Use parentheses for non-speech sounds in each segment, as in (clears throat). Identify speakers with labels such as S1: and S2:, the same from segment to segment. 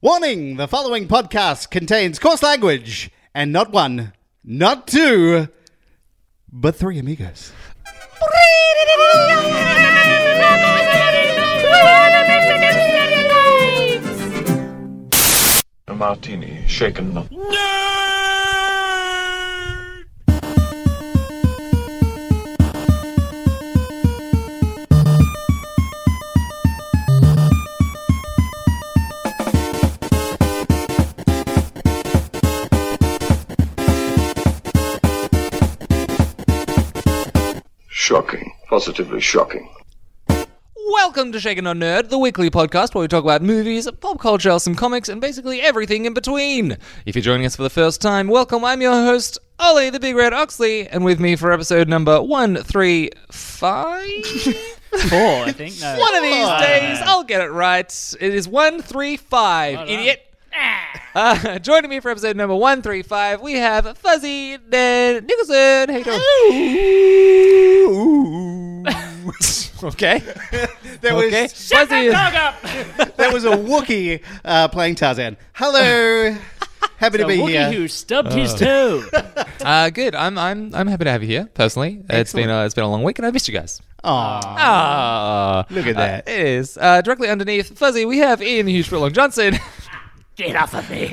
S1: Warning the following podcast contains coarse language and not one, not two, but three amigos.
S2: A martini, shaken not. Shocking. Positively shocking.
S3: Welcome to Shaken on Nerd, the weekly podcast where we talk about movies, pop culture, some comics, and basically everything in between. If you're joining us for the first time, welcome. I'm your host, Ollie the Big Red Oxley, and with me for episode number 135?
S4: four, I think. No.
S3: One of these days, I'll get it right. It is 135, idiot. Uh, joining me for episode number 135, we have Fuzzy Dan Nicholson. How you doing? (laughs) okay.
S1: There
S3: Okay.
S1: was
S3: Fuzzy is-
S1: there was a Wookiee uh, playing Tarzan. Hello, happy
S4: The
S1: to be
S4: Wookiee
S1: here.
S4: who stubbed his toe.
S3: (laughs) Uh, good. I'm I'm I'm happy to have you here personally. Uh, It's been a, it's been a long week, and I missed you guys.
S1: Aw,
S3: Ah,
S1: Oh, Look at that.
S3: it is uh, directly underneath Fuzzy. We have Ian Hughes Furlong Johnson.
S4: Get off of me.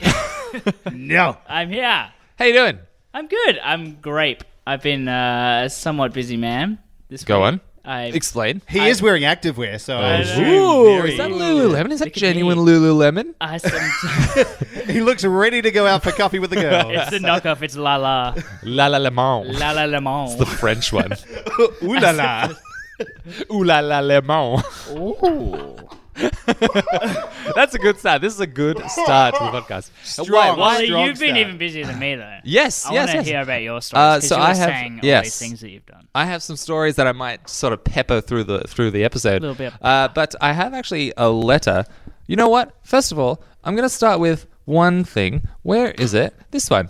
S1: no.
S4: (laughs) I'm here.
S3: (laughs) How you doing?
S4: I'm good. I'm grape. I've been uh, a somewhat busy man. This
S3: Go
S4: week.
S3: on.
S4: I
S3: Explain.
S1: He is wearing activewear, so I
S3: Ooh,
S1: assume
S3: is that
S1: very-
S3: Lululemon? Is that
S4: Look at
S3: genuine
S4: me.
S3: Lululemon? (laughs)
S4: I some,
S1: he looks ready to go out for coffee with the
S4: it's
S1: girls.
S4: the knockoff. It's La La
S3: La la lemon.
S4: La La Lemon.
S3: The French one.
S1: (laughs) Ooh (laughs) la la.
S3: (laughs)
S1: Oh.
S3: Ooh la la lemon.
S4: Ooh.
S3: (laughs) That's a good start. This is a good
S1: (laughs)
S3: start to the podcast.
S1: Strong.
S3: Why- why-
S4: Ollie,
S1: strong
S4: you've been
S1: start.
S4: even busier than me though.
S3: Yes,
S4: I
S3: yes,
S4: want
S3: yes.
S4: to hear about your
S3: Uh,
S4: stories because
S3: so
S4: you were
S3: I have-
S4: saying all
S3: yes.
S4: these things that
S3: (laughs)
S4: you've done.
S3: I have some stories that I might sort of pepper through the through the episode.
S4: Little bit.
S3: Uh, but I have actually a letter. You know what? First of all, I'm going to start with one thing. Where is it? This one.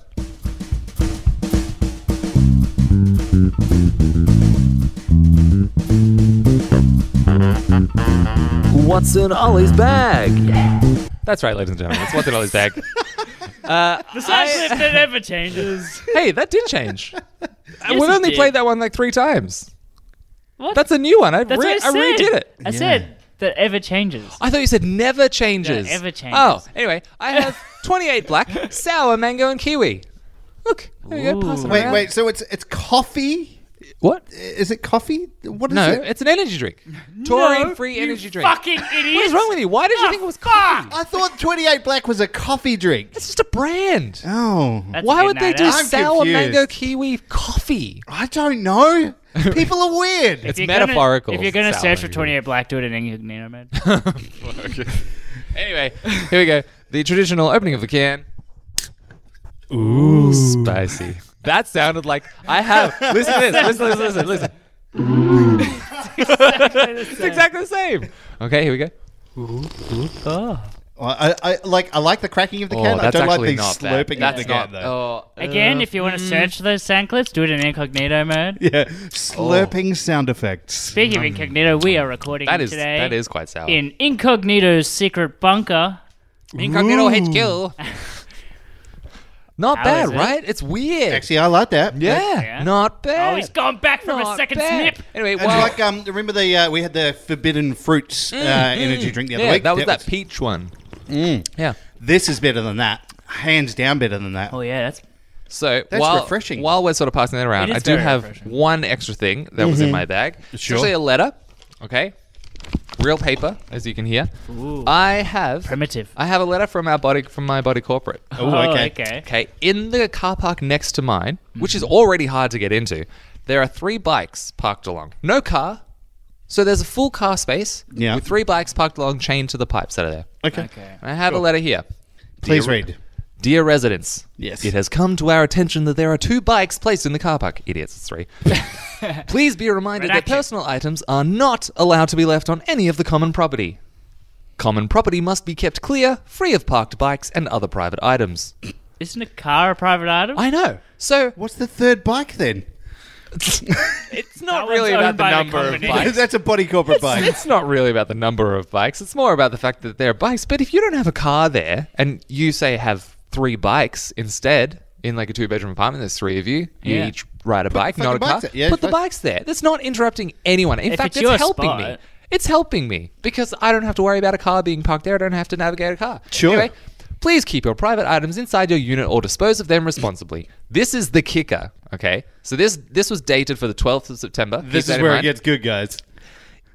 S3: What's in Ollie's bag? That's right, ladies and gentlemen. It's what's in Ollie's
S4: (laughs)
S3: bag.
S4: The sound clip that
S3: (laughs)
S4: never changes.
S3: hey, that did change. We've
S4: it
S3: only
S4: did.
S3: played that one like three times.
S4: What?
S3: That's a new one. I,
S4: That's
S3: re-
S4: what I, said.
S3: redid it.
S4: I said that ever changes.
S3: I thought you said never changes.
S4: No, ever changes.
S3: Oh, anyway, I
S4: (laughs)
S3: have 28 black, sour mango, and kiwi. Look, there you go. Pass it
S1: Wait,
S3: around.
S1: wait. So it's it's coffee.
S3: What?
S1: Is it coffee? What is
S3: No,
S1: it?
S3: it's an energy drink. Taurine-free energy drink.
S4: Fucking idiot.
S3: What is wrong with you? Why did you think it was coffee?
S1: I thought Twenty Eight Black was a coffee drink.
S3: It's just a brand.
S1: Oh,
S4: That's
S3: Why
S4: a
S3: would
S4: good
S3: they
S4: night
S3: do
S4: out.
S1: I'm
S3: sour
S1: confused.
S3: mango kiwi coffee?
S1: I don't know. People are weird.
S3: It's
S4: If you're gonna-
S3: metaphorical.
S4: if you're going to
S3: sour
S4: search for
S3: mango.
S4: 28 Black, do it in
S3: (laughs)
S4: incognito mode.
S3: Anyway, here we go. The traditional opening of the can. Ooh, spicy. That sounded like I
S1: (laughs)
S3: have. Listen to this. Listen, listen, listen, listen. it's exactly the same. Okay, here we go. Oh,
S1: Well, I, I like I like the cracking of the can. I don't like the slurping of
S3: That's
S1: the can
S3: Oh,
S1: (laughs)
S3: not.
S1: though.
S3: Oh,
S4: Again, if you want to search those sound clips, do it in incognito mode.
S1: Yeah, slurping
S3: Oh.
S1: sound effects.
S4: Speaking of incognito, we are recording
S3: Mm. that is
S4: today
S3: that is quite sour.
S4: in incognito's secret bunker.
S3: Incognito HQ. Not
S4: How
S3: bad,
S4: is it?
S3: right? It's weird.
S1: Actually, I like that.
S3: yeah,
S4: Yeah.
S3: not bad.
S4: Oh, he's gone back from a
S3: Not
S4: second
S3: bad.
S4: snip.
S3: Anyway,
S1: It's
S3: well, Mm,
S1: like um, remember the uh, we had the forbidden fruits uh, energy drink the other
S3: (laughs) yeah,
S1: week.
S3: that was that, peach one. Yeah.
S1: This is better than that. Hands down, better than that.
S4: Oh, yeah, that's.
S3: So
S1: That's
S3: while,
S1: refreshing.
S3: while we're sort of passing that around,
S4: It
S3: I
S4: is
S3: do
S4: very
S3: have
S4: refreshing.
S3: one extra thing that
S1: Mm-hmm.
S3: was in my bag.
S1: Sure.
S3: It's actually a letter. Okay. Real paper, as you can hear.
S4: Ooh.
S3: I have
S4: Primitive.
S3: Uh, I have a letter from our body from my body corporate.
S1: Oh, okay.
S3: Okay, in the car park next to mine, which is
S4: Mm-hmm.
S3: already hard to get into, there are three bikes parked along. No car. So there's a full car space
S1: Yeah.
S3: with three bikes parked along chained to the pipes that are there.
S1: Okay.
S4: Okay.
S3: And I have a letter here.
S1: Please
S3: Dear-
S1: read.
S3: Dear residents,
S1: Yes.
S3: it has come to our attention that there are two bikes placed in the car park. Idiots, it's
S4: (laughs)
S3: three. Please be reminded that
S4: Redaction.
S3: personal items are not allowed to be left on any of the common property. Common property must be kept clear, free of parked bikes and other private items.
S4: Isn't a car a private item?
S3: I know. So
S1: What's the third bike then?
S3: It's not
S4: That one's
S3: really
S4: owned
S3: about the
S4: by the
S3: number of
S4: company.
S1: (laughs)
S3: bikes.
S4: (laughs)
S1: That's a body corporate bike.
S3: It's not really about the number of bikes. It's more about the fact that there are bikes. But if you don't have a car there and you say have three bikes instead in like a two bedroom apartment, there's three of you, you
S4: Yeah.
S3: each ride a bike,
S1: fucking
S3: not a car.
S1: bikes there. Yeah,
S3: put the
S1: fuck-
S3: bikes there. That's not interrupting anyone. In
S4: If
S3: fact,
S4: it's
S3: it's,
S4: your
S3: helping
S4: spot.
S3: me. It's helping me because I don't have to worry about a car being parked there. I don't have to navigate a car.
S1: Sure.
S3: Anyway, Please keep your private items inside your unit or dispose of them responsibly. This is the kicker, okay? So this this was dated for the 12th of September. Keep
S1: This
S3: that
S1: is
S3: in
S1: where it
S3: mind.
S1: gets good, guys.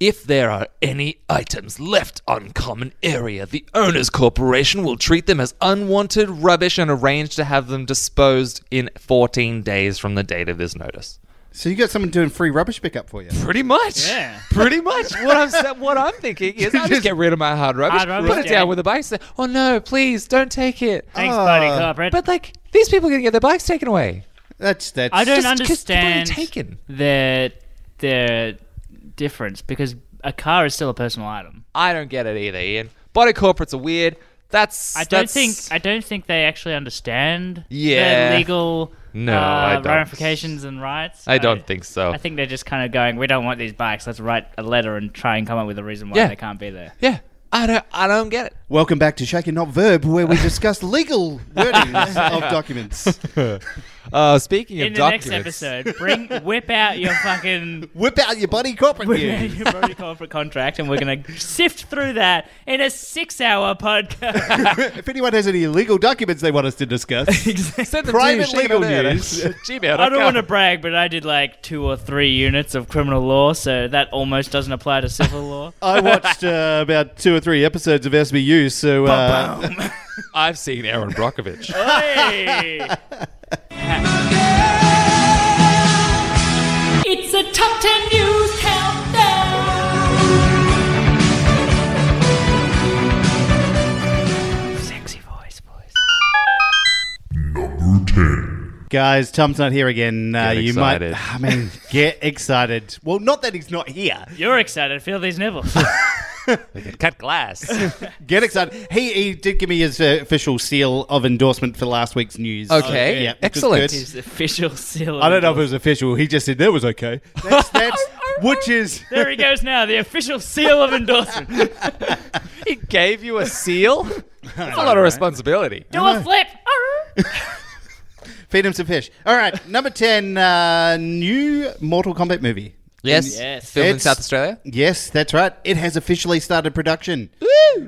S3: If there are any items left on common area, the owner's corporation will treat them as unwanted rubbish and arrange to have them disposed in 14 days from the date of this notice.
S1: So you got someone doing free rubbish pickup for you.
S3: Pretty much.
S4: Yeah.
S3: Pretty
S4: (laughs)
S3: much. What I'm sa- what I'm thinking is I just get rid of my hard rubbish,
S4: Hard rubbish,
S3: put it
S4: yeah.
S3: down with a bike. Say, oh no, please don't take it.
S4: Thanks,
S1: Ah.
S4: buddy corporate.
S3: uh, But like these people are gonna get their bikes taken away.
S1: That's that's.
S4: I don't
S3: Just 'cause it's completely
S4: understand
S3: taken.
S4: the the difference because a car is still a personal item.
S3: I don't get it either, Ian. Body corporates are weird. That's
S4: I don't
S3: that's-
S4: think I don't think they actually understand
S3: Yeah.
S4: the legal
S3: No,
S4: uh,
S3: I don't.
S4: ramifications and rights.
S3: I don't think so.
S4: I think they're just kind of going, we don't want these bikes. Let's write a letter and try and come up with a reason why
S3: Yeah.
S4: they can't be there.
S3: yeah. I don't I don't get it.
S1: Welcome back to Shaking Not Verb, where we discuss legal
S3: (laughs)
S1: wordings of documents.
S3: Uh, speaking of
S4: In the
S3: documents,
S4: next episode, bring whip out your fucking (laughs)
S1: Whip out your body corporate (laughs) news.
S4: your body corporate contract, and we're gonna sift through that in a six-hour podcast.
S1: if anyone has any legal documents they want us to discuss,
S3: (laughs) send them
S1: Private
S3: to
S1: legal
S3: Gmail. (laughs)
S1: news.
S3: Gmail.
S4: I don't want to brag, but I did like two or three units of criminal law, so that almost doesn't apply to
S3: (laughs)
S4: civil law.
S3: Oh,
S1: I watched uh, about two or three episodes of SBU, so uh,
S3: I've seen Aaron Brockovich.
S4: (laughs) Hey!
S5: It's a top 10 news countdown.
S4: Sexy voice, boys.
S1: guys, Tom's not here again. Uh,
S3: Get
S1: you
S3: excited.
S1: might, I mean, get excited. Well, not that he's not here.
S4: You're excited. Feel these (laughs) nibbles.
S3: Cut
S4: (laughs)
S3: glass.
S1: Get excited. He he did give me his uh, official seal of endorsement for last week's news. which
S3: Okay.
S1: is
S3: Excellent.
S1: good.
S4: His official seal.
S1: I don't know if it was official. He just said that was okay. That's, that's which is
S4: There he goes now. The official seal of
S1: (laughs)
S4: endorsement.
S3: he gave you a
S4: (laughs)
S3: seal. That's a lot of responsibility.
S4: Do a flip.
S1: (laughs) feed him some fish. All right, number ten, uh, new Mortal Kombat movie.
S3: Yes.
S4: Yes.
S3: Filmed in
S1: It's-
S3: South Australia.
S1: Yes, that's right. It has officially started production.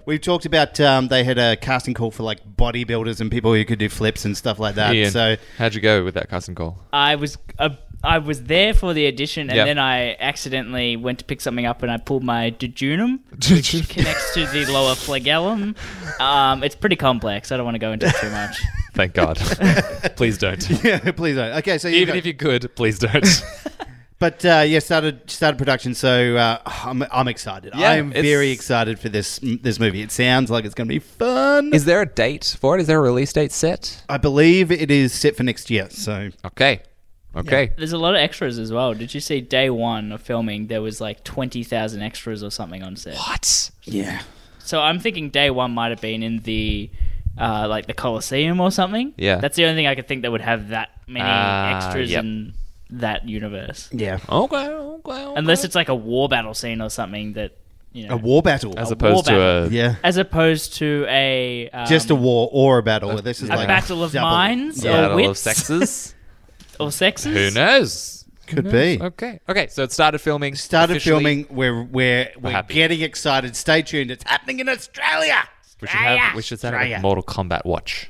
S1: We've talked about um, they had a casting call for like bodybuilders and people who could do flips and stuff like that.
S4: uh,
S1: So
S3: how'd you go with that custom call?
S4: (laughs) I was uh, I was there for the audition, and
S3: Yep.
S4: then I accidentally went to pick something up, and I pulled my jejunum, which connects to the lower flagellum. Um, it's pretty complex. I don't want to go into it
S1: (laughs)
S4: too much.
S3: Thank
S4: (laughs)
S3: God. (laughs) please don't.
S1: yeah, please don't. Okay, so
S3: Even if you could, please don't.
S1: but uh, yeah, started started production. So uh, I'm I'm excited.
S3: Yeah,
S1: I am
S3: it's-
S1: very excited for this this movie. It sounds like it's going to be fun.
S3: (laughs) Is there a date for it? Is there a release date set?
S1: I believe it is set for next year. So
S3: Okay. Okay.
S4: There's a lot of extras as well. Did you see day one of filming? There was like twenty thousand extras or something on set.
S3: What?
S1: yeah,
S4: So I'm thinking day one might have been in the uh, like the Colosseum or something.
S3: Yeah.
S4: that's the only thing I could think that would have that many
S3: Ah,
S4: extras
S3: yep.
S4: in that universe.
S1: yeah,
S3: Okay. Okay. okay.
S4: Unless it's like a war battle scene or something that you know.
S1: a war battle.
S3: as
S4: a
S3: opposed
S4: war
S3: to a
S1: yeah.
S4: as opposed to a um,
S1: just a war or a battle. this is
S4: a
S1: like
S4: battle of
S1: double-
S4: minds
S1: Yeah,
S4: or
S3: battle of
S4: wits
S3: sexes.
S4: or sexes.
S3: (laughs) Who um, knows?
S1: could be.
S3: Okay. Okay. So it started filming.
S1: started
S3: officially,
S1: filming. We're we're we're,
S3: happy.
S1: getting excited. Stay tuned. It's happening in Australia.
S3: We should have. We should start
S1: Australia.
S3: with Mortal Kombat Watch.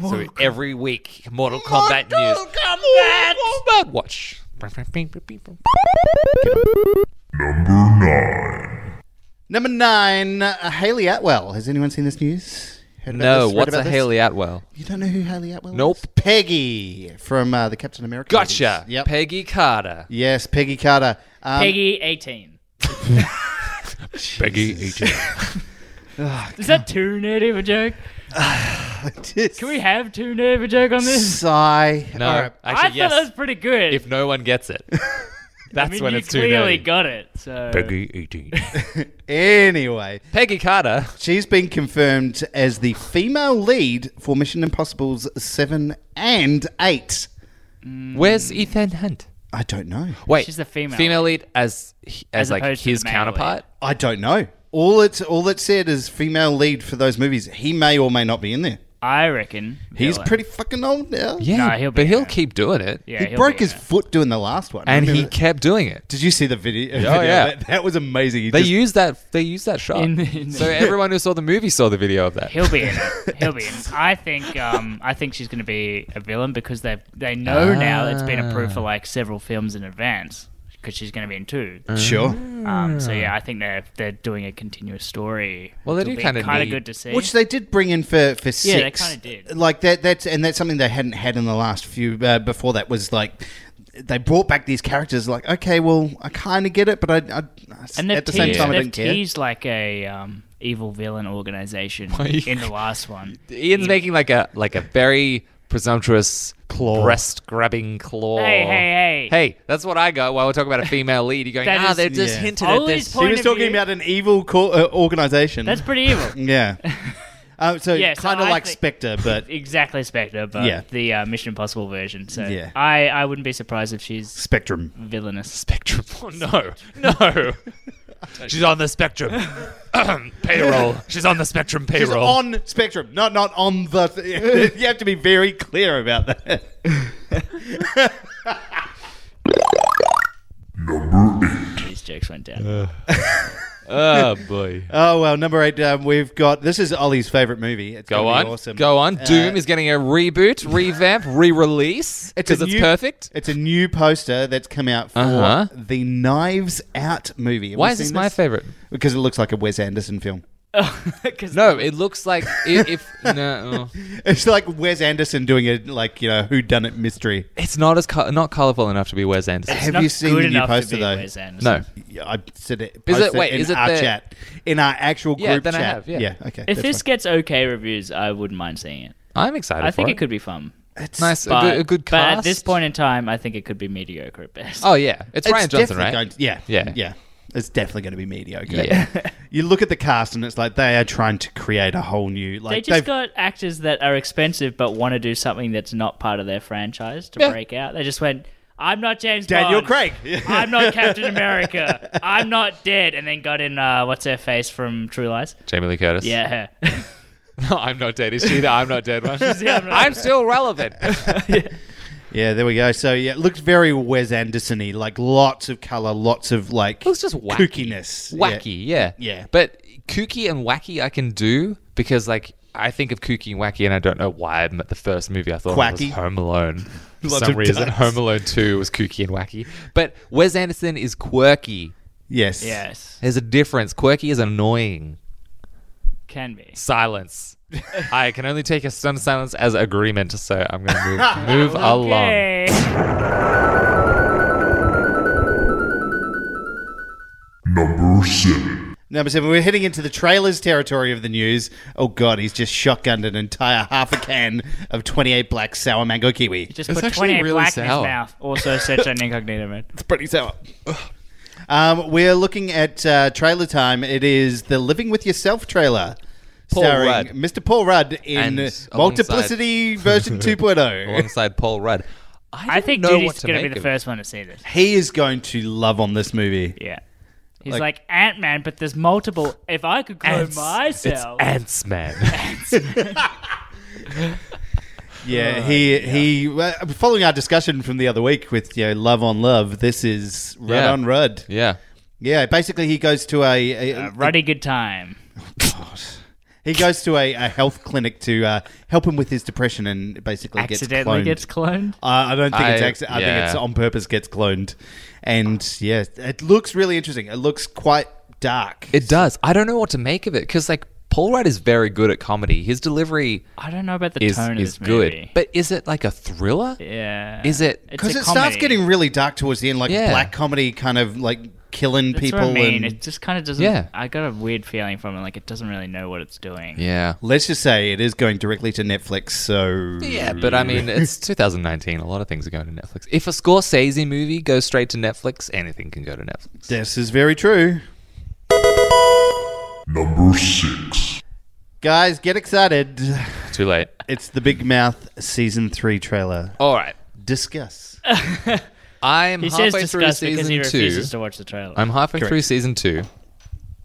S3: so every week, Mortal Kombat news.
S1: Kombat.
S3: Kombat Watch.
S1: Number nine, uh, Haley Atwell. Has anyone seen this news? Heard about
S3: No,
S1: this? Read
S3: what's
S1: about
S3: a
S1: this?
S3: Haley Atwell?
S1: You don't know who Haley Atwell
S3: Nope.
S1: is? Peggy from uh, the Captain America.
S3: Gotcha.
S1: movies. Yep.
S3: Peggy Carter.
S1: yes, Peggy Carter. Um,
S4: Peggy eighteen.
S3: (laughs) Peggy.
S4: (laughs) Is that too nerdy of a joke?
S1: (laughs)
S4: Can we have too nerdy of a joke on this?
S1: Sigh.
S3: No,
S1: All right.
S4: I
S3: actually,
S4: thought
S3: yes.
S4: that was pretty good.
S3: if no one gets
S4: (laughs)
S3: it, that's
S4: I mean,
S3: when
S4: you
S3: it's too
S4: clearly
S3: nerdy.
S4: got it. So
S1: Anyway,
S3: (laughs) Peggy Carter.
S1: she's been confirmed as the female lead for Mission Impossible's 7 and 8.
S3: Where's Ethan Hunt?
S1: I don't know.
S3: Wait,
S4: Hmm. She's the female
S3: female lead as as,
S4: As
S3: like
S4: opposed to the
S3: his
S4: male
S3: counterpart.
S1: I don't know. All it's all it said is female lead for those movies. He may or may not be in there.
S4: I reckon
S1: He's
S4: he'll-
S1: pretty fucking old now.
S3: Yeah,
S4: Nah, he'll be
S3: but he'll
S4: in it.
S3: keep doing it.
S4: Yeah,
S1: he
S4: he'll
S1: broke
S4: be
S1: his
S4: in it.
S1: foot doing the last one.
S3: and
S1: Remember
S3: he
S1: that?
S3: kept doing it.
S1: Did you see the video? (laughs)
S4: Oh,
S1: video?
S3: yeah.
S1: That, that was amazing. He
S3: They
S1: just-
S3: used that. They used that shot.
S4: In the- in the-
S3: so (laughs) everyone who saw the movie saw the video of that.
S4: He'll be in it. He'll be in. It. I think. Um, I think she's going to be a villain because they they know now it's been approved for like several films in advance because she's going to be in two.
S1: sure.
S4: Um, so yeah, I think they're they're doing a continuous story.
S3: Well, they
S4: It'll
S3: do
S4: be
S3: kinda
S4: kinda
S3: need-
S4: good to see.
S1: Which they did bring in for for six.
S4: Yeah, they kinda did.
S1: Like that. That's and that's something they hadn't had in the last few. Uh, before that was like. They brought back these characters, like okay, well, I kind of get it, but I, I
S4: and they've
S1: at the same
S4: teased,
S1: time I
S4: they've
S1: don't care.
S4: teased like a um, evil
S1: (laughs)
S4: villain organization
S3: are you-
S4: in the last one.
S3: Ian's making like a like a very presumptuous
S1: Claw.
S3: breast grabbing claw.
S4: Hey, hey, hey.
S3: hey! That's what I got while we're talking about a female lead. You're going,
S4: That
S3: ah,
S4: is-
S3: they're just
S1: Yeah.
S3: hinted at
S4: Ollie's
S3: this.
S1: He
S4: point
S1: was
S4: of
S1: talking
S4: view-
S1: about an evil co- uh, organization.
S4: That's pretty evil.
S1: (laughs) yeah. Um, so
S4: Yeah, so
S1: kind of
S4: I
S1: like
S4: think-
S1: Spectre, but
S4: exactly Spectre, but
S1: Yeah.
S4: the uh, Mission Impossible version. So
S1: Yeah.
S4: I I wouldn't be surprised if she's
S1: Spectrum.
S4: villainous.
S3: spectrum. (laughs) Oh,
S4: (laughs)
S3: no, no. She's on the spectrum. (clears throat) payroll. She's on the spectrum payroll.
S1: She's on Spectrum, not not on the. (laughs) you have to be very clear about that.
S4: These jokes went down.
S3: oh (laughs) boy.
S1: (laughs) Oh well, number eight. Um, we've got this is Ollie's favorite movie. It's
S3: Go
S1: gonna
S3: on.
S1: be awesome.
S3: Go on.
S1: Uh,
S3: Doom is getting a reboot, revamp, re-release
S1: a
S3: because it's,
S1: new-
S3: perfect.
S1: It's a new poster that's come out for
S3: Uh-huh.
S1: the Knives Out movie. Have
S3: Why
S1: you
S3: is this
S1: seen
S3: my favorite?
S1: Because it looks like a Wes Anderson film. (laughs)
S4: Because
S3: No, it looks like if, if (laughs) no, oh.
S1: It's like Wes Anderson doing a like you know who done it mystery.
S3: it's not as co- not colorful enough to be Wes Anderson.
S4: (laughs)
S1: Have you seen the new poster though?
S3: No,
S1: Yeah, I said it.
S3: Is it-
S1: posted
S3: wait,
S1: In
S3: is it
S1: our
S3: the-
S1: chat? In our actual group
S3: Yeah, then I
S1: chat.
S3: have, yeah.
S1: Okay.
S4: If
S1: that's
S4: this
S1: fine.
S4: gets okay reviews, I wouldn't mind seeing it.
S3: I'm excited.
S4: I think
S3: for
S4: it could be fun.
S1: It's-
S3: nice.
S4: But,
S3: a good, a good
S4: but
S3: cast.
S4: at this point in time, I think it could be mediocre at best.
S3: oh yeah, it's, Ryan Johnson,
S1: definitely
S3: right?
S1: Going to- yeah,
S3: Yeah.
S1: yeah. It's definitely going to be mediocre.
S3: Yeah.
S1: (laughs) you look at the cast and it's like they are trying to create a whole new like
S4: they just
S1: they've-
S4: got actors that are expensive but want to do something that's not part of their franchise to
S3: Yeah.
S4: break out. They just went, I'm not James
S1: Daniel
S4: Bond.
S1: Craig. (laughs)
S4: I'm not Captain America. I'm not dead. And then got in, uh, what's her face from True Lies?
S3: Jamie Lee Curtis.
S4: Yeah, (laughs) her.
S3: (laughs) no, I'm not dead. Is she the I'm not dead one?
S4: the
S3: (laughs)
S4: I'm not
S3: I'm still relevant.
S1: Yeah, there we go. So yeah, it looks very Wes Anderson-y, like lots of color, lots of like
S3: Looks just wacky.
S1: kookiness.
S3: wacky, yeah.
S1: Yeah.
S3: But kooky and wacky I can do because like I think of kooky and wacky and I don't know why but the first movie I thought of
S1: Quacky.
S3: was Home Alone. For
S1: Lots
S3: some
S1: of
S3: reason
S1: ducks.
S3: Home Alone 2 was kooky and wacky. But Wes Anderson is quirky.
S1: Yes. (laughs)
S4: yes.
S3: There's a difference. Quirky is annoying.
S4: Can be.
S3: Silence. I can only take a stunned silence as agreement, so I'm
S4: (laughs)
S3: gonna move, move along.
S4: Yay.
S1: Number seven, we're heading into the trailers territory of the news. Oh god, he's just shotgunned an entire half a can of 28 black sour mango kiwi.
S4: Just
S3: It's
S4: put
S3: actually
S4: 28
S3: really
S4: black in
S3: sour.
S4: his mouth.
S3: (laughs)
S4: Also, search on incognito mode.
S1: It's pretty sour. (sighs) Um, we're looking at uh, trailer time. It is the Living with Yourself trailer.
S3: Paul
S1: starring
S3: Rudd.
S1: Mr. Paul Rudd in
S3: And alongside-
S1: Multiplicity version
S3: (laughs)
S1: oh. 2.0.
S3: Alongside Paul Rudd. I,
S4: I
S3: didn't
S4: think
S3: know
S4: Judy's
S3: what to
S4: going to be
S3: make
S4: the
S3: of it.
S4: first one to see this.
S1: he is going to love on this movie.
S4: Yeah. He's
S1: Like-
S4: like, Ant Man, but there's multiple. If I could grow
S3: Ants.
S4: myself.
S3: It's Ants Man.
S4: (laughs)
S1: Yeah, he he. Well, following our discussion from the other week with you know, love on love, this is Rudd
S3: Yeah.
S1: on Rudd.
S3: Yeah.
S1: Yeah, basically he goes to a, a,
S4: a ruddy good time.
S1: he goes to a, a health clinic to uh, help him with his depression and basically
S4: Accidentally
S1: gets
S4: gets
S1: cloned. Uh,
S4: cloned.
S1: I I don't think it's
S3: I-
S1: acci- I
S3: yeah.
S1: think it's on purpose gets cloned, and yeah, it looks really interesting. It looks quite dark.
S3: It does. I don't know what to make of it because like Paul Rudd is very good at comedy. His delivery
S4: I don't know about the
S3: is
S4: tone
S3: is
S4: of this movie.
S3: good, but is it like a thriller?
S4: yeah,
S3: Is it?
S4: It's
S1: because
S4: a
S1: it starts
S4: comedy.
S1: getting really dark towards the end, like
S3: Yeah.
S1: black comedy, kind of like killing
S4: That's
S1: people.
S4: what I mean.
S1: and-
S4: It just kind of doesn't.
S3: Yeah.
S4: I got a weird feeling from it. Like it doesn't really know what it's doing.
S3: Yeah.
S1: Let's just say it is going directly to Netflix, so
S3: Yeah, but I mean, it's 2019. A lot of things are going to Netflix. If a Scorsese movie goes straight to Netflix, anything can go to
S1: (laughs)
S3: Netflix.
S1: This is very true.
S6: Number six.
S1: Guys, get excited.
S3: Too late.
S4: (laughs)
S1: It's the Big Mouth Season 3 trailer.
S3: All right.
S1: Discuss.
S3: I'm
S4: He says
S3: halfway through
S4: disgust because he
S3: season
S4: refuses
S3: two.
S4: to watch the trailer.
S3: I'm halfway through
S1: Correct.
S3: season two,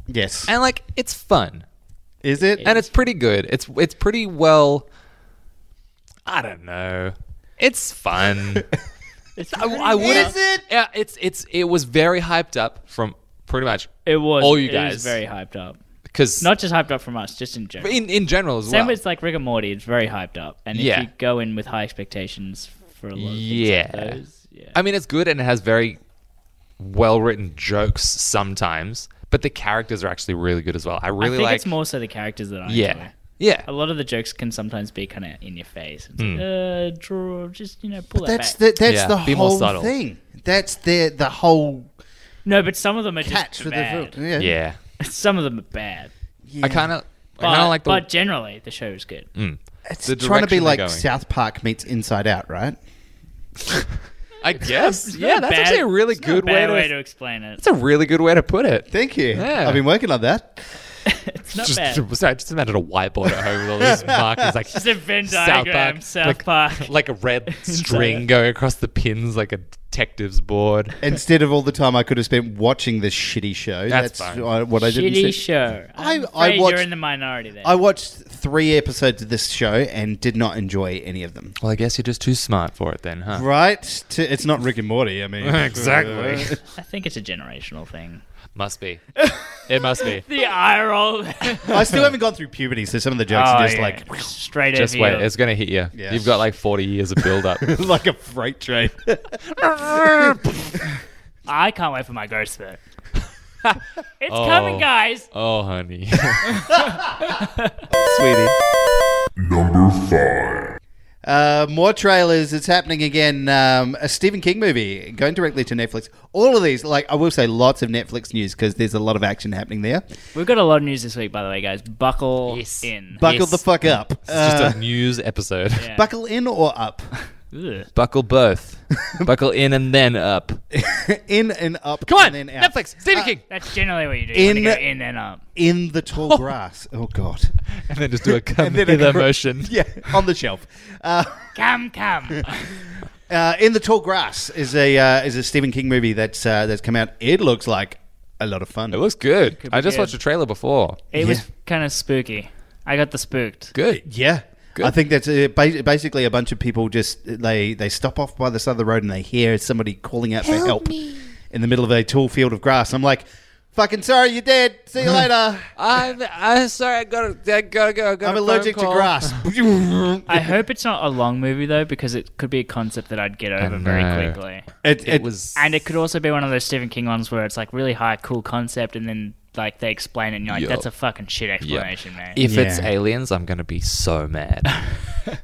S1: Yes.
S3: and like it's fun
S1: Is it?
S3: and it's pretty good. It's it's pretty well. I don't know. It's
S4: (laughs)
S3: fun.
S4: It's
S3: I, I would.
S1: Is it?
S3: Yeah, it's it's it was very hyped up from pretty much
S4: it was
S3: all you
S4: it
S3: guys.
S4: was very hyped up.
S3: because
S4: Not just hyped up from us, just in general.
S3: in in general as
S4: Same
S3: well.
S4: with like Rick and Morty. It's very hyped up, and
S3: Yeah.
S4: if you go in with high expectations for a lot of things
S3: Yeah.
S4: like those, yeah.
S3: I mean, it's good and it has very well written jokes sometimes, but the characters are actually really good as well. I
S4: I
S3: really
S4: think
S3: like.
S4: it's more so the characters that I
S3: yeah,
S4: enjoy.
S3: yeah.
S4: A lot of the jokes can sometimes be kind of in your face. It's
S3: Hmm.
S4: like, uh, draw, just you know, pull that
S1: That's
S4: back.
S1: the, that's
S3: Yeah,
S1: the
S3: be more
S1: whole
S3: subtle.
S1: thing. That's the the whole
S4: no, but some of them are
S1: catch
S4: just
S1: for the
S4: bad.
S1: film. Yeah.
S3: yeah.
S4: (laughs) some of them are bad,
S3: I kind of, I
S4: but,
S3: kind of like the.
S4: but generally the show is good.
S1: It's
S3: the
S1: trying to be
S3: direction they're
S1: like
S3: going.
S1: South Park meets Inside Out, right?
S3: (laughs) I guess,
S4: (laughs) It's
S3: yeah,
S4: not
S3: that's
S4: bad-
S3: actually a really
S4: it's not
S3: good
S4: a bad
S3: way,
S4: way
S3: to.
S4: to explain it.
S3: It's a really good way to put it.
S1: Thank you.
S3: Yeah.
S1: I've been working on that.
S4: It's not
S3: just,
S4: bad.
S3: Sorry, just imagine a whiteboard at home with all (laughs) these markers like
S4: It's a Venn
S3: South
S4: diagram,
S3: Park,
S4: South
S3: like-
S4: Park.
S3: like a
S4: (laughs)
S3: red string going across the pins like a detective's board.
S1: (laughs) Instead of all the time I could have spent watching this shitty show,
S3: That's
S1: that's,
S3: fine.
S1: uh, what I didn't.
S4: Shitty
S1: see.
S4: show.
S1: I-
S4: I'm
S1: I
S4: afraid
S1: watched-
S4: you're in the minority there.
S1: I watched three episodes of this show and did not enjoy any of them.
S3: Well, I guess you're just too smart for it then, huh?
S1: Right? To, it's not Rick and Morty. I mean, (laughs)
S3: (laughs) Exactly.
S4: I think it's a generational thing.
S3: Must be. It must
S4: (laughs)
S3: be.
S4: The eye (laughs) roll.
S1: I still haven't gone through puberty, so some of the jokes
S3: Oh,
S1: are just like
S4: Oh,
S1: (laughs)
S4: straight
S3: Just
S4: over
S3: wait,
S4: your-
S3: it's gonna hit you.
S1: Yeah.
S3: You've got like 40 years of build (laughs) up.
S1: like a freight
S3: (laughs)
S1: train.
S4: I can't wait for my
S1: (laughs)
S4: ghost though. it's
S3: Oh.
S4: coming, guys.
S3: oh, (laughs)
S4: (laughs)
S3: honey.
S1: sweetie. Number five. Uh, more trailers. It's happening again. Um, a Stephen King movie going directly to Netflix. All of these, like I will say, lots of Netflix news because there's a lot of action happening there.
S4: We've got a lot of news this week, by the way, guys. Buckle in.
S1: Buckle the fuck up.
S3: it's
S1: Uh,
S3: just a news episode.
S4: Yeah.
S1: buckle in or up, (laughs)
S4: Ugh.
S3: Buckle both. Buckle in and Uh, then up.
S1: in and up.
S3: Come on,
S1: and then out.
S3: Netflix, Stephen King.
S4: That's generally what you do. You
S1: In-
S4: in, go in and up.
S1: In the
S3: (laughs)
S1: tall grass. Oh god.
S3: And then just do a
S1: (laughs)
S3: come
S1: then a
S3: hither
S1: cr-
S3: motion. (laughs)
S1: Yeah, on the shelf. Uh, (laughs)
S4: Come, come.
S1: Uh, In the Tall Grass is a uh, is a Stephen King movie that's uh, that's come out. It looks like a lot of fun.
S3: It looks good.
S4: be
S3: I just
S4: good.
S3: watched a trailer before.
S4: It was
S1: Yeah.
S4: kind of spooky. I got the spooked.
S3: Good.
S1: yeah.
S3: Good.
S1: I think that's uh, ba- basically a bunch of people just they they stop off by the side of the road and they hear somebody calling out for help in the middle of a tall field of grass. I'm like, fucking sorry, you're dead. See
S3: (laughs)
S1: you later.
S3: I'm, I'm sorry. I gotta, I gotta go. I gotta
S1: I'm allergic to
S3: (laughs)
S1: grass.
S4: I hope it's not a long movie though, because it could be a concept that I'd get over very
S3: know.
S4: quickly.
S1: it,
S3: It was.
S4: And it could also be one of those Stephen King ones where it's like really high, cool concept, and then like they explain it, and you're like,
S3: Yup.
S4: "That's a fucking shit
S3: Yeah.
S4: explanation, man."
S3: If it's
S1: Yeah.
S3: aliens, I'm gonna be so (laughs) mad.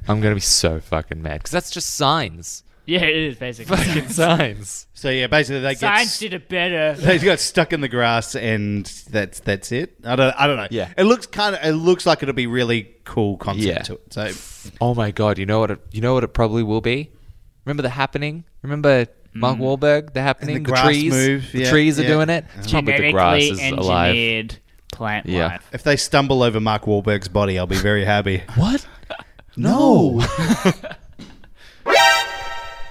S3: I'm gonna be so fucking mad because that's just signs.
S4: yeah, it is basically.
S3: Fucking signs.
S1: so yeah, basically they get
S4: (laughs) Science did it better.
S1: (laughs) they got stuck in the grass and that's that's it. I don't I don't know.
S3: Yeah.
S1: It looks kind of it looks like it'll be really cool concept
S3: Yeah.
S1: to it. So
S3: Oh my god! You know what? It, you know what it probably will be. Remember the happening? Remember Mark Wahlberg? Mm. The happening.
S1: grass
S3: trees.
S1: move,
S3: The
S1: yeah,
S3: trees are
S1: yeah.
S3: doing it. It's probably the grass
S4: Genetically
S3: is alive.
S4: engineered plant
S3: Yeah.
S4: life.
S1: If they stumble over Mark Wahlberg's body, I'll be very happy.
S3: What?
S1: No.
S3: (laughs)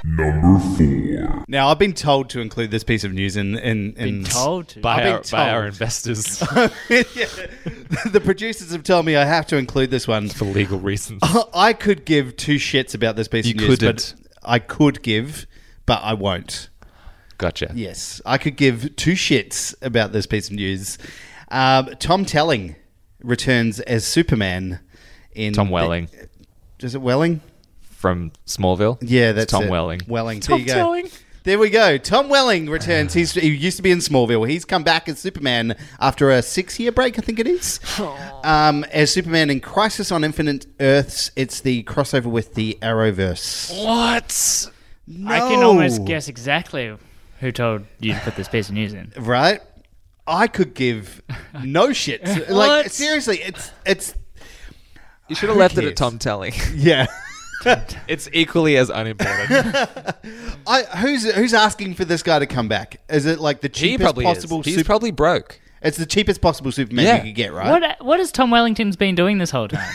S1: Number four. Now I've been told to include this piece of news in in, in
S4: Been told to.
S1: I've
S3: By
S1: been
S3: our, by our
S1: told.
S3: (laughs) investors
S1: (laughs) Yeah. the producers have told me I have to include this one.
S3: for legal reasons.
S1: I could give two shits about this piece
S3: You
S1: of news,
S3: couldn't.
S1: but I could give, but I won't.
S3: Gotcha.
S1: Yes, I could give two shits about this piece of news. Um, Tom Telling returns as Superman in
S3: Tom Welling
S1: Is it Welling?
S3: from Smallville.
S1: Yeah,
S3: It's
S1: that's
S3: Tom
S1: it.
S3: Welling.
S1: Welling, there you go. There we go. Tom Welling returns. He's he used to be in Smallville. He's come back as Superman after a six-year break, I think it is. Um, as Superman in Crisis on Infinite Earths, it's the crossover with the Arrowverse.
S3: What?
S4: I can
S1: No.
S4: almost guess exactly who told you to put this piece of news in.
S1: right? I could give no shit. like
S4: (laughs) What?
S1: seriously, it's it's
S3: You should have left it
S1: cares?
S3: at Tom
S4: (laughs)
S3: Telling.
S1: yeah.
S3: it's equally as (laughs) unimportant.
S1: I who's who's asking for this guy to come back? Is it like the
S3: he
S1: cheapest
S3: probably
S1: possible?
S3: is. He's
S1: Sup-
S3: probably broke.
S1: it's the cheapest possible Superman
S3: Yeah.
S1: you could get, right?
S4: What what has Tom Wellington's been doing this whole time?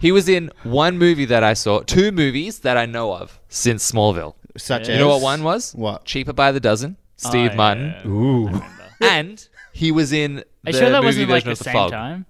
S3: He was in one movie that I saw, two movies that I know of since Smallville.
S1: such as
S3: You know what one was?
S1: What?
S3: Cheaper by the dozen. Steve
S4: Oh, yeah.
S3: Martin. (laughs)
S1: Ooh,
S3: And he was in
S4: Are
S3: the
S4: you sure that
S3: movie
S4: wasn't like
S3: version
S4: the
S3: of The
S4: same
S3: Fog.
S4: time?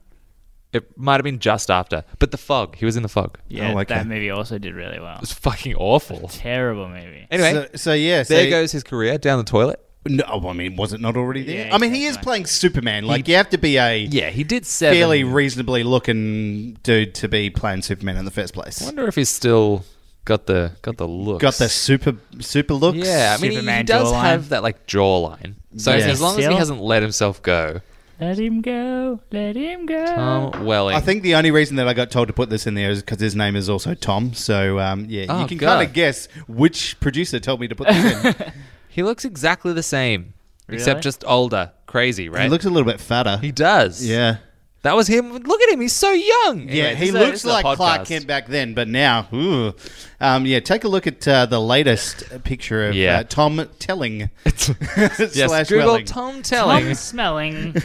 S3: It might have been just after, but The Fog. He was in The Fog. It
S4: Yeah,
S1: Oh, okay.
S4: that movie also did really well.
S3: was fucking awful.
S4: Terrible movie.
S3: Anyway,
S1: so, so yeah, so
S3: there goes his career down the toilet.
S1: No, oh, I mean, was it not already there?
S4: Yeah,
S1: I mean, he
S4: exactly.
S1: is playing Superman. Like you have to be a
S3: Yeah, he did seven.
S1: fairly reasonably looking dude to be playing Superman in the first place.
S3: I wonder if he's still got the got the look.
S1: Got the super super looks.
S3: yeah. I mean, he- he,
S4: Superman
S3: does
S4: jawline.
S3: have that like jawline. So
S1: Yeah.
S3: as long as he
S4: Still?
S3: hasn't let himself go,
S4: Let him go. Let him go.
S3: Tom Welling.
S1: I think the only reason that I got told to put this in there is because his name is also Tom. So um, yeah,
S3: Oh,
S1: you can
S3: God.
S1: kind of guess which producer told me to put
S3: (laughs)
S1: this in.
S3: he looks exactly the same, except
S4: Really?
S3: just older. Crazy, right?
S1: He looks a little bit fatter.
S3: He does.
S1: yeah,
S3: That was him. Look at him. He's so young.
S1: yeah.
S3: Anyway,
S1: he
S3: this is a- this
S1: looks
S3: is a
S1: like Clark
S3: podcast.
S1: Kent back then, but now, ooh. Um, yeah. Take a look at uh, the latest picture of
S3: Yeah.
S1: uh, Tom Telling
S3: (laughs)
S1: (laughs)
S3: Yes,
S1: slash
S3: Google
S1: Welling.
S3: Tom
S4: Tom
S3: Telling.
S4: smelling.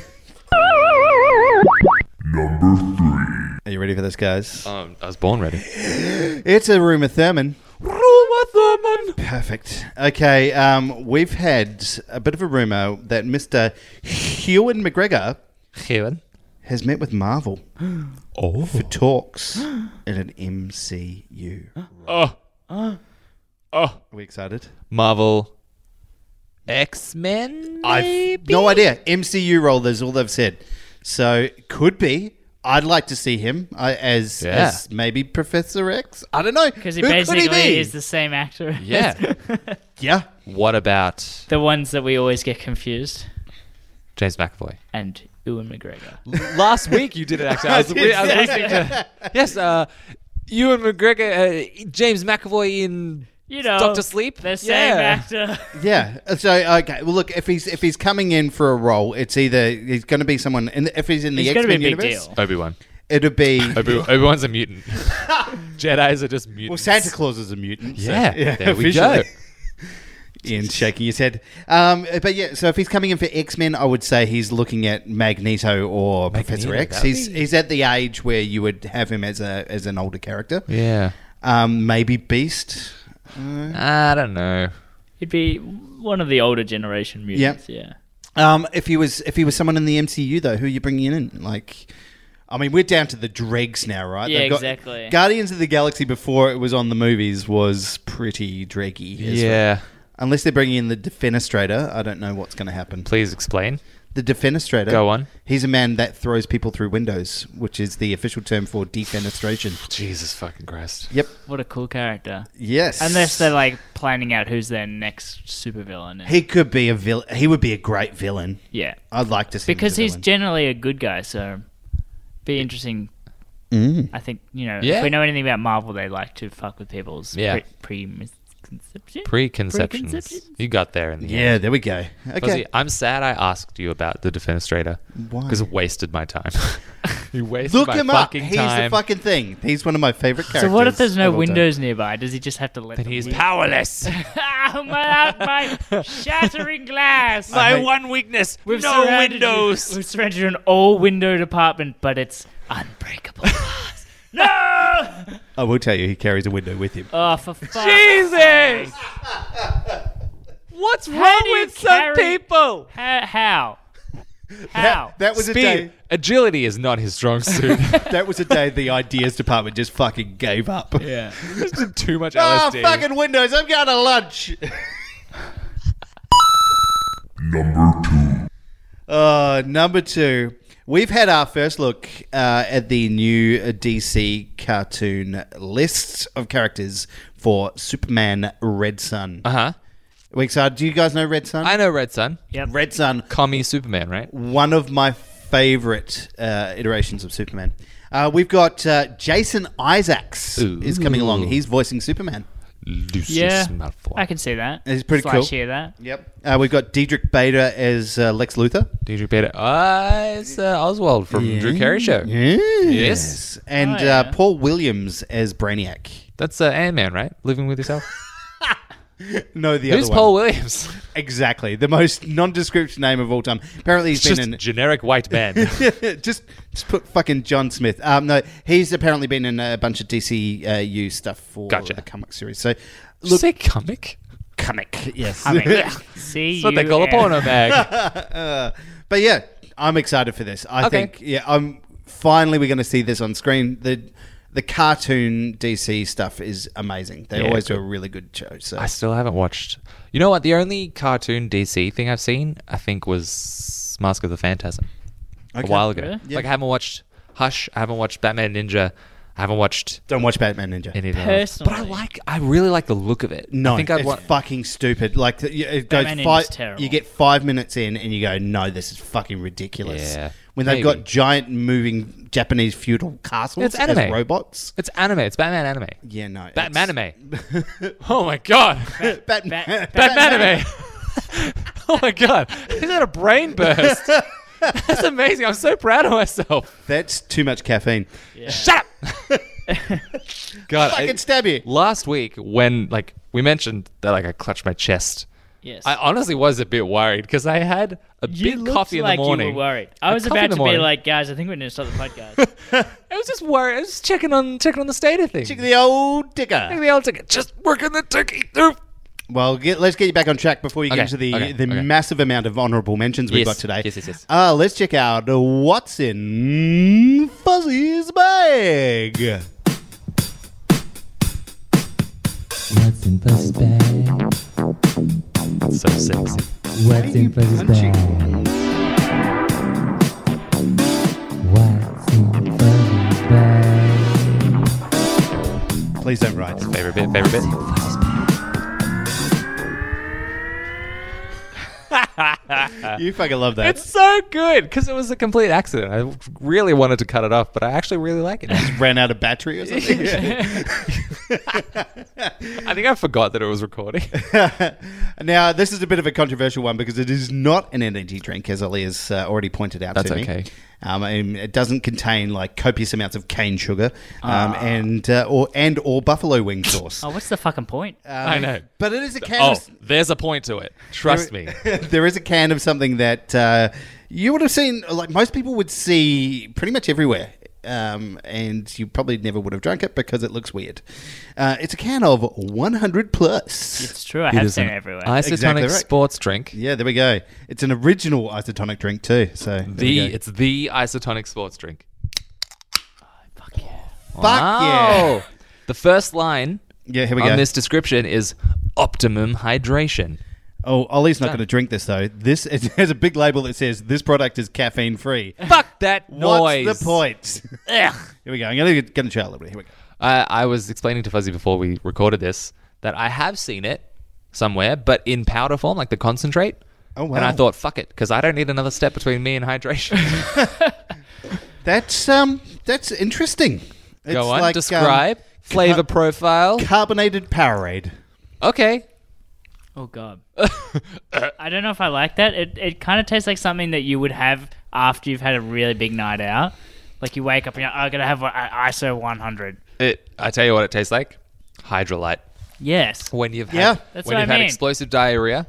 S1: Are you ready for this, guys?
S3: Um, I was born ready.
S1: It's a rumor, Thurman.
S3: Ruma Thurman.
S1: Perfect. Okay, um, we've had a bit of a rumor that Mr. Ewan McGregor
S3: Kevin.
S1: has met with Marvel
S3: (gasps) Oh.
S1: for talks (gasps) at an MCU. Are
S3: Oh. Oh.
S1: we excited?
S3: Marvel. X Men.
S1: I've no idea. MCU role. That's all they've said. So could be. I'd like to see him uh, as,
S3: Yeah.
S1: as maybe Professor X. I don't know.
S3: (laughs)
S4: Because he
S1: Who could
S4: basically
S1: he be?
S4: is the same actor. as
S3: Yeah.
S1: yeah.
S3: what about
S4: (laughs) the ones that we always get confused.
S3: James McAvoy?
S4: And Ewan McGregor.
S3: Last week you did it.
S1: (laughs)
S3: Actually, I was, I was listening to. Yes. Uh, Ewan McGregor, uh, James McAvoy in
S4: (laughs) You know,
S3: Doctor Sleep.
S4: The same
S3: Yeah.
S4: actor.
S1: Yeah. uh, So okay. Well, look, if he's if he's coming in for a role, it's either he's going to be someone. In the, if he's in the
S4: (laughs) He's
S1: X
S4: going to be a
S1: Men
S4: big
S1: universe,
S4: deal.
S3: Obi Wan.
S1: it'll
S3: (laughs)
S1: be
S3: Obi Wan's
S1: (laughs)
S3: a mutant. Jedi's are just mutants.
S1: well. Santa Claus is a mutant. so-
S3: Yeah, there we
S1: officially. (laughs)
S3: go.
S1: Ian's shaking his head. Um, but yeah, so if he's coming in for X Men, I would say he's looking at Magneto or Professor X.
S3: that'd
S1: He's
S3: be-
S1: he's at the age where you would have him as a as an older character.
S3: Yeah.
S1: Um, maybe Beast.
S3: I don't know.
S4: He'd be one of the older generation mutants. Yeah.
S1: Um, if he was if he was someone in the MCU though, who are you bringing in? Like, I mean, we're down to the dregs now, right?
S4: Yeah,
S1: They've got-
S4: exactly.
S1: Guardians of the Galaxy before it was on the movies was pretty dreggy. as well.
S3: Yeah.
S1: Unless they're bringing in the Defenestrator, I don't know what's going to happen.
S3: Please explain.
S1: The Defenestrator.
S3: Go on.
S1: He's a man that throws people through windows, which is the official term for defenestration.
S3: (laughs) Jesus fucking Christ.
S1: Yep.
S4: What a cool character.
S1: Yes.
S4: Unless they're like planning out who's their next supervillain.
S1: he could be a villain. He would be a great villain.
S4: yeah.
S1: I'd like to see. him
S4: Because
S1: as a
S4: he's
S1: villain.
S4: generally a good guy, so be interesting.
S1: Mm.
S4: I think, you know,
S3: Yeah.
S4: if we know anything about Marvel, they like to fuck with people's
S3: Yeah.
S4: pre- preconception.
S3: Preconceptions.
S4: Preconceptions.
S3: You got there in the end.
S1: yeah, there we go.
S3: Fuzzy,
S1: Okay.
S3: I'm sad I asked you about the Defenestrator.
S1: Why?
S3: Because it wasted
S1: (laughs)
S3: my time. you wasted
S1: Look
S3: my
S1: him up.
S3: fucking
S1: He's the
S3: time.
S1: fucking thing. He's one of my favorite characters.
S4: So what if there's no
S1: of all time.
S4: windows nearby? Does he just have to let
S3: and
S4: them
S3: he's
S1: (laughs)
S4: in?
S3: powerless.
S4: (laughs) Ah, my, my shattering glass.
S3: my
S1: hate-
S3: one weakness.
S4: We've
S3: no
S4: surrounded you-
S3: windows.
S4: we've surrounded you an all-window apartment, but it's
S3: (laughs)
S4: unbreakable. glass. no!
S1: I will tell you, he carries a window with him.
S4: (laughs) Oh, for fuck's
S3: Jesus! What's wrong
S4: do you
S3: with some
S4: carry-
S3: people?
S4: How? How? how?
S1: That was a day.
S3: Speed. Agility is not his strong
S4: (laughs)
S3: suit.
S1: That was a day the ideas department just fucking gave up. (laughs)
S4: yeah.
S3: Too much
S1: Oh,
S3: LSD.
S1: fucking windows! I'm going to lunch.
S2: Number two.
S1: Uh, number two, we've had our first look uh, at the new uh, DC cartoon list of characters for Superman Red Sun.
S3: Uh huh.
S1: We excited? Do you guys know Red Sun?
S3: I know Red Sun.
S4: Yep.
S1: Red Sun,
S3: Commie Superman, right?
S1: one of my favorite uh, iterations of Superman. Uh, we've got uh, Jason Isaacs is coming along. He's voicing Superman.
S3: Lucius
S4: Yeah.
S3: Malfoy.
S4: I can see that.
S1: It's pretty
S4: Slash
S1: cool.
S3: (laughs)
S4: Hear that.
S1: Yep. Uh, we've got Diedrich Bader as uh, Lex Luthor.
S3: Deirdre Bader. Ah, it's uh, Oswald from Drew Carey Show. Yes.
S1: And
S4: Oh, yeah.
S1: uh, Paul Williams as Brainiac.
S3: That's uh, Ant Man, right? Living with yourself.
S1: No, (laughs) the
S3: Who's
S1: other one.
S3: Paul (laughs) Williams?
S1: Exactly. The most nondescript name of all time. Apparently he's
S3: Just
S1: been in
S3: generic white
S1: (laughs)
S3: man.
S1: just just put fucking John Smith. Um, no, he's apparently been in a bunch of DCU uh, stuff for
S3: Gotcha.
S1: the comic series. So
S3: Look,
S1: look,
S3: say comic. (laughs)
S1: comic. Yes.
S4: I mean, see
S3: That's what they call a porno
S4: (laughs)
S3: bag.
S1: Uh, But yeah, I'm excited for this. I
S3: Okay.
S1: think yeah, I'm finally we're going to see this on screen. The the cartoon DC stuff is amazing. They
S3: Yeah,
S1: always do
S3: good.
S1: a really good show. So
S3: I still haven't watched. You know what? The only cartoon DC thing I've seen, I think, was Mask of the Phantasm
S1: Okay.
S3: a while ago.
S4: Really?
S3: Like,
S1: Yeah.
S3: I haven't watched Hush. I haven't watched Batman Ninja. I haven't watched
S1: don't watch Batman Ninja.
S3: any of those. But I
S4: Personally.
S3: like. I really like the look of it.
S1: no,
S3: I think I'd
S1: it's
S3: want.
S1: fucking stupid. Like you- it goes
S4: Batman
S1: five,
S4: Ninja's terrible.
S1: you get five minutes in and you go, no, this is fucking ridiculous.
S3: Yeah,
S1: when they've
S3: maybe.
S1: got giant moving Japanese feudal castles
S3: It's anime.
S1: as robots.
S3: It's anime. It's Batman anime.
S1: Yeah, no,
S3: Batman
S1: it's-
S3: anime. oh my god.
S1: (laughs) Batman.
S4: Bat-
S3: Batman anime. (laughs) oh my god. Is that a brain burst? (laughs) That's amazing. I'm so proud of myself.
S1: That's too much caffeine.
S3: Shut up. (laughs) god. I-
S1: Fucking stab you.
S3: last week when like we mentioned that like I clutched my chest.
S4: Yes.
S3: I honestly was a bit worried because I had a
S4: you
S3: big
S4: looked
S3: coffee in the
S4: like
S3: morning.
S4: you were worried. I
S3: A
S4: was
S3: coffee in
S4: about
S3: the
S4: to be
S3: morning.
S4: like, guys, I think we're going to stop the
S3: (laughs)
S4: podcast.
S3: I was just worried. I was just checking on checking on the state of things.
S1: Chick the old digger.
S3: Checking the old ticket. Just working the turkey. Oof.
S1: Well, get, let's get you back on track before you
S3: Okay,
S1: get into the,
S3: okay,
S1: the
S3: okay.
S1: massive amount of honourable mentions we've
S3: Yes,
S1: got today.
S3: yes, yes, yes.
S1: Uh, let's check out what's in Fuzzy's bag.
S6: What's in Fuzzy's bag?
S3: So sexy.
S6: What's in Fuzzy's
S1: punching?
S6: bag? What's in Fuzzy's bag?
S1: Please don't write.
S3: Favorite bit. Favorite bit.
S1: You fucking love that.
S3: Uh, It's so good because it was a complete accident. I really wanted to cut it off, but I actually really like it. now.
S1: Ran out of battery or
S3: (laughs)
S1: something.
S3: I think I forgot that it was recording. (laughs)
S1: now, this is a bit of a controversial one because it is not an energy drink, as Ali has uh, already pointed out
S3: That's
S1: to me.
S3: okay.
S1: Um, and it doesn't contain like copious amounts of cane sugar
S3: Ah.
S1: um, and uh, or and or buffalo wing sauce.
S4: oh, what's the fucking point?
S3: I know.
S1: But it is a can.
S3: Oh,
S1: of-
S3: there's a point to it. Trust me.
S1: (laughs) there is a can of something that uh, you would have seen, like most people would see pretty much everywhere. Um, and you probably never would have drunk it because it looks weird. Uh, it's a can of 100 plus.
S4: It's true. I have seen it everywhere.
S3: Isotonic
S1: Exactly right.
S3: sports drink.
S1: Yeah, there we go. It's an original isotonic drink too. So there
S3: The
S1: we go.
S3: it's the isotonic sports drink.
S1: fuck yeah,
S3: The first line
S1: yeah. Here we
S3: on
S1: go.
S3: this description is optimum hydration.
S1: oh, Ollie's not going to drink this though. This (laughs) it has a big label that says this product is caffeine free.
S3: Fuck that noise.
S1: What's the point?
S3: (laughs) Ugh.
S1: Here we go. I'm going to get into chat a little bit. Here we go.
S3: I, I was explaining to Fuzzy before we recorded this that I have seen it somewhere, but in powder form, like the concentrate.
S1: Oh, wow.
S3: And I thought, fuck it, because I don't need another step between me and hydration.
S1: (laughs) That's um, that's interesting. It's
S3: Go on,
S1: like, um,
S3: describe flavor profile.
S1: carbonated Powerade.
S3: Okay,
S4: Oh god. (coughs) I don't know if I like that. It it kind of tastes like something that you would have after you've had a really big night out. Like you wake up and you're, oh, I'm gonna have an ISO 100.
S3: it. I tell you what, it tastes like hydrolite.
S4: Yes.
S3: when you've had
S1: Yeah.
S4: That's
S3: when
S4: what
S3: you've
S4: I
S3: had
S4: mean.
S3: explosive diarrhea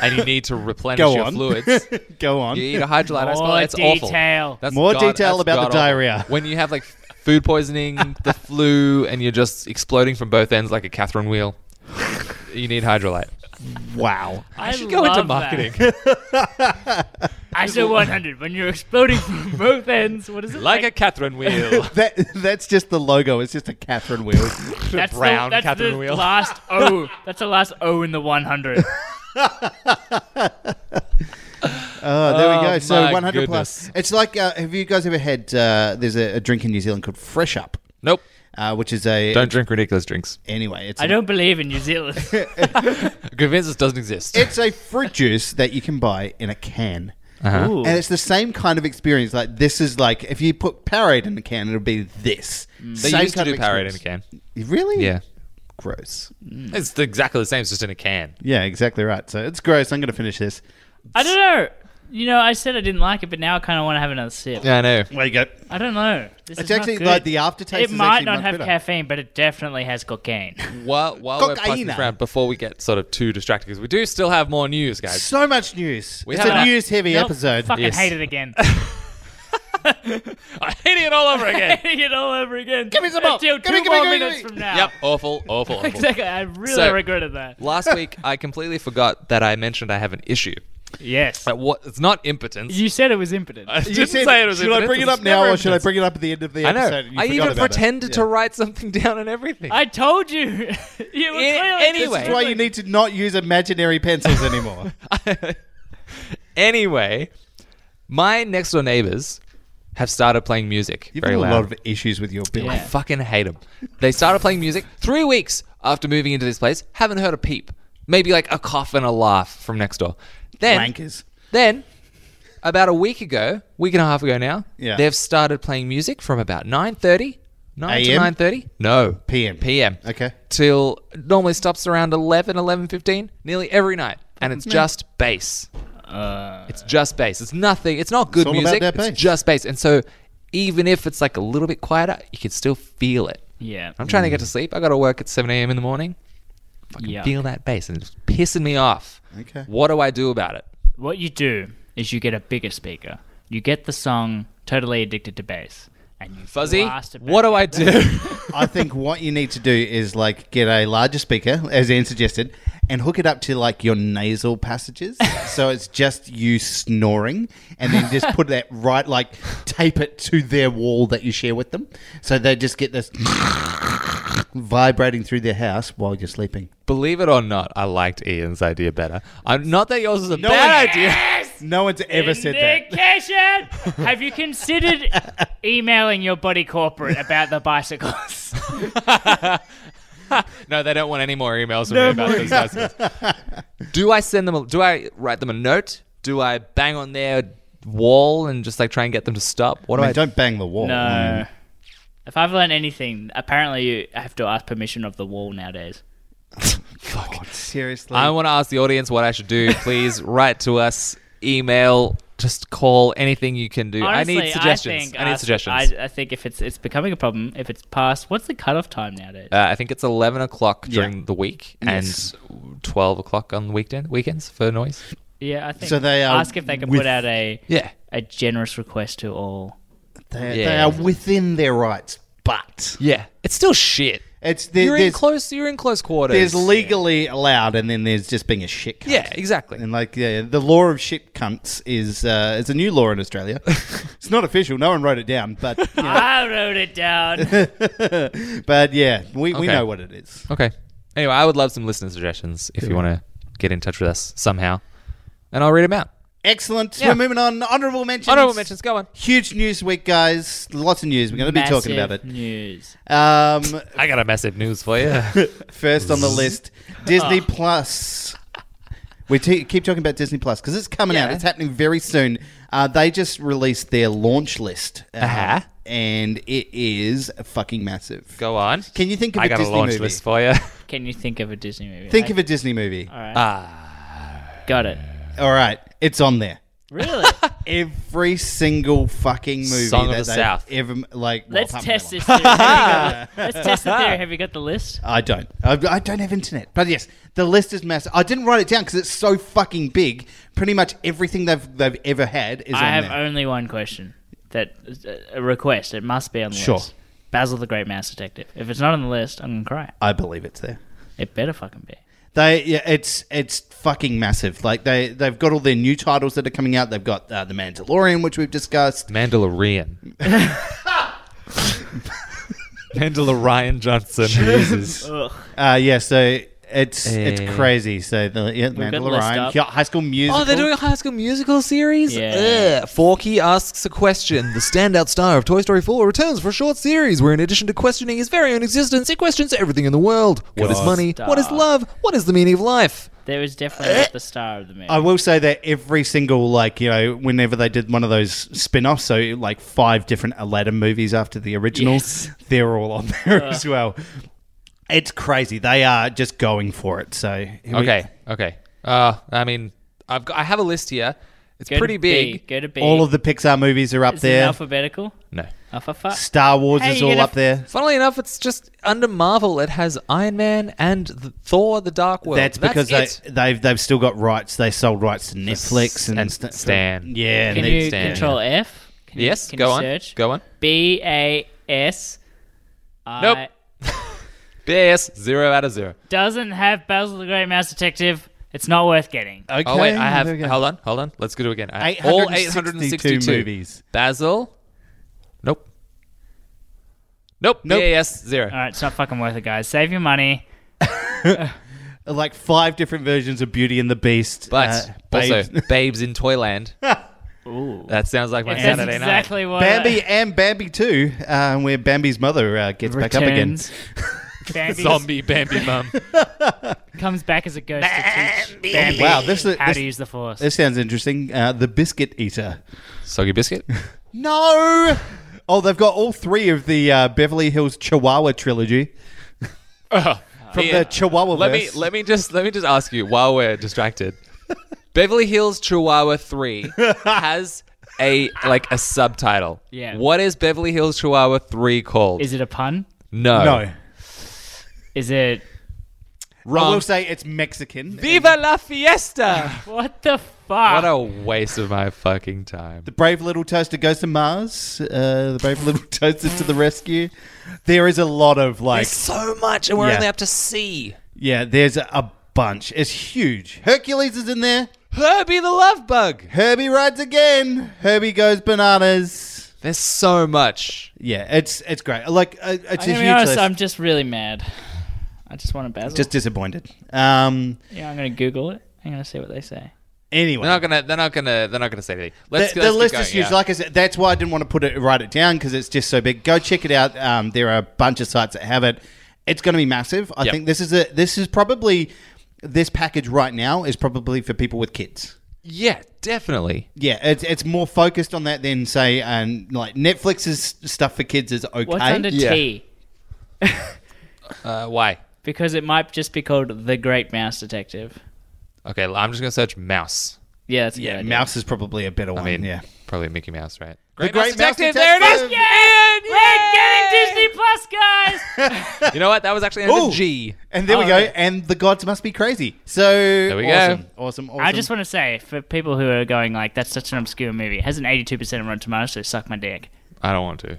S3: and you
S1: (laughs)
S3: need to replenish
S1: Go
S3: your
S1: on.
S3: fluids.
S1: (laughs) Go on.
S3: You eat a hydrolyte ice ball.
S4: More
S3: It's awful.
S4: detail.
S3: That's
S1: More
S3: god-
S1: detail
S3: that's
S1: about the
S3: god awful.
S1: diarrhea.
S3: When you have like food poisoning, (laughs) the flu, and you're just exploding from both ends like a Catherine wheel, you need hydrolyte.
S1: Wow.
S4: I,
S3: should go into
S4: love (laughs)
S3: marketing. (laughs)
S4: That. ISO 100 when you're exploding
S3: (laughs)
S4: from both ends. What is it?
S3: like a Catherine wheel.
S4: (laughs)
S1: That that's just the logo. It's just a Catherine wheel.
S4: that's
S3: brown
S4: the, that's
S3: Catherine
S4: the
S3: wheel. (laughs)
S4: last O. That's the last O in the 100.
S1: Oh, there we
S3: Oh,
S1: go. So
S3: my
S1: 100 plus.
S3: goodness.
S1: It's like, uh, have you guys ever had? Uh, there's a, a drink in New Zealand called Fresh Up,
S3: nope.
S1: uh, which is a
S3: Don't drink ridiculous drinks.
S1: anyway. It's
S4: I
S1: a-
S4: don't believe in
S3: (laughs)
S4: New Zealand.
S3: Convinces doesn't exist.
S1: It's a fruit juice that you can buy in a can.
S3: Uh-huh.
S4: Ooh.
S1: And it's the same kind of experience. Like this is like if you put Powerade in a can, it'll be this.
S3: Mm. They
S1: Same
S3: used to
S1: kind of
S3: do Powerade in a
S1: experience.
S3: can.
S1: Really?
S3: Yeah.
S1: Gross.
S3: It's exactly the same. It's just in a can.
S1: Yeah, exactly right. So it's gross. I'm going to finish this.
S4: I don't know. You know, I said I didn't like it, but now I kind of want to have another sip.
S3: Yeah, I know.
S1: There you go.
S4: I don't know. This
S1: It's
S4: is not
S1: actually
S4: good.
S1: like the aftertaste.
S4: It
S1: is
S4: might
S1: actually
S4: not
S1: much
S4: have
S1: better.
S4: caffeine, but it definitely has cocaine.
S3: While, while we're fucking
S1: Cocaina.
S3: around, before we get sort of too distracted, because we do still have more news, guys.
S1: So much news.
S3: We
S1: it's
S3: have
S1: a
S3: a-
S1: news-heavy
S4: Nope,
S1: episode.
S3: (laughs)
S4: (laughs) Fucking
S3: Yes.
S4: hate it again.
S3: I hate it all over (laughs) again.
S4: it all over again.
S1: Give me some more.
S4: Until
S1: Give
S4: two
S1: me, give me,
S4: more
S1: give me, give
S4: minutes
S1: me.
S4: from now.
S3: yep, awful, awful, awful.
S4: (laughs) Exactly. I really
S3: So-
S4: regretted that.
S3: Last week, I completely forgot that I mentioned I have an issue.
S4: Yes.
S3: But what? It's not impotence.
S4: You said it was impotent.
S3: Uh, I didn't
S1: You said,
S3: say it was
S1: should I
S3: impotence.
S1: bring it up
S3: It's never
S1: now or should I
S3: impotence.
S1: bring it up at the end of the
S3: I
S1: episode?
S3: know.
S1: and you
S3: I
S1: forgot
S3: even
S1: about it?
S3: pretended to
S1: Yeah.
S3: write something (laughs) down and everything.
S4: I told you. (laughs) you were clearly
S3: anyway.
S1: That's why you need to not use imaginary
S3: (laughs)
S1: pencils anymore.
S3: anyway, my next door neighbors have started playing music.
S1: You've
S3: very
S1: got a
S3: loud.
S1: lot of issues with your bill.
S3: I fucking hate them. They started playing music three weeks after moving into this place. Haven't heard a peep. Maybe like a cough and a laugh from next door. Then,
S1: Wankers.
S3: then, about a week ago, week and a half ago now,
S1: Yeah.
S3: they've started playing music from about 9.30, 9 to
S1: AM?
S3: 9.30. No.
S1: PM.
S3: PM.
S1: Okay.
S3: Till normally stops around 11, 11.15, nearly every night. And it's just bass.
S4: uh,
S3: It's just bass. It's nothing. It's not good
S1: all about
S3: music.
S1: that bass.
S3: It's just bass. And so, even if it's like a little bit quieter, you can still feel it.
S4: yeah.
S3: I'm trying to
S1: Mm.
S3: get to sleep. I got to work at 7 a.m. in the morning. Fucking
S4: Yuck.
S3: feel that bass, and it's pissing me off.
S1: Okay.
S3: What do I do about it?
S4: What you do is you get a bigger speaker. You get the song "Totally Addicted to Bass" and you
S3: Fuzzy,
S4: blast it
S3: what
S4: back.
S3: do I do?
S1: I think what you need to do is like get a larger speaker, as Ian suggested, and hook it up to like your nasal passages.
S3: (laughs)
S1: so it's just you snoring, and then just put that right, like tape it to their wall that you share with them. So they just get this (laughs) vibrating through their house while you're sleeping.
S3: Believe it or not, I liked Ian's idea better. I'm not that yours is a bad idea. (laughs)
S1: No one's ever said that.
S4: Indication. Have you considered emailing your body corporate about the bicycles?
S3: No, they don't want any more emails from me about these guys. do I send them? A, do I write them a note? Do I bang on their wall and just like try and get them to stop? What do
S1: I
S3: I,
S1: mean, don't bang the wall.
S4: (laughs)
S1: Mm.
S3: (laughs)
S4: no. If I've learned anything, apparently you have to ask permission of the wall nowadays.
S1: God, seriously.
S3: I want to ask the audience what I should do. Please write to us, email, just call, anything you can do. I need
S4: Honestly,
S3: suggestions. I,
S4: think
S3: need
S4: ask-
S3: suggestions.
S4: I, I think if it's it's becoming a problem, if it's past what's the cutoff time nowadays?
S3: uh, I think it's eleven o'clock during
S1: Yeah.
S3: the week
S1: Yes.
S3: and twelve o'clock on the weekend weekends for noise.
S4: yeah, I think.
S1: so they are
S4: ask if they can
S1: with-
S4: put out a
S3: Yeah.
S4: a generous request to all.
S1: they, they
S3: Yeah.
S1: are within their rights, but
S3: Yeah. It's still shit.
S1: it's there,
S3: you're in
S1: there's
S3: close you're in close quarters.
S1: there's legally allowed, and then there's just being a shit. Cunt.
S3: Yeah, exactly.
S1: And like, yeah, the law of shit cunts is uh, it's a new law in
S3: (laughs)
S1: Australia. it's not official. No one wrote it down, but you know,
S4: I wrote it down.
S1: but yeah, we, we
S3: Okay.
S1: know what it is.
S3: Okay. Anyway, I would love some listener suggestions if you want to get in touch with us somehow. And I'll read them out.
S1: Excellent.
S3: Yeah.
S1: We're moving on. Honorable mentions.
S3: Honorable mentions, go on.
S1: Huge news week, guys. Lots of news. We're going to be talking about
S4: Massive
S1: it.
S4: News.
S1: Um,
S3: I got a massive news for
S1: (laughs)
S3: you.
S1: first on the list,
S3: (laughs)
S1: Disney Plus. We t- keep talking about Disney Plus because it's coming out.
S3: Yeah.
S1: It's happening very soon. Uh, they just released their launch list, uh,
S3: Uh-huh.
S1: and it is fucking massive.
S3: go on.
S1: Can you think of
S3: I
S1: a
S3: got
S1: Disney
S3: a launch
S1: movie? (laughs)
S3: list for you.
S4: Can you think of a Disney movie?
S1: Think
S4: I-
S1: of a Disney movie.
S4: All right.
S3: Ah.
S4: Got it.
S1: All right, it's on there.
S4: (laughs) Really?
S1: Every single fucking movie
S3: Song of
S1: that
S3: the
S1: they've
S3: South.
S1: ever like. well,
S4: Let's
S1: apart from
S4: test
S1: that
S4: this.
S1: one.
S4: Theory. Have you got
S1: (laughs)
S4: the- Let's test the theory. Have you got the list?
S1: I don't. I, I don't have internet. But yes, the list is massive. I didn't write it down because it's so fucking big. Pretty much everything they've they've ever had is on
S4: I have
S1: there.
S4: only one question. That uh, a request. It must be on the
S1: Sure.
S4: list. Basil the Great Mouse Detective. If it's not on the list, I'm gonna cry.
S1: I believe it's there.
S4: It better fucking be.
S1: They yeah, it's it's fucking massive. Like they they've got all their new titles that are coming out. They've got uh, the Mandalorian, which we've discussed. (laughs)
S3: Mandalorian. Mandalorian Johnson. Jesus.
S4: Ugh.
S1: Uh, yeah, so it's
S3: Eh.
S1: it's crazy. So the yeah,
S4: got the list
S1: Mandalorian,
S4: up.
S1: Yeah, High School Musical.
S3: Oh, they're doing a High School Musical series?
S4: Yeah.
S3: Ugh. Forky asks a question. The standout star of Toy Story 4 returns for a short series where, in addition to questioning his very own existence, it questions everything in the world. What is
S1: God.
S3: money? What is
S4: Stop.
S3: love? What is the meaning of life?
S4: There was definitely not the star of the movie.
S1: I will say that every single like you know whenever they did one of those spin-offs, so like five different Aladdin movies after the original,
S4: Yes. Uh.
S1: they're all on there as well. It's crazy. They are just going for it. So here we-
S3: Okay, okay. Uh, I mean, I've got, I have a list here. It's
S4: Go to
S3: pretty
S4: B.
S3: big.
S4: Go to B.
S1: all of the Pixar movies are up
S4: Is it
S1: there.
S4: alphabetical.
S3: No.
S4: Alpha fuck.
S1: Star Wars
S4: Hey,
S1: is
S4: you
S1: all
S4: gonna
S1: up there.
S3: Funnily enough, it's just under Marvel. It has Iron Man and the Thor: The Dark World.
S1: That's because
S3: it.
S1: they, they've they've still got rights. They sold rights to Netflix and,
S3: and
S1: st-
S3: Stan.
S1: Yeah, and
S4: Can
S1: they-
S4: you
S3: Stan.
S4: control F? Can Can you-
S3: yes,
S4: can
S3: go
S4: you
S3: on.
S4: Search?
S3: Go on.
S4: B A S.
S3: Nope. BS, zero out of zero.
S4: Doesn't have Basil the Great Mouse Detective. It's not worth getting.
S1: Okay.
S3: Oh, wait, I have.
S1: there we go.
S3: Hold on, hold on. Let's do it again. I have all
S1: 862
S3: 862
S1: movies.
S3: Basil. Nope. Nope.
S1: Nope. Uh,
S3: BAS, zero.
S4: All right, it's not fucking worth it, guys. Save your money.
S1: Like five different versions of Beauty and the Beast.
S3: But
S1: uh, (laughs)
S3: also,
S1: Babes-
S3: Babes in Toyland. That sounds like my
S4: That's
S3: Saturday night.
S4: exactly what
S1: Bambi and Bambi 2, um, where Bambi's mother uh, gets back up again. (laughs)
S4: returns. Bambi
S3: Zombie Bambi mum.
S4: comes back as a ghost to teach Bambi
S1: Wow, this is-
S4: how
S1: this-
S4: to use the Force.
S1: This sounds interesting. Uh, the Biscuit Eater.
S3: Soggy biscuit.
S1: No! Oh, they've got all three of the uh, Beverly Hills Chihuahua trilogy from
S3: Yeah.
S1: the Chihuahua
S3: Let me let me just let me just ask you while
S1: (laughs)
S3: we're distracted. Beverly Hills Chihuahua 3 has a like a subtitle.
S4: Yeah.
S3: What is Beverly Hills Chihuahua 3 called?
S4: Is it a pun?
S3: no.
S1: No.
S4: Is it
S1: I
S3: Wrong.
S4: Um,
S1: will say it's Mexican.
S3: Viva la fiesta!
S4: what the
S3: (laughs) what
S4: fuck?
S3: a waste of my fucking time.
S1: The brave little toaster goes to Mars. Uh, the brave little (laughs) toaster to the rescue. There is a lot of like,
S3: There's so much, and we're
S1: Yeah.
S3: only up to C.
S1: yeah, there's a, a bunch. It's huge. Hercules is in there.
S3: Herbie the Love Bug.
S1: Herbie rides again. Herbie goes bananas.
S3: There's so much.
S1: Yeah, it's it's great. Like uh, it's
S4: I'm
S1: a
S4: gonna
S1: huge
S4: be honest,
S1: list.
S4: I'm just really mad. I just want a Basil.
S1: just disappointed. Um.
S4: yeah, I'm gonna Google it. I'm gonna see what they say.
S1: Anyway,
S3: They're not gonna. They're not gonna. They're not gonna say anything. Let's,
S1: the, the
S3: let's keep
S1: list
S3: going,
S1: is huge.
S3: yeah.
S1: Like I said, that's why I didn't want to put it write it down because it's just so big. Go check it out. Um, there are a bunch of sites that have it. It's going to be massive. I
S3: Yep.
S1: think this is a this is probably this package right now is probably for people with kids.
S3: yeah, definitely.
S1: Yeah, it's it's more focused on that than say um, like Netflix's stuff for kids is okay.
S4: What's under
S3: Yeah.
S4: T?
S3: Uh, why?
S4: Because it might just be called the Great Mouse Detective.
S3: Okay, l- I'm just gonna search mouse.
S4: Yeah, that's a
S1: yeah,
S4: good idea.
S1: mouse is probably a better
S3: I
S1: one.
S3: mean,
S1: yeah.
S3: probably Mickey Mouse, right?
S1: The Great Mouse
S3: There it is.
S1: Detective!
S3: Ian, yay!
S4: We're getting Disney
S1: (laughs)
S4: Plus, guys.
S3: You know what? That was actually under
S1: Ooh.
S3: G.
S1: And there we
S4: Oh,
S1: go.
S4: okay.
S1: And the gods must be crazy. So there
S3: we go.
S1: awesome, awesome, awesome.
S4: I just want to say for people who are going like that's such an obscure movie, it has an 82% on Rotten Tomatoes, so suck my dick.
S3: I don't want to.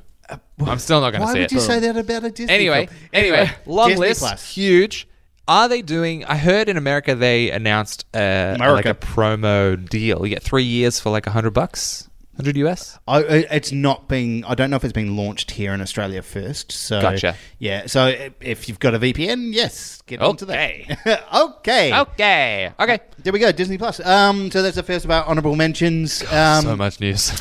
S3: I'm still not gonna
S1: Why
S3: say
S1: would
S3: it.
S1: you say that about a Disney?
S3: anyway,
S1: film?
S3: anyway, long
S1: Disney
S3: list,
S1: Plus.
S3: huge. Are they doing? I heard in America they announced uh, like
S1: America.
S3: a promo deal. You get three years for like a hundred bucks, hundred US.
S1: I, I- it's not being. I don't know if it's been launched here in Australia first. So
S3: Gotcha.
S1: Yeah. So i- if you've got a VPN, yes, get onto
S3: Okay. Oh.
S1: that. (laughs) okay.
S3: Okay, okay.
S1: There we go. Disney Plus. Um. So that's the first of our honourable mentions. Um,
S3: so
S1: (laughs)
S3: much news.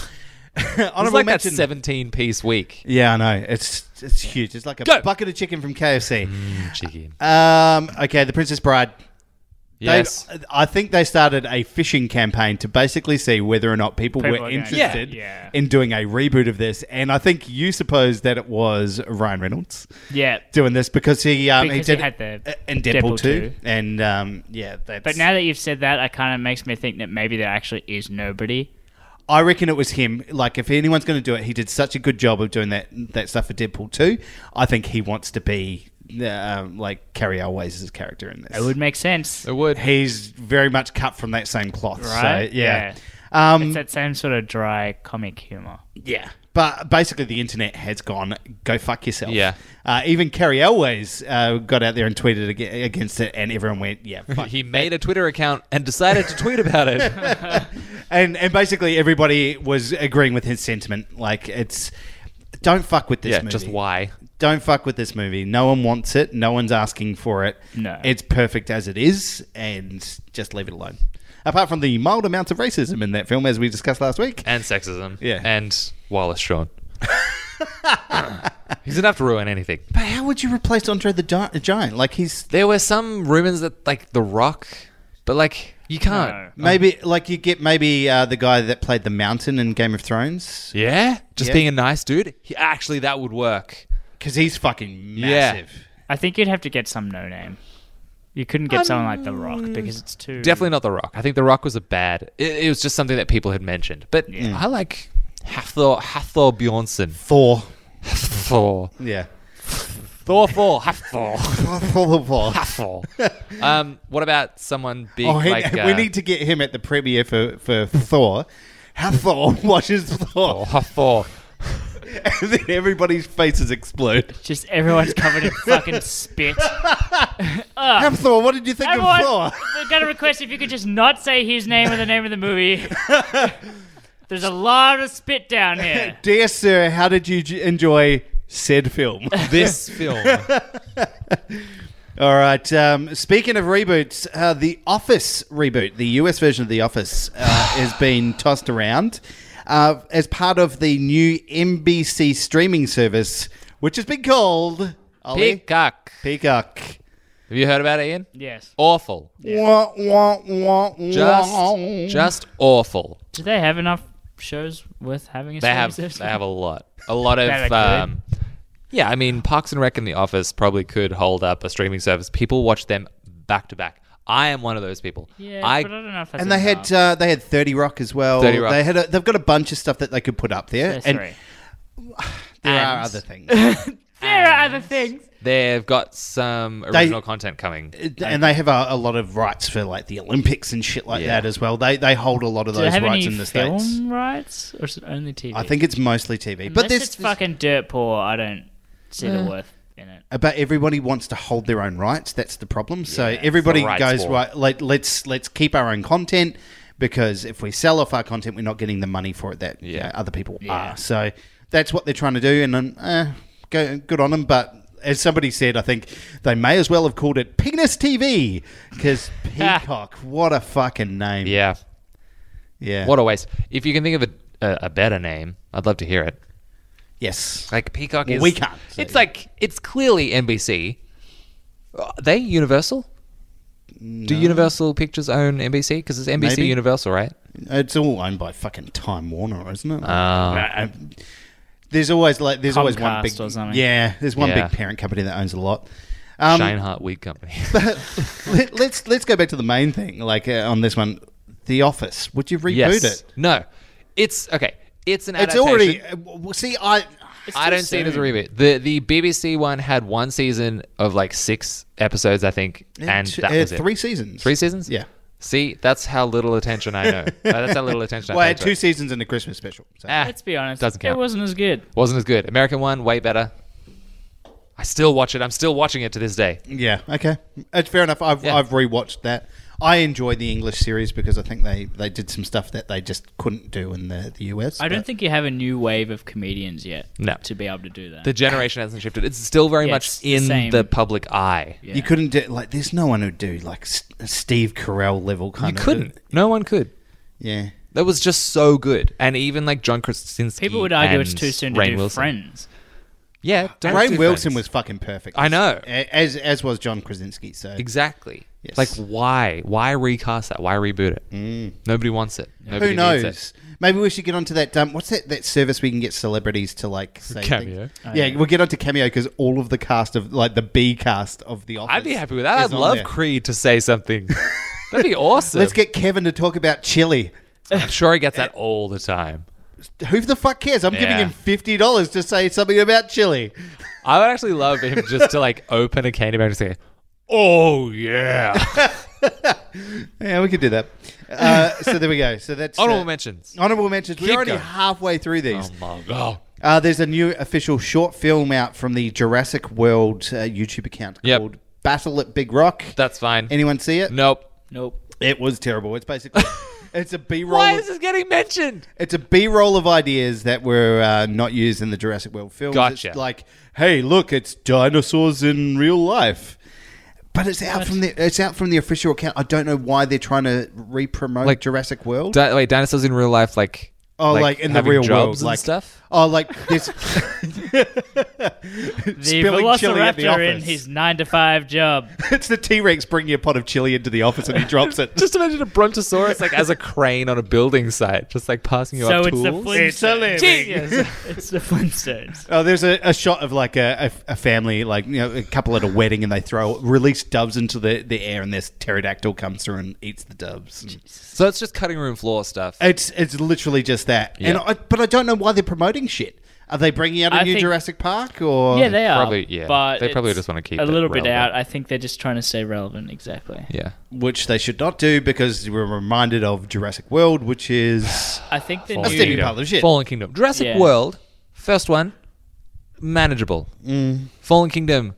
S3: It's
S1: honourable
S3: like
S1: mention.
S3: that seventeen
S1: (laughs)
S3: piece week.
S1: Yeah, I know. It's it's huge. It's like a
S3: Go. Mm-hmm.
S1: bucket of chicken from KFC.
S3: Chicken.
S1: Um. Okay. The Princess Bride. They-
S3: Yes.
S1: I think they started a phishing campaign to basically see whether or not people,
S4: People are
S1: were
S4: going-
S1: interested
S4: Yeah. Yeah.
S1: in doing a reboot of this. And I think you supposed that it was Ryan Reynolds.
S4: Yeah.
S1: doing this because he um,
S4: Because
S1: he
S4: he
S1: did
S4: had the
S1: and Deadpool,
S4: Deadpool
S1: too,
S4: 2.
S1: and um, yeah, that's,
S4: But now that you've said that, it kind of makes me think that maybe there actually is nobody.
S1: I reckon it was him. Like if anyone's going to do it, he did such a good job of doing that that stuff for Deadpool two. I think he wants to be um, like Carrie Always' character in this.
S4: It would make sense.
S3: it would.
S1: He's very much cut from that same cloth,
S4: Right?
S1: So, yeah. Um,
S4: It's that same sort of dry comic humor.
S1: Yeah. But basically, the internet has gone go fuck yourself.
S3: Yeah.
S1: Uh, even Carrie Elways uh, got out there and tweeted ag- against it, and everyone went, "Yeah, fuck
S3: He made a Twitter account and decided to tweet about it.
S1: and and basically everybody was agreeing with his sentiment. Like it's don't fuck with (laughs) this
S3: yeah,
S1: movie.
S3: just why?
S1: Don't fuck with this movie. No one wants it. No one's asking for it.
S4: No.
S1: it's perfect as it is, and just leave it alone. Apart from the mild amounts of racism in that film, as we discussed last week.
S3: And sexism.
S1: Yeah.
S3: And Wallace Shawn. (laughs) He's enough to ruin anything.
S1: But how would you replace Andre the Gi- Giant? Like he's
S3: There were some rumors that like The Rock, but like you can't.
S1: maybe like you get maybe uh, the guy that played the Mountain in Game of Thrones
S3: Yeah, just
S1: Yeah.
S3: being a nice dude. He, actually, that would work.
S1: because he's fucking
S3: Yeah.
S1: massive.
S4: I think you'd have to get some no name. You couldn't get someone like The Rock because it's too.
S3: Um, Definitely not The Rock. I think The Rock was a bad. It, it was just something that people had mentioned. But I like Hathor Hathor Bjornsson.
S1: Thor,
S3: Thor.
S1: yeah,
S3: Thor Thor. Hathor.
S1: (laughs) Thor, Thor.
S3: Hathor. um, what about someone big
S1: Oh, he- (laughs)
S3: like?
S1: we
S3: uh,
S1: need to get him at the premiere for, for Thor. (laughs) Hathor watches
S3: Oh,
S1: Thor,
S3: Hathor.
S1: (laughs) and then everybody's faces
S3: (laughs)
S1: explode.
S4: Just everyone's covered in fucking spit.
S3: Ah.
S1: Hathor, what did you think
S4: Everyone,
S1: of Thor? (laughs)
S4: we're gonna request if you could just not say his name or the name of
S3: (laughs)
S4: the movie. There's a lot of spit down here.
S1: Dear sir, how did you j- enjoy said
S3: (laughs)
S1: film? (laughs)
S3: This film.
S1: All right. Um, speaking of reboots, uh, the Office reboot, the US version of the Office, uh,
S3: (sighs)
S1: has been tossed around uh, as part of the new NBC streaming service, which has been called Ollie?
S3: Peacock.
S1: Peacock.
S3: Have you heard about it, Ian?
S4: Yes.
S3: Awful.
S1: Wah, wah, wah, wah.
S3: Just, just awful.
S4: Do they have enough shows worth having a
S3: They have,
S4: streaming service?
S3: they have a lot, a lot
S4: (laughs) That
S3: of.
S4: are
S3: Um, yeah, I mean, Parks and Rec and The Office probably could hold up a streaming service. People watch them back to back. I am one of those people.
S4: Yeah,
S3: I,
S4: but I don't know if that's
S1: And they
S4: enough.
S1: had uh, they had Thirty Rock as well.
S3: 30 Rock.
S1: They had a, they've got a bunch of stuff that they could put up there,
S4: There's
S1: and
S4: three.
S1: there are
S3: And-
S1: other things.
S4: (laughs) There are other things.
S3: They've got some original content coming.
S1: and they have a, a lot of rights for like the Olympics and shit like
S3: Yeah.
S1: that as well. They they hold a lot of
S4: Do they
S1: those
S4: have
S1: rights
S4: any
S1: in the
S4: film
S1: states.
S4: rights, or is it only TV?
S1: I think it's mostly TV,
S4: Unless
S1: but this,
S4: it's fucking dirt poor. I don't see the worth in it.
S1: But everybody wants to hold their own rights. That's the problem. so everybody
S3: the rights
S1: goes
S3: war.
S1: right. Like let's let's keep our own content because if we sell off our content, we're not getting the money for it that you
S3: Yeah.
S1: know, other people
S4: Yeah.
S1: are. So that's what they're trying to do. And then, eh, go good on them. But as somebody said, I think they may as well have called it Penis TV
S3: (laughs)
S1: because Peacock. what a fucking name.
S3: Yeah,
S1: Yeah.
S3: what a waste. If you can think of a, a, a better name, I'd love to hear it.
S1: yes.
S3: Like Peacock
S1: Well,
S3: is.
S1: we can't, so-
S3: It's like it's clearly NBC. Are Uh, they Universal? Do Universal Pictures own NBC? Because it's NBC
S1: Maybe.
S3: Universal, right?
S1: It's all owned by fucking Time Warner, isn't it?
S3: Uh,
S1: Uh, there's always like there's always one
S4: Comcast
S1: big
S4: or something.
S1: yeah. There's one
S3: Yeah.
S1: big parent company that owns a lot. Um,
S3: Shinehart Weed Company. (laughs)
S1: (laughs) let, us let's go back to the main thing. Like uh, on this one, The Office. Would you reboot
S3: yes.
S1: it?
S3: No. It's okay. It's an
S1: It's
S3: adaptation.
S1: already uh, w- see. I
S3: I don't see it as a reboot. The the BBC one had one season of like six episodes, I think, and
S1: two-
S3: that
S1: uh,
S3: was it.
S1: three seasons.
S3: Three seasons? (laughs)
S1: Yeah.
S3: See, that's how little attention
S1: (laughs)
S3: I know. Uh, that's how little attention
S1: Well, I
S3: I
S1: had
S3: pay
S1: two
S3: to it.
S1: seasons in the Christmas special. So.
S3: Ah,
S4: Let's be honest.
S3: Doesn't count.
S4: It wasn't as good.
S3: wasn't as good. American one, way better. I still watch it. I'm still watching it to this day.
S1: Yeah. Okay. It's fair enough. I've
S3: Yeah.
S1: I've rewatched that. I enjoy the English series because I think they, they did some stuff that they just couldn't do in the, the US.
S4: I don't
S1: but-
S4: think you have a new wave of comedians yet.
S3: No.
S4: To be able to do that.
S3: The generation hasn't shifted. It's still very
S4: Yeah,
S3: much
S4: it's the
S3: in
S4: same.
S3: the public eye.
S4: Yeah.
S1: You couldn't do like. There's no one who'd do like S- Steve Carell level
S3: You
S1: kind of.
S3: couldn't. No one could.
S1: Yeah.
S3: That was just so good. And even like John Krasinski.
S4: People would argue
S3: and
S4: it's too soon to
S3: Rainn
S4: do
S3: Wilson.
S4: Friends.
S3: Yeah, don't
S1: Rain
S3: do
S1: Wilson
S3: Friends.
S1: was fucking perfect.
S3: I know.
S1: A- As as was John Krasinski. So
S3: Exactly.
S1: Yes. Mm.
S3: Like why? Why recast that? Why reboot it? Nobody wants it. Nobody
S1: who
S3: needs
S1: knows? Maybe we should get onto that. Um, what's that, that service we can get celebrities to like say things?
S3: Cameo. Oh,
S1: yeah, we'll get onto cameo because all of the cast of like the B cast of the Office.
S3: I'd be happy with that.
S1: is
S3: I'd
S1: on
S3: love
S1: there.
S3: Creed to say
S1: (laughs)
S3: something. That'd be awesome.
S1: Let's get Kevin to talk about chili.
S3: I'm sure he gets that all the time.
S1: Who the fuck cares? I'm giving
S3: Yeah.
S1: him fifty dollars to say something about chili.
S3: I would actually love him just to
S1: (laughs)
S3: like open a candy bar and say, "Oh yeah."
S1: Yeah, we could do that. Uh, so there we go. So that's
S3: (laughs) Honorable
S1: uh,
S3: mentions.
S1: Honorable mentions. We're
S3: Keep
S1: already
S3: going.
S1: halfway through these.
S3: Oh my god.
S1: Uh, there's a new official short film out from the Jurassic World uh, YouTube account
S3: Yep.
S1: called Battle at Big Rock.
S3: That's fine.
S1: Anyone see it?
S3: Nope.
S4: Nope.
S1: It was terrible. It's basically (laughs) it's a B roll.
S3: Why
S1: Of,
S3: is this getting mentioned?
S1: it's a B roll of ideas that were uh, not used in the Jurassic World films.
S3: Gotcha.
S1: It's like, hey, look, it's dinosaurs in real life. But it's out from the it's out from the official account. I don't know why they're trying to re-promote
S3: Like,
S1: Jurassic World.
S3: Di- wait, dinosaurs in real life, like
S1: Oh, like, in the
S3: having
S1: real
S3: jobs
S1: world,
S3: and
S1: like
S3: stuff.
S1: Oh, like this.
S4: The Velociraptor in his nine to five job.
S1: (laughs) it's the T Rex bringing a pot of chili into the office and he drops it.
S3: Just imagine a brontosaurus like
S4: (laughs)
S3: as a crane on a building site, just like passing (laughs) you
S4: so
S3: up
S4: it's
S3: tools.
S4: the Flintstones.
S3: Genius. (laughs)
S4: it's the Flintstones.
S1: Oh, there's a, a shot of like a, a, a family, like you know, a couple at a wedding, and they throw release doves into the, the air, and this pterodactyl comes through and eats the doves. And
S3: So it's just cutting room floor stuff.
S1: It's it's literally just that, and
S3: Yeah.
S1: I, but I don't know why they're promoting shit. Are they bringing out a
S4: I
S1: new
S4: think-
S1: Jurassic Park or?
S4: yeah, they are.
S3: Probably, yeah.
S4: But
S3: They probably
S4: it's
S3: just wanna keep
S4: a
S3: it
S4: little bit
S3: relevant.
S4: out. I think they're just trying to stay relevant. Exactly.
S3: Yeah.
S1: which they should not do because we're reminded of Jurassic World, which
S4: (sighs)
S1: is
S4: I think the
S1: That's
S4: new.
S1: Steven Tyler shit.
S3: Fallen Kingdom. Jurassic
S4: Yeah.
S3: World, first one, manageable. Fallen Kingdom,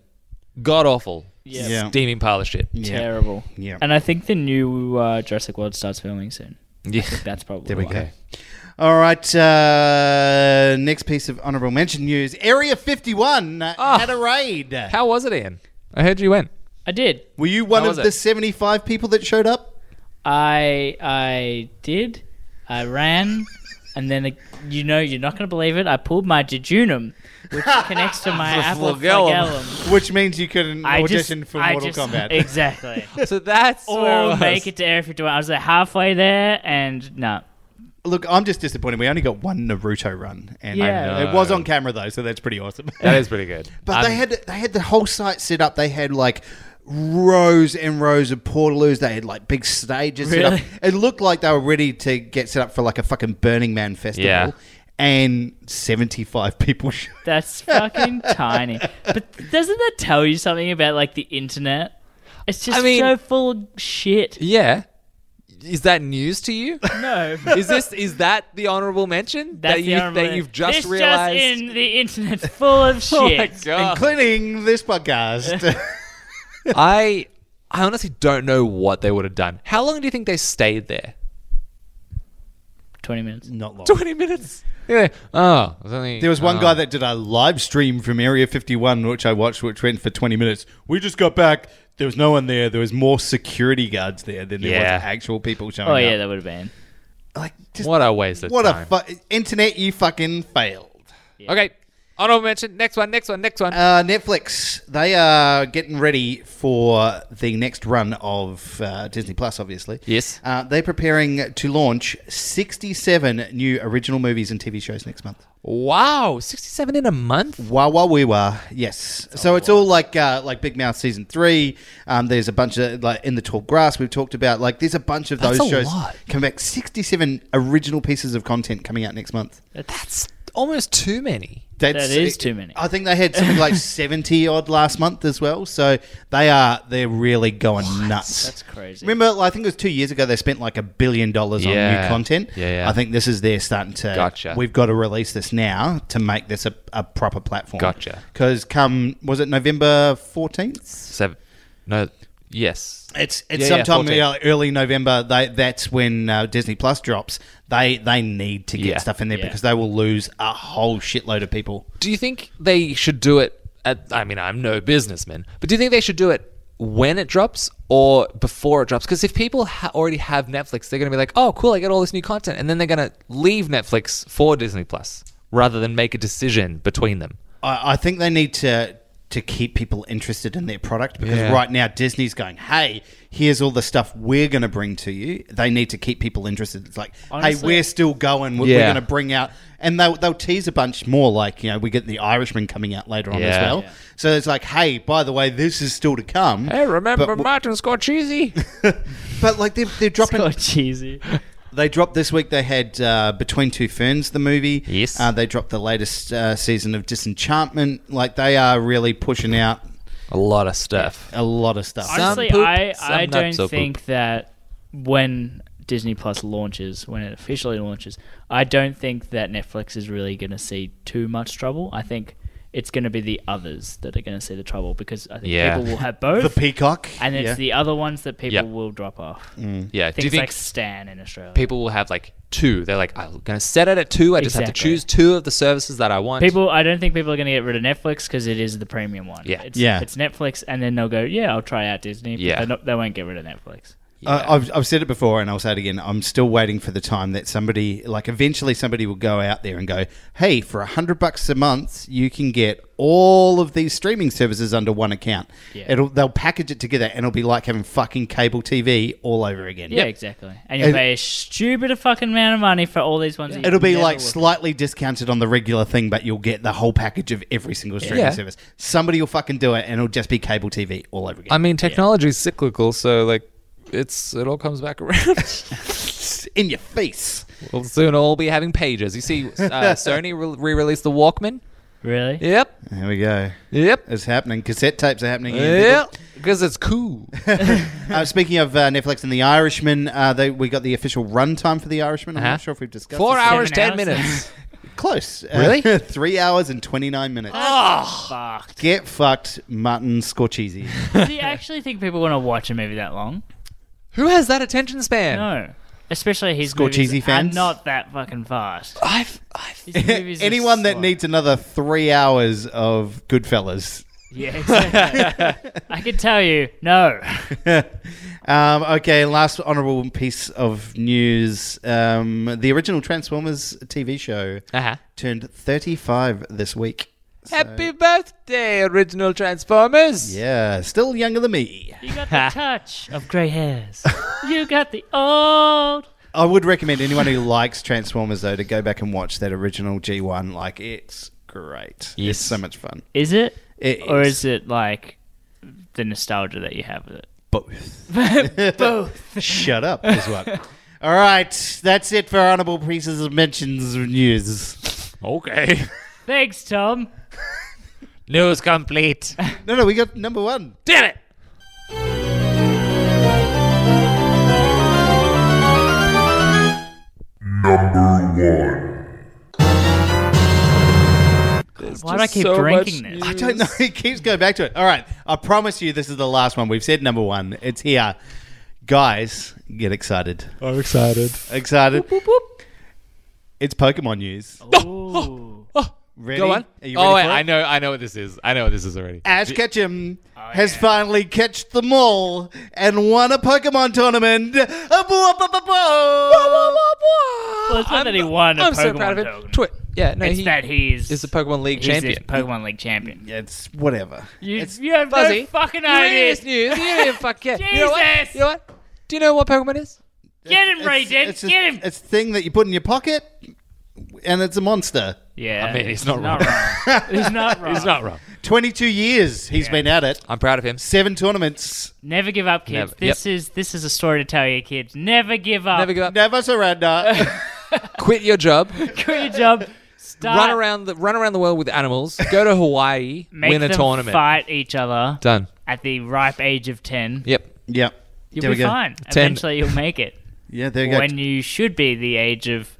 S3: god awful.
S4: Yeah.
S1: Mm. Yeah.
S3: Steaming pile of shit.
S4: Terrible.
S1: Yeah.
S4: And I think the new uh, Jurassic World starts filming soon.
S3: Yeah.
S4: That's probably
S1: There we
S4: why.
S1: go. All right. Uh, next piece of honorable mention news: Area Fifty One
S3: Ah.
S1: had a raid.
S3: How was it, Ian? I heard
S1: (laughs)
S3: you went.
S4: I did.
S1: Were you one
S3: How
S1: of
S3: was
S1: the
S3: it?
S1: seventy-five people that showed up?
S4: I I did. I ran, and then uh, you know you're not going to believe it. I pulled my jejunum,
S1: (laughs)
S4: which connects to my apple
S3: flagellum.
S4: flagellum.
S1: Which means you couldn't
S4: I just,
S1: audition for
S4: I
S1: Mortal
S4: just, (laughs)
S1: Kombat. (laughs) Oh.
S4: Exactly.
S3: So that's where
S4: or
S3: was.
S4: make it to Area 51. I was like halfway there, and no.
S1: Look, I'm just disappointed. We only got one Naruto run, and
S4: Yeah. I
S1: it
S3: know.
S1: was on camera though, so that's pretty awesome.
S3: That is pretty good.
S1: (laughs) But
S3: Um,
S1: they had they had the whole site set up. They had like rows and rows of portaloos. They had like big stages
S4: Really?
S1: set up. (laughs) It looked like they were ready to get set up for like a fucking Burning Man festival.
S3: Yeah.
S1: And seventy five people. (laughs) showed-
S4: That's fucking tiny. But doesn't that tell you something about like the internet? It's just
S3: I mean-
S4: so full of shit.
S3: Yeah. Is that news to you?
S4: (laughs) No.
S3: is this is that the honorable mention
S4: That's
S3: that
S4: the
S3: you
S4: honorable-
S3: that you've just
S4: this
S3: realized?
S4: Just in the internet's full of
S3: (laughs)
S4: shit.
S3: oh my god!
S1: Including this podcast. (laughs)
S3: I I honestly don't know what they would have done. How long do you think they
S1: (laughs)
S3: stayed there?
S4: 20
S3: Mm.
S4: minutes.
S1: Not long.
S3: Twenty minutes. Yeah. Oh, it only,
S1: There was one
S3: oh.
S1: guy that did a live stream from Area 51, which I watched, which went for 20 minutes. We just got back. There was no one there. There was more security guards there than there
S3: Yeah.
S1: was actual people showing
S4: Oh,
S1: up.
S4: yeah, that would have been.
S1: like, just,
S3: uh, What a waste of
S1: what
S3: time.
S1: a fu- internet! You fucking failed.
S3: Okay. Honorable mention. Next one. Next one. Next one.
S1: Uh, Netflix, they are getting ready for the next run of uh, Disney Plus, obviously.
S3: Yes.
S1: Uh, they're preparing to launch 67 new original movies and TV shows next month.
S3: wow. Sixty-seven in a month.
S1: Wah wah wee wah. Yes. so
S3: Oh,
S1: it's all like uh, like Big Mouth season three. Um, there's a bunch of like in the tall grass we've talked about. Like there's a bunch of
S3: That's
S1: those
S3: a
S1: shows
S3: lot.
S1: coming back. Sixty seven original pieces of content coming out next month.
S3: That's almost too many.
S1: That's,
S4: That is too many.
S1: I think they had something (laughs) like seventy odd last month as well. So they are they're really going nuts.
S4: That's crazy.
S1: Remember, I think it was two years ago. They spent like a billion dollars on new
S3: Yeah.
S1: content.
S3: Yeah, yeah.
S1: I think this is their starting to.
S3: Gotcha.
S1: We've got to release this now to make this a, a proper platform.
S3: Gotcha.
S1: Because come was it November fourteenth?
S3: Seven. No. Yes.
S1: It's it's
S3: Yeah, yeah,
S1: sometime
S3: 14th.
S1: early- early November. They, that's when uh, Disney Plus drops. They they need to get
S3: Yeah.
S1: stuff in there
S4: Yeah.
S1: because they will lose a whole shitload of people.
S3: Do you think they should do it at I mean, I'm no businessman, but do you think they should do it when it drops or before it drops? Because if people ha- already have Netflix, they're going to be like, "Oh, cool, I get all this new content." And then they're going to leave Netflix for Disney Plus rather than make a decision between them.
S1: I, I think they need to to keep people interested in their product because
S3: Yeah.
S1: right now Disney's going, hey, here's all the stuff we're going to bring to you. They need to keep people interested. It's like, hey,
S4: Honestly-
S1: we're still going. We're,
S3: Yeah.
S1: going to bring out, and they'll they'll tease a bunch more. Like you know, we get the Irishman coming out later on as
S3: Yeah.
S1: well.
S3: Yeah.
S1: So it's like, hey, by the way, this is still to come.
S3: Hey, remember
S1: But-
S3: Martin Scorsese?
S1: But like they're,
S3: (laughs)
S1: they're dropping
S4: so (laughs) cheesy.
S1: they dropped this week. They had uh, Between Two Ferns, the movie.
S3: Yes.
S1: Uh, they dropped the latest uh, season of Disenchantment. Like they are really pushing out
S3: (laughs) a lot of stuff.
S1: a lot of stuff.
S3: Some
S4: Honestly,
S3: poop,
S4: I,
S3: some
S4: I
S3: not
S4: don't
S3: so poop.
S4: think that when Disney Plus launches, when it officially launches, I don't think that Netflix is really going to see too much trouble. I think it's going to be the others that are going to see the trouble because I think
S3: Yeah.
S4: people will
S1: the
S4: have
S3: (laughs)
S4: both.
S1: Peacock.
S4: and it's
S1: Yeah.
S4: the other ones that people
S3: Yep.
S4: will drop off.
S3: Yeah, Mm. do
S4: Things
S3: you think
S4: like Stan in Australia.
S3: people will have like two? They're like, "I'm going to set it at two. I just have to
S4: Exactly.
S3: choose two of the services that I want."
S4: People, I don't think people are going to get rid of Netflix because it is the premium one.
S3: Yeah.
S4: it's,
S1: Yeah.
S4: It's Netflix, and then they'll go, yeah, I'll try out Disney. but
S3: Yeah.
S4: they're not- they won't get rid of Netflix.
S1: Uh, I've, I've said it before, and I'll say it again. I'm still waiting for the time that somebody, like, eventually somebody will go out there and go, "Hey, for a hundred bucks a month, you can get all of these streaming services under one account."
S4: Yeah.
S1: It'll they'll package it together, and it'll be like having fucking cable TV all over again.
S4: Yeah, exactly. And you'll
S1: And-
S4: pay a stupid fucking amount of money for all these ones. that you
S1: It'll be
S4: never
S1: like
S4: will.
S1: slightly discounted on the regular thing, but you'll get the whole package of every single streaming
S3: Yeah.
S1: service. Somebody will fucking do it, and it'll just be cable TV all over again.
S3: I mean, technology's cyclical, so like, it's it all comes back (laughs) around.
S1: Just in your face.
S3: We'll soon all be having pages. You
S4: (laughs)
S3: see, uh, Sony re released the Walkman.
S4: Really?
S3: Yep.
S1: There we go.
S3: Yep.
S1: It's happening. Cassette tapes are happening. Here, people.
S3: Yep. Because it's
S4: (laughs)
S3: cool.
S1: Uh, speaking of uh, Netflix and The Irishman, uh, they, we got the official runtime for The Irishman. I'm
S3: Uh-huh.
S1: not sure if we've discussed
S3: Four
S1: this.
S3: hours,
S4: Seven
S3: ten
S1: (laughs)
S4: hours? (laughs)
S3: minutes.
S1: Close. Uh, (laughs)
S3: Really?
S1: three hours and 29 minutes.
S3: Ah!
S4: Fuck.
S1: Get fucked, mutton
S3: (laughs)
S1: scorcheesy.
S4: Do you actually think people want to watch a movie that long?
S3: Who has that attention span?
S4: No. Especially his
S1: Score
S4: movies
S1: cheesy
S4: are
S1: fans?
S4: not that fucking fast.
S3: I've, I've
S1: (laughs)
S4: His movies are
S1: Anyone that
S4: slow.
S1: needs another three hours of Goodfellas. (laughs)
S4: Yeah, exactly. I can tell you, no.
S1: Um, okay, last honourable piece of news. Um, the original Transformers TV show
S3: Uh-huh.
S1: turned 35 this week.
S3: Happy birthday, original Transformers.
S1: Yeah, still younger than me.
S4: You got the
S3: (laughs)
S4: touch of grey hairs. You got the old.
S1: I would recommend anyone who likes Transformers though to go back and watch that original G1. Like it's great.
S3: Yes.
S1: It's so much fun.
S4: Is it?
S1: It
S4: or
S1: is.
S4: is it like the nostalgia that you have with it?
S1: Both. Both. Shut up is what. All right, that's it for honourable pieces of mentions of news.
S3: Okay.
S4: Thanks, Tom.
S3: News complete.
S1: No, no, we got number one.
S3: Damn it.
S2: Number one.
S4: Why do I keep drinking this?
S1: I don't know. (laughs) It keeps going back to it. All right. I promise you, this is the last one. We've said number one. It's here. Guys, get excited.
S3: I'm excited.
S1: Excited. It's Pokemon news.
S4: Ooh.
S1: Ready?
S3: Go on.
S1: Are you ready
S3: oh, wait,
S1: for it?
S3: I know, I know what this is. I know what this is already.
S1: Ash Ketchum has finally catched them all and won a Pokemon tournament. (laughs) Ah, bwah, bwah, bwah, bwah.
S4: Well, it's not that he won a
S3: I'm
S4: Pokemon
S3: so proud of him.
S4: tournament.
S3: Twi- yeah, no,
S4: It's
S3: he
S4: that he's
S3: is the Pokemon League
S4: he's
S3: champion.
S4: the Pokemon League champion.
S1: Yeah, It's whatever.
S4: You,
S1: It's-
S4: you have
S3: Fuzzy,
S4: no fucking
S3: you read
S4: idea.
S3: this news? You
S4: (laughs)
S3: didn't fuck care. You know what?
S4: Jesus!
S3: You know what? Do you know what Pokemon is?
S4: Get him, Raiden.
S1: it's,
S4: Get
S1: a-
S4: him.
S1: It's a thing that you put in your pocket and it's a monster.
S4: yeah,
S3: I mean, he's not
S4: not wrong.
S3: (laughs)
S4: he's not wrong.
S3: wrong.
S1: 22 years he's been at it.
S3: I'm proud of him.
S1: Seven tournaments.
S4: Never give up, kids.
S3: Never.
S4: This is this is a story to tell your kids. Never give up. (laughs)
S3: Never give up.
S1: Never surrender. (laughs)
S3: Quit your job.
S4: Quit your job. Start.
S3: run around the run around the world with animals. Go to Hawaii.
S4: (laughs) Make
S3: win a
S4: them
S3: tournament.
S4: Fight each other
S3: Done.
S4: at the ripe age of ten.
S3: Yep.
S1: yep.
S4: You'll
S1: There we
S4: be
S1: go.
S4: fine.
S3: 10.
S4: Eventually, you'll
S3: (laughs)
S4: make it.
S1: Yeah, there you
S4: when
S1: go.
S4: you should be the age of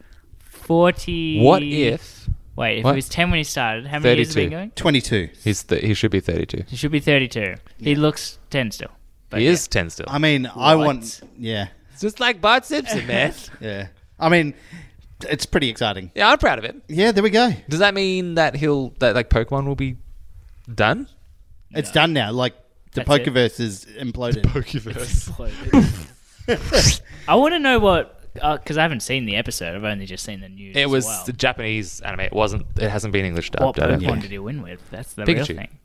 S4: forty.
S3: What if
S4: Wait, if
S3: What?
S4: he was ten when he started, how many years has he been
S3: 32.
S4: going?
S1: 22.
S3: he's th- he should be 32?
S4: He should be thirty-two. He looks ten still.
S3: he is 10 still.
S1: I mean, I
S4: What?
S1: want. Yeah.
S3: It's just like Bart Simpson,
S4: (laughs)
S3: man. (laughs)
S1: Yeah. I mean, it's pretty exciting.
S3: yeah, I'm proud of him.
S1: Yeah, there we go.
S3: Does that mean that he'll that like Pokemon will be done?
S1: It's done now. Like, the
S4: That's it.
S1: Pokeverse is imploded.
S3: Pokeverse.
S4: I want to know what because I haven't seen the episode. I've only just seen the news.
S3: It
S4: as
S3: was
S4: well.
S3: the Japanese anime. It wasn't. It hasn't been English
S4: what
S3: dubbed. I don't
S4: Pokemon
S3: think.
S4: did he win with? That's the real
S3: Pikachu.
S4: thing.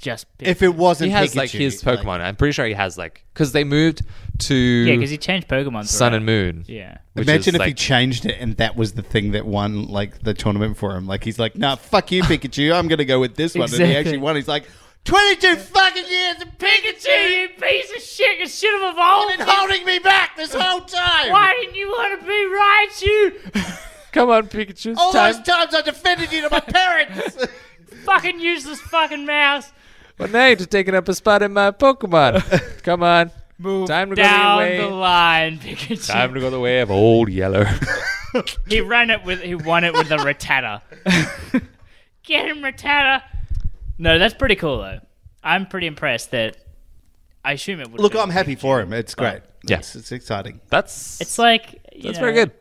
S4: Just Pikachu.
S1: (laughs) if it wasn't
S3: He has
S1: Pikachu,
S3: like his Pokemon. I'm pretty sure he has like because they moved to
S4: yeah, because he changed Pokemon.
S3: Sun
S4: throughout.
S3: and Moon.
S4: Yeah.
S3: which
S1: Imagine
S3: is,
S1: if he
S3: like-
S1: changed it and that was the thing that won like the tournament for him. Like he's like, nah, fuck you, Pikachu. I'm gonna go with this one. And he
S4: Exactly.
S1: actually won. He's like, twenty two fucking years of
S4: Pikachu,
S1: Pikachu
S4: you piece of shit! You should have evolved.
S1: been holding me back this whole time.
S4: Why didn't you want to be Raichu?
S3: Come on, Pikachu. it's
S1: All
S3: time.
S1: those times I defended you to my parents.
S4: fucking useless fucking mouse.
S3: Well, now you've just taken up a spot in my (laughs) Pokemon. Come on. Move time to
S4: Down
S3: go the way.
S4: the line, Pikachu.
S3: time to go the way of old
S4: (laughs)
S3: yellow.
S4: He ran it with. He won it with the
S3: (laughs)
S4: Rattata. Get him, Rattata. No, that's pretty cool though. I'm pretty impressed that. I assume it
S1: (laughs)
S4: would.
S1: Look, I'm happy for him. It's great.
S3: Yeah.
S1: It's, it's exciting.
S3: That's
S4: It's like you
S3: that's
S4: know,
S3: very good.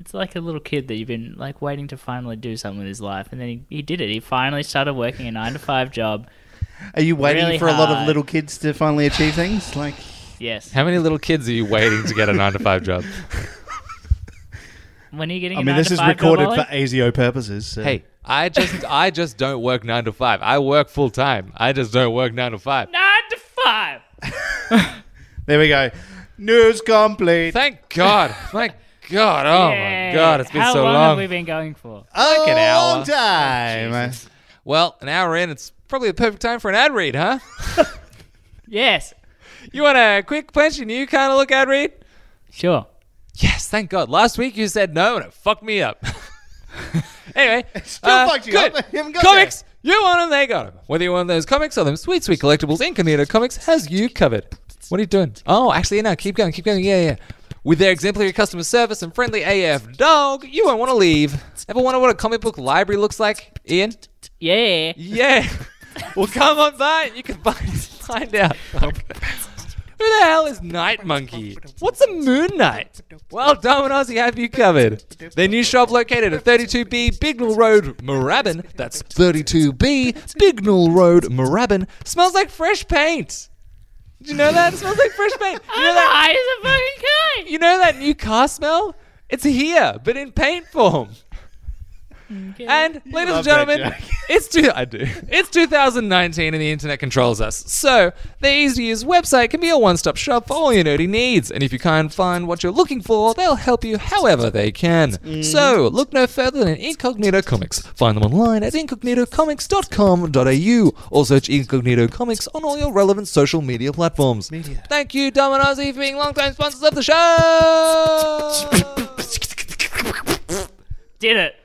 S4: It's like a little kid that you've been like waiting to finally do something with his life, and then he, he did it. He finally started working a nine to five job.
S1: Are you waiting
S4: Really
S1: for a lot of
S4: hard.
S1: little kids to finally achieve things? Like,
S4: Yes.
S3: How many little kids are you waiting to get a nine to five
S4: (laughs)
S3: job?
S4: When are you getting?
S1: I
S4: a
S1: mean,
S4: nine
S1: this
S4: to
S1: is
S4: five
S1: recorded
S4: job,
S1: for
S4: Ollie?
S1: ASIO purposes. so-
S3: Hey, I just I just don't work nine to five. I work full time. I just don't work nine to five.
S4: nine to five.
S1: there we go. News complete.
S3: Thank
S4: (laughs)
S3: God. Thank God. Oh
S4: Yay.
S3: my God. It's been
S4: How
S3: so
S4: long. have
S3: long.
S4: we been going for?
S1: Like
S3: an hour. Oh,
S1: Long time.
S3: well, an hour in, it's probably the perfect time for an ad read,
S4: (laughs)
S3: huh?
S4: Yes.
S3: You want a quick punch and you kind of look ad read?
S4: Sure.
S3: Yes, Thank God. Last week you said no and it fucked me up. (laughs)
S1: (laughs)
S3: anyway,
S1: Still
S3: uh,
S1: fucked you
S3: good.
S1: up. (laughs) You haven't got
S3: comics, you want them, they got them. Whether you want those comics or them sweet, sweet collectibles, Incognito Comics has you covered. What are you doing? Oh, actually, no, keep going, keep going. Yeah, yeah. With their exemplary customer service and friendly AF dog, you won't want to leave. Ever wonder what a comic book library looks like, Ian?
S4: Yeah.
S3: Yeah. well, come on by. and You can (laughs) find, find out. Fuck. Who the hell is Night Monkey? What's a Moon Knight? Well, Domino's have you covered. Their new shop located at 32B Bignell Road, Moorabbin. That's 32B Bignell Road, Moorabbin. Smells like fresh paint. Did you know that? It smells like fresh paint. You know that?
S4: a fucking guy.
S3: You know that new car smell? It's here, but in paint form. And ladies and
S1: love that
S3: gentlemen,
S1: joke.
S3: (laughs) it's two, I
S1: (laughs)
S3: do. It's 2019 and the internet controls us. So their easy-to-use website can be a one-stop shop for all your nerdy needs. And if you can't find what you're looking for, they'll help you however they can.
S1: Mm-hmm.
S3: So look no further than Incognito Comics. Find them online at incognitocomics.com.au or search Incognito Comics on all your relevant social media platforms.
S1: Media.
S3: Thank you, Dominazi, for being long-time sponsors of
S1: (laughs)
S3: the show.
S4: Did it.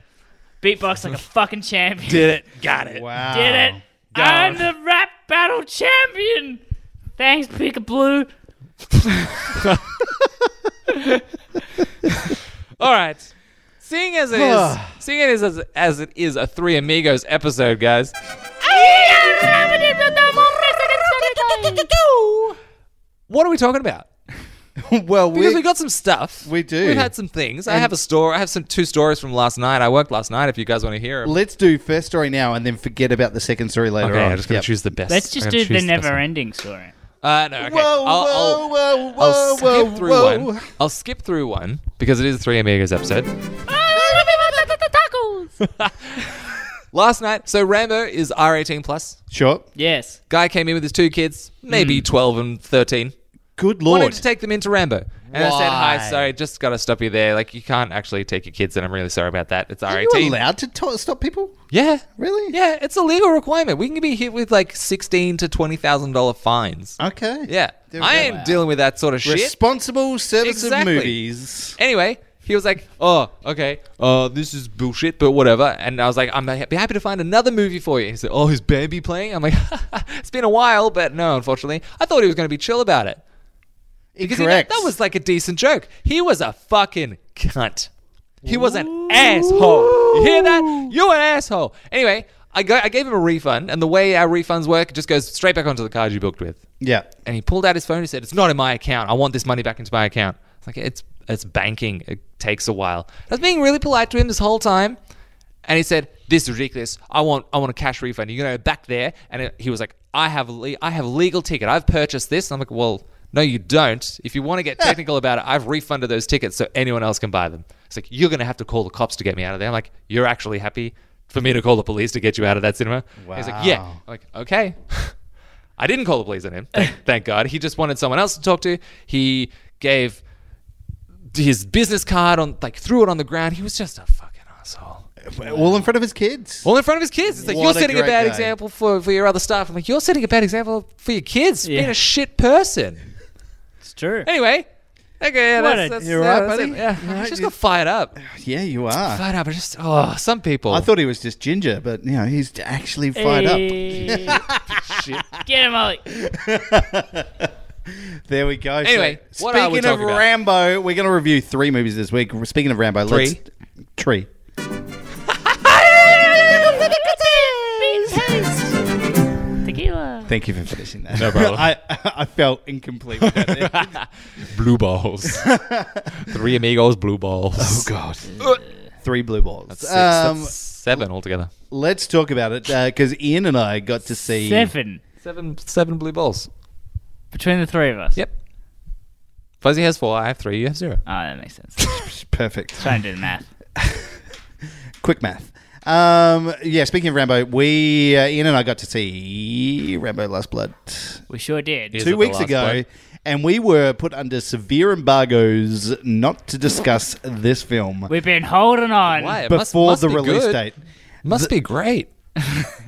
S3: (laughs)
S4: Beatbox like a fucking champion.
S3: it. Got it.
S1: Wow.
S4: Did it. I'm the rap battle champion. Thanks, Pika Blue.
S3: All right. Seeing as it is,
S1: (sighs)
S3: seeing it is as, as it is a Three Amigos episode, guys. What are we talking about?
S1: (laughs) well,
S3: Because
S1: we,
S3: we got some stuff.
S1: we do.
S3: We've had some things. I have a story. I have some two stories from last night. I worked last night. If you guys want to hear 'em.
S1: let's do first story now and then forget about the second story later
S3: Okay,
S1: on.
S3: I'm just gonna
S1: Yep.
S3: choose the best.
S4: Let's just
S3: I'm gonna
S4: do the
S3: choose best
S4: never
S3: one.
S4: ending story.
S3: Uh, no, okay.
S1: Whoa,
S3: I'll, I'll-
S1: whoa, whoa, whoa,
S3: I'll skip
S1: whoa,
S3: through
S1: whoa.
S3: one. I'll skip through one because it is a Three Amigos
S4: (laughs)
S3: episode. Last night, so Rambo is R18 plus.
S1: Sure.
S4: Yes.
S3: Guy came in with his two kids,
S1: Hmm.
S3: maybe 12 and 13.
S1: Good
S3: Wanted
S1: lord.
S3: to take them into Rambo, and I said, "Hi,
S1: Why?
S3: sorry, just got to stop you there. Like, you can't actually take your kids, and I'm really sorry about that. It's
S1: Are
S3: R18.
S1: you allowed to to- stop people?
S3: Yeah,
S1: Really?
S3: yeah, it's a legal requirement. We can be hit with like sixteen to twenty thousand dollar fines.
S1: Okay.
S3: Yeah,
S1: Uh, There we
S3: I
S1: go.
S3: ain't dealing with that sort of shit.
S1: Responsible service
S3: Exactly.
S1: of movies.
S3: Anyway, he was like, "Oh, okay, uh, this is bullshit, but whatever." And I was like, "I'm be happy to find another movie for you." He said, "Oh, is Bambi playing?" I'm like, (laughs) "It's been a while, but no, unfortunately, I thought he was going to be chill about it because he-
S1: Incorrect.
S3: that was like a decent joke. He was a fucking cunt. He was an asshole. You hear that? You an asshole. Anyway, I go, I gave him a refund, and the way our refunds work, it just goes straight back onto the card you booked with
S1: yeah.
S3: and he pulled out his phone and said, "It's not in my account. I want this money back into my account." It's like it's it's banking. It takes a while. I was being really polite to him this whole time, and he said, "This is ridiculous. I want I want a cash refund. You're gonna go back there." And it, he was like, "I have a le- I have a legal ticket. I've purchased this." And I'm like, "Well." No, you don't. If you want to get technical about it, I've refunded those tickets so anyone else can buy them. It's like, you're going to have to call the cops to get me out of there. I'm like, you're actually happy for me to call the police to get you out of that cinema? He's like, yeah.
S1: Wow.
S3: I'm like, okay. (laughs) I didn't call the police on him.
S1: (laughs)
S3: Thank, thank God. He just wanted someone else to talk to. He gave his business card on, like, threw it on the ground. He was just a fucking asshole.
S1: All in front of his kids.
S3: All in front of his kids. It's like,
S1: What
S3: you're
S1: a
S3: setting a,
S1: great
S3: bad
S1: guy.
S3: example for, for your other staff. I'm like, you're setting a bad example for your kids, for being
S4: Yeah.
S3: a shit person.
S4: It's true.
S3: Anyway. Okay, yeah,
S4: What
S3: that's,
S4: a-
S3: that's,
S1: You're
S3: yeah,
S1: right,
S3: that's
S1: buddy?
S3: it. Yeah.
S1: You're
S3: I
S1: right,
S3: just
S1: dude.
S3: got fired up.
S1: Yeah, you are.
S3: Fired up. I just, oh, some people.
S1: I thought he was just ginger, but you know he's actually fired up.
S3: Eh.
S4: up. (laughs) Get him, Ollie.
S1: There we go. So,
S3: Anyway, what are we
S1: speaking of
S3: talking about?
S1: Rambo, we're going to review three movies this week. Speaking of Rambo,
S3: Three?
S1: let's tree.
S4: Tequila.
S1: Thank you for finishing that.
S3: No problem.
S1: (laughs) I I felt incomplete. With that. there.
S3: (laughs) blue balls. (laughs) Three amigos, blue balls. Oh, God.
S1: Three blue balls.
S3: Six,
S1: um,
S3: that's seven altogether.
S1: let's talk about it because Ian and I got to see
S4: Seven.
S3: Seven, seven blue balls.
S4: Between the three of us.
S3: Yep. Fuzzy has four. I have three. You have zero.
S4: Oh, that makes sense.
S1: perfect.
S4: Trying to do the math.
S1: Quick math. Um, yeah, speaking of Rambo, we uh, Ian and I got to see Rambo Last Blood
S4: We sure did.
S3: Is it
S1: two
S3: the
S1: weeks
S3: Last
S1: ago,
S3: Blood?
S1: and we were put under severe embargoes not to discuss this film
S4: We've been holding on.
S3: Why? It must-
S1: before
S3: must
S1: the
S3: be
S1: release
S3: good.
S1: date.
S3: Must be great.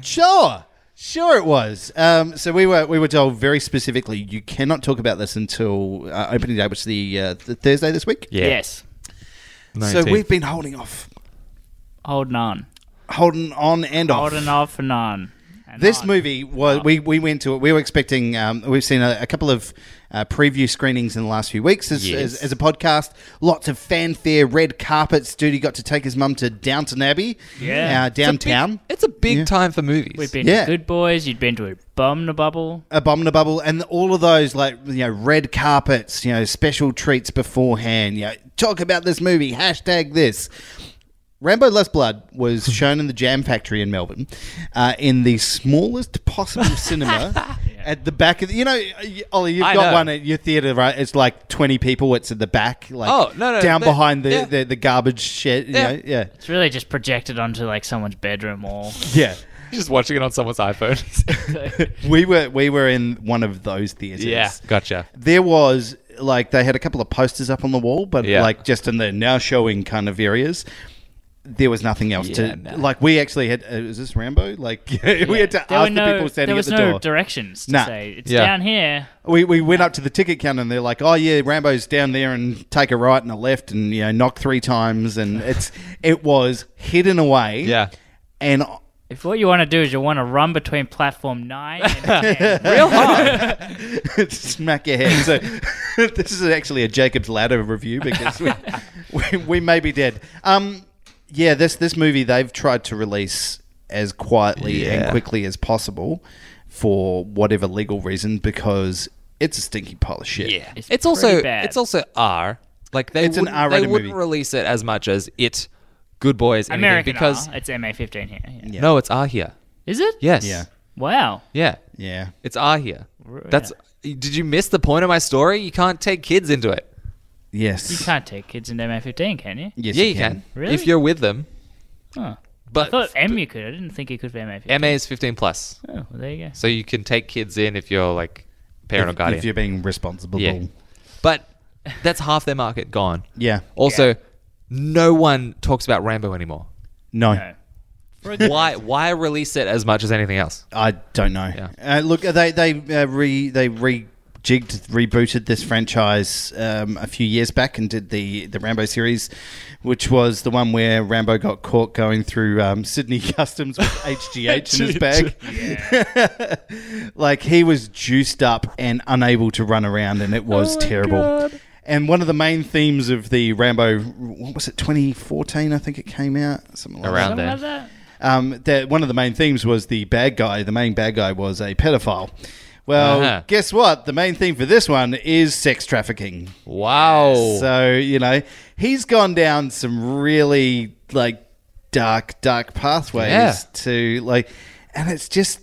S1: Sure, sure it was. Um, so we were we were told very specifically you cannot talk about this until uh, opening day, which is the, uh, the Thursday this week.
S3: Yeah.
S4: Yes.
S1: So
S3: 19th.
S1: we've been holding off,
S4: Holding on.
S1: holding on and off.
S4: Holding off and on. And
S1: Oh. This
S4: on.
S1: movie was we, we went to it. We were expecting. Um, we've seen a, a couple of uh, preview screenings in the last few weeks as,
S3: Yes.
S1: as, as a podcast. Lots of fanfare, red carpets. Judy got to take his mum to Downton Abbey,
S4: Yeah.
S1: uh, downtown.
S3: It's a big
S1: Yeah.
S3: time for movies.
S4: We've been
S1: Yeah.
S4: to Good Boys. You've been to a bum the bubble.
S1: Abominable and all of those like you know red carpets, you know special treats beforehand. You know, talk about this movie. Hashtag this. Rambo Less Blood was shown in the Jam Factory in Melbourne, uh, in the smallest possible
S3: (laughs)
S1: cinema at the back of the. You know, you- Ollie, you've
S3: I
S1: got
S3: know.
S1: one at your theatre, right? It's like twenty people. It's at the back, like
S3: Oh, no, no,
S1: down
S3: they-
S1: behind the,
S3: yeah.
S1: the, the garbage shed.
S3: Yeah.
S1: You know? Yeah,
S4: It's really just projected onto like someone's bedroom wall.
S1: yeah.
S3: Just watching it on someone's iPhone. (laughs)
S1: We were we were in one of those theatres.
S3: yeah. Gotcha.
S1: there was like they had a couple of posters up on the wall, but
S3: Yeah.
S1: like just in the now showing kind of areas. There was nothing else
S3: Yeah,
S1: to
S3: no.
S1: like. We actually had. Uh, is this Rambo? Like (laughs) we had to
S4: There were
S1: ask
S4: no,
S1: the people standing at
S4: there was
S1: the
S4: no
S1: door.
S4: directions to
S1: Nah.
S4: say it's
S3: Yeah.
S4: down here.
S1: we we went up to the ticket counter and they're like, "Oh yeah, Rambo's down there and take a right and a left and you know knock three times and it's it was hidden away.
S3: Yeah.
S1: and
S4: If what you want to do is you want to run between platform nine
S1: (laughs)
S4: and ten,
S1: smack your head. So (laughs) this is actually a Jacob's Ladder review because
S3: (laughs)
S1: we, we, we may be dead. Um, yeah, this this movie they've tried to release as quietly and
S3: Yeah.
S1: quickly as possible for whatever legal reason because it's a stinky pile of shit.
S3: Yeah.
S4: It's
S3: It's, also
S4: pretty bad.
S3: it's also R. Like they
S1: It's an
S3: wouldn't, they
S1: R-rated
S3: wouldn't
S1: movie.
S3: release it as much as it, Good Boys, anything,
S4: American
S3: because
S4: R, it's MA fifteen here. Yeah.
S1: Yeah.
S3: no, it's R here.
S4: Is it?
S3: Yes.
S1: Yeah.
S4: Wow.
S3: Yeah.
S1: Yeah.
S3: It's R here. That's. Did you miss the point of my story? You can't take kids into it.
S1: Yes.
S4: You can't take kids into MA fifteen, can you?
S1: Yes,
S3: yeah, you can.
S4: Really?
S3: If you're with them,
S4: Huh.
S3: but
S4: I thought M you could. I didn't think you could for MA fifteen.
S3: MA is 15 plus,
S4: Oh, well, there you go.
S3: so you can take kids in if you're like parent or
S1: If,
S3: guardian.
S1: if you're being responsible.
S3: Yeah. But that's half their market gone.
S1: Yeah.
S3: Also, no one talks about Rambo anymore.
S1: No.
S4: No.
S3: why why release it as much as anything else?
S1: I don't know.
S3: Yeah.
S1: Uh, look, they they uh, re they rejigged rebooted this franchise um, a few years back and did the the Rambo series, which was the one where Rambo got caught going through um, Sydney (laughs) customs with HGH in his bag. (laughs) like he was juiced up and unable to run around, and it was terrible. And one of the main themes of the Rambo, what was it, 2014? I think it came out something like that.
S3: Around
S4: Something
S3: there.
S4: like that?
S1: Um, that one of the main themes was the bad guy. The main bad guy was a pedophile. Well,
S3: Uh-huh.
S1: guess what? The main theme for this one is sex trafficking.
S3: Wow.
S1: So you know he's gone down some really like dark, dark pathways
S3: Yeah.
S1: to like, and it's just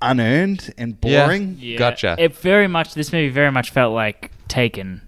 S1: unearned and
S3: Yeah.
S1: boring.
S4: Yeah.
S3: Gotcha.
S4: It very much. This movie very much felt like Taken,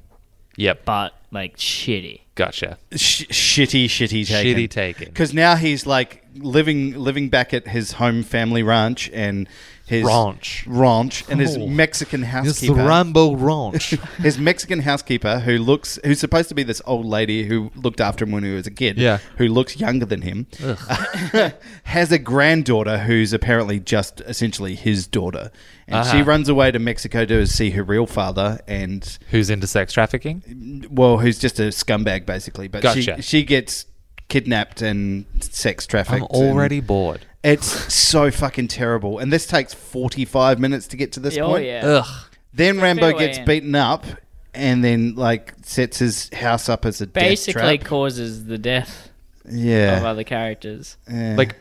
S3: yep.
S4: but like shitty.
S3: Gotcha.
S1: Sh- shitty, shitty, taken.
S3: Shitty taken.
S1: Because now he's like living living back at his home family ranch and his
S3: Ranch.
S1: ranch and his
S3: Oh.
S1: Mexican
S3: It's
S1: housekeeper.
S3: Rambo Ranch.
S1: (laughs) his Mexican housekeeper who looks who's supposed to be this old lady who looked after him when he was a kid,
S3: Yeah.
S1: who looks younger than him, (laughs) has a granddaughter who's apparently just essentially his daughter, and she
S3: Uh-huh.
S1: runs away to Mexico to see her real father and
S3: (laughs) Who's into sex trafficking?
S1: well, who's just a scumbag basically, but
S3: Gotcha.
S1: she she gets kidnapped and sex trafficked.
S3: I'm
S1: and-
S3: already bored.
S1: it's so fucking terrible. And this takes 45 minutes to get to this
S4: Oh
S1: point.
S4: yeah.
S3: Ugh.
S1: Then Rambo
S4: fair way
S1: gets
S4: in.
S1: beaten up and then like sets his house up as a
S4: Basically Oh,
S1: death trap.
S4: causes the death of
S1: Yeah.
S4: other characters.
S1: yeah.
S3: Like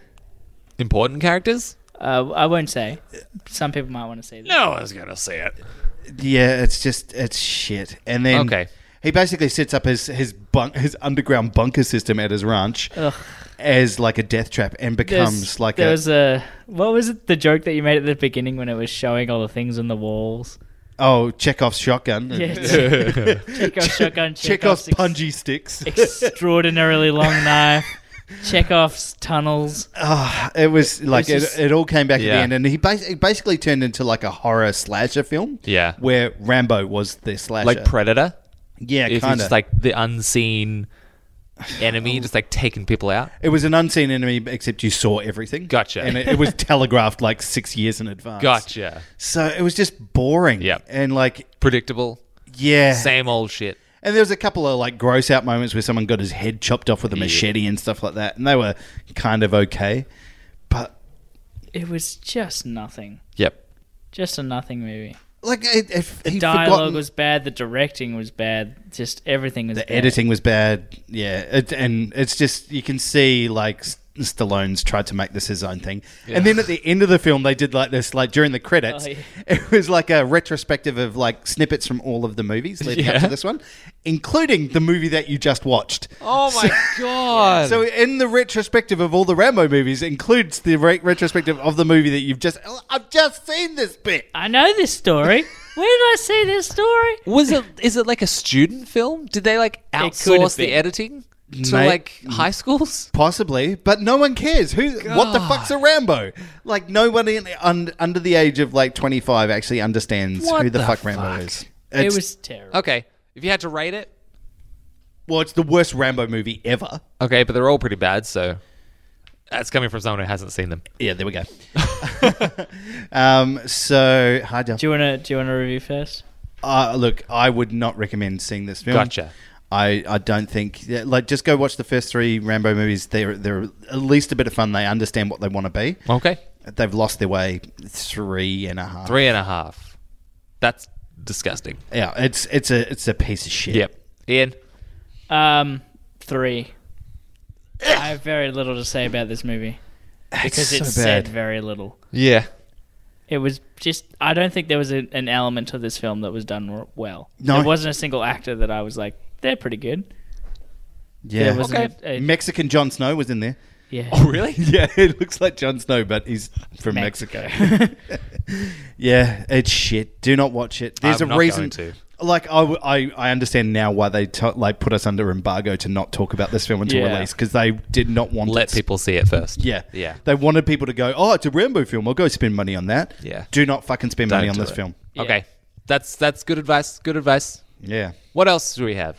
S3: important characters?
S4: Uh, I won't say. Some people might want to say that.
S3: No one's gonna see it.
S1: yeah, it's just it's shit. And then
S3: Okay.
S1: He basically sets up his his bunk his underground bunker system at his ranch
S4: Ugh.
S1: as like a death trap and becomes
S4: There's-
S1: like
S4: there
S1: a
S4: was a what was it the joke that you made at the beginning when it was showing all the things on the walls?
S1: oh Chekhov's shotgun. (laughs)
S4: Yeah, (laughs) Chekhov's shotgun,
S1: Chekhov's
S4: Chekhov's ex-
S1: pungy sticks.
S4: (laughs) extraordinarily long knife, Chekhov's tunnels.
S1: Ah, (laughs) it was like it,
S4: just-
S1: it, all came back at
S3: Yeah.
S1: the end, and he bas- it basically turned into like a horror slasher film.
S3: (laughs) (laughs) Yeah.
S1: where Rambo was the slasher,
S3: Like Predator?
S1: yeah,
S3: If it's
S1: kind
S3: just
S1: of
S3: like the unseen (sighs) enemy, just like taking people out.
S1: It was an unseen enemy, except you saw everything.
S3: Gotcha.
S1: and it, it was telegraphed like six years in advance.
S3: Gotcha.
S1: So it was just boring.
S3: Yep.
S1: and like
S3: Predictable.
S1: yeah,
S3: Same old shit.
S1: And there was a couple of like gross out moments where someone got his head chopped off with a machete and stuff like that, and they were kind of okay. But
S4: It was just nothing.
S3: Yep.
S4: Just a nothing movie.
S1: like, it, if
S4: The
S1: he'd
S4: dialogue
S1: forgotten-
S4: was bad. The directing was bad. Just everything was
S1: the
S4: bad.
S1: editing was bad. Yeah, it, and it's just you can see like S- Stallone's tried to make this his own thing, and then at the end of the film they did like this, like during the credits,
S4: Oh, yeah.
S1: it was like a retrospective of like snippets from all of the movies leading up
S3: Yeah.
S1: to this one, including the movie that you just watched.
S3: Oh (laughs) my god. (laughs)
S1: So in the retrospective of all the Rambo movies includes the re- retrospective of the movie that you've just oh, I've just seen this bit.
S4: I know this story. Where did I see this story?
S3: was it? Is it like a student film? Did they like
S4: could have
S3: outsource the
S4: been.
S3: editing to
S1: Mate-
S3: like high schools?
S1: Possibly, but no one cares. Who? What the
S3: God.
S1: fuck's a Rambo? Like nobody in, un, under the age of like twenty five actually understands
S3: What
S1: who the,
S3: the
S1: fuck, Rambo
S3: fuck?
S1: is.
S4: It
S1: It's,
S4: was terrible.
S3: (laughs) Okay, if you had to rate it,
S1: well, it's the worst Rambo movie ever.
S3: okay, but they're all pretty bad. So that's coming from someone who hasn't seen (laughs) them.
S1: Yeah, there we go. (laughs) um, so hard to
S4: Do you want to do you want to review first?
S1: Uh, look, I would not recommend seeing this film.
S3: Gotcha.
S1: I, I don't think yeah, like just go watch the first three Rambo movies. They're they're at least a bit of fun. They understand what they want to be.
S3: Okay,
S1: They've lost their way three and a half.
S3: three and a half. That's disgusting.
S1: Yeah, it's it's a it's a piece of shit.
S3: Yep. Ian.
S4: Um, three. I have very little to say about this movie because
S1: so
S4: it
S1: bad.
S4: said very little.
S3: Yeah.
S4: It was just I don't think there was a, an element of this film that was done r- well.
S1: No.
S4: there wasn't a single actor that I was like, they're pretty good.
S1: Yeah.
S4: There wasn't a- a-
S1: Mexican Jon Snow was in there.
S4: yeah.
S3: really?
S1: Yeah, it looks like Jon Snow, but he's from
S4: Mexico.
S1: (laughs) yeah, it's shit. Do not watch it. There's a
S3: I'm not
S1: reason.
S3: going to.
S1: Like I, w- I- I understand now why they to- like put us under embargo to not talk about this film until
S4: Yeah.
S1: release because they did not want
S3: Let
S1: it.
S3: people see it first.
S1: Yeah,
S3: Yeah.
S1: They wanted people to go. Oh, it's a Rambo film. I'll go spend money on that.
S3: Yeah.
S1: Do not fucking spend
S3: Don't
S1: money on
S3: do
S1: this
S3: it.
S1: film.
S3: Okay. That's that's good advice. Good advice.
S1: Yeah.
S3: What else do we have?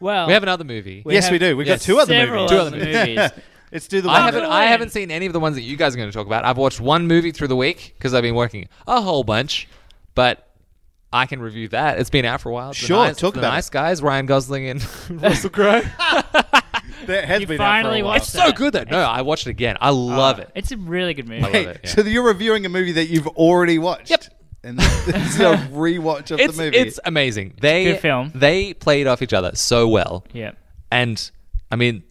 S4: well,
S3: We have another movie.
S4: We
S1: yes,
S4: have
S1: we do. We've
S3: yes,
S1: got two other
S4: several
S1: movies.
S3: Two
S1: (laughs)
S4: other movies.
S1: Let's do the
S3: I
S1: one
S3: haven't
S1: that-
S3: I haven't seen any of the ones that you guys are going to talk about. I've watched one movie through the week because I've been working a whole bunch, but I can review that. It's been out for a while. It's the
S1: Sure,
S3: nice,
S1: talk
S3: the
S1: about
S3: nice guys, Ryan Gosling and Russell Crowe.
S1: That has
S4: You
S1: been out for a
S4: finally
S1: while.
S4: watched
S3: it's (laughs) so good though. No, I watched it again. I love it.
S4: Uh, It's a really good movie.
S3: love it.
S1: Hey,
S3: yeah.
S1: So you're reviewing a movie that you've already watched.
S3: Yep.
S1: And this (laughs) is a rewatch of
S3: It's
S1: the movie.
S3: it's amazing. They
S4: good film.
S3: they played off each other so well.
S4: Yeah.
S3: and I mean,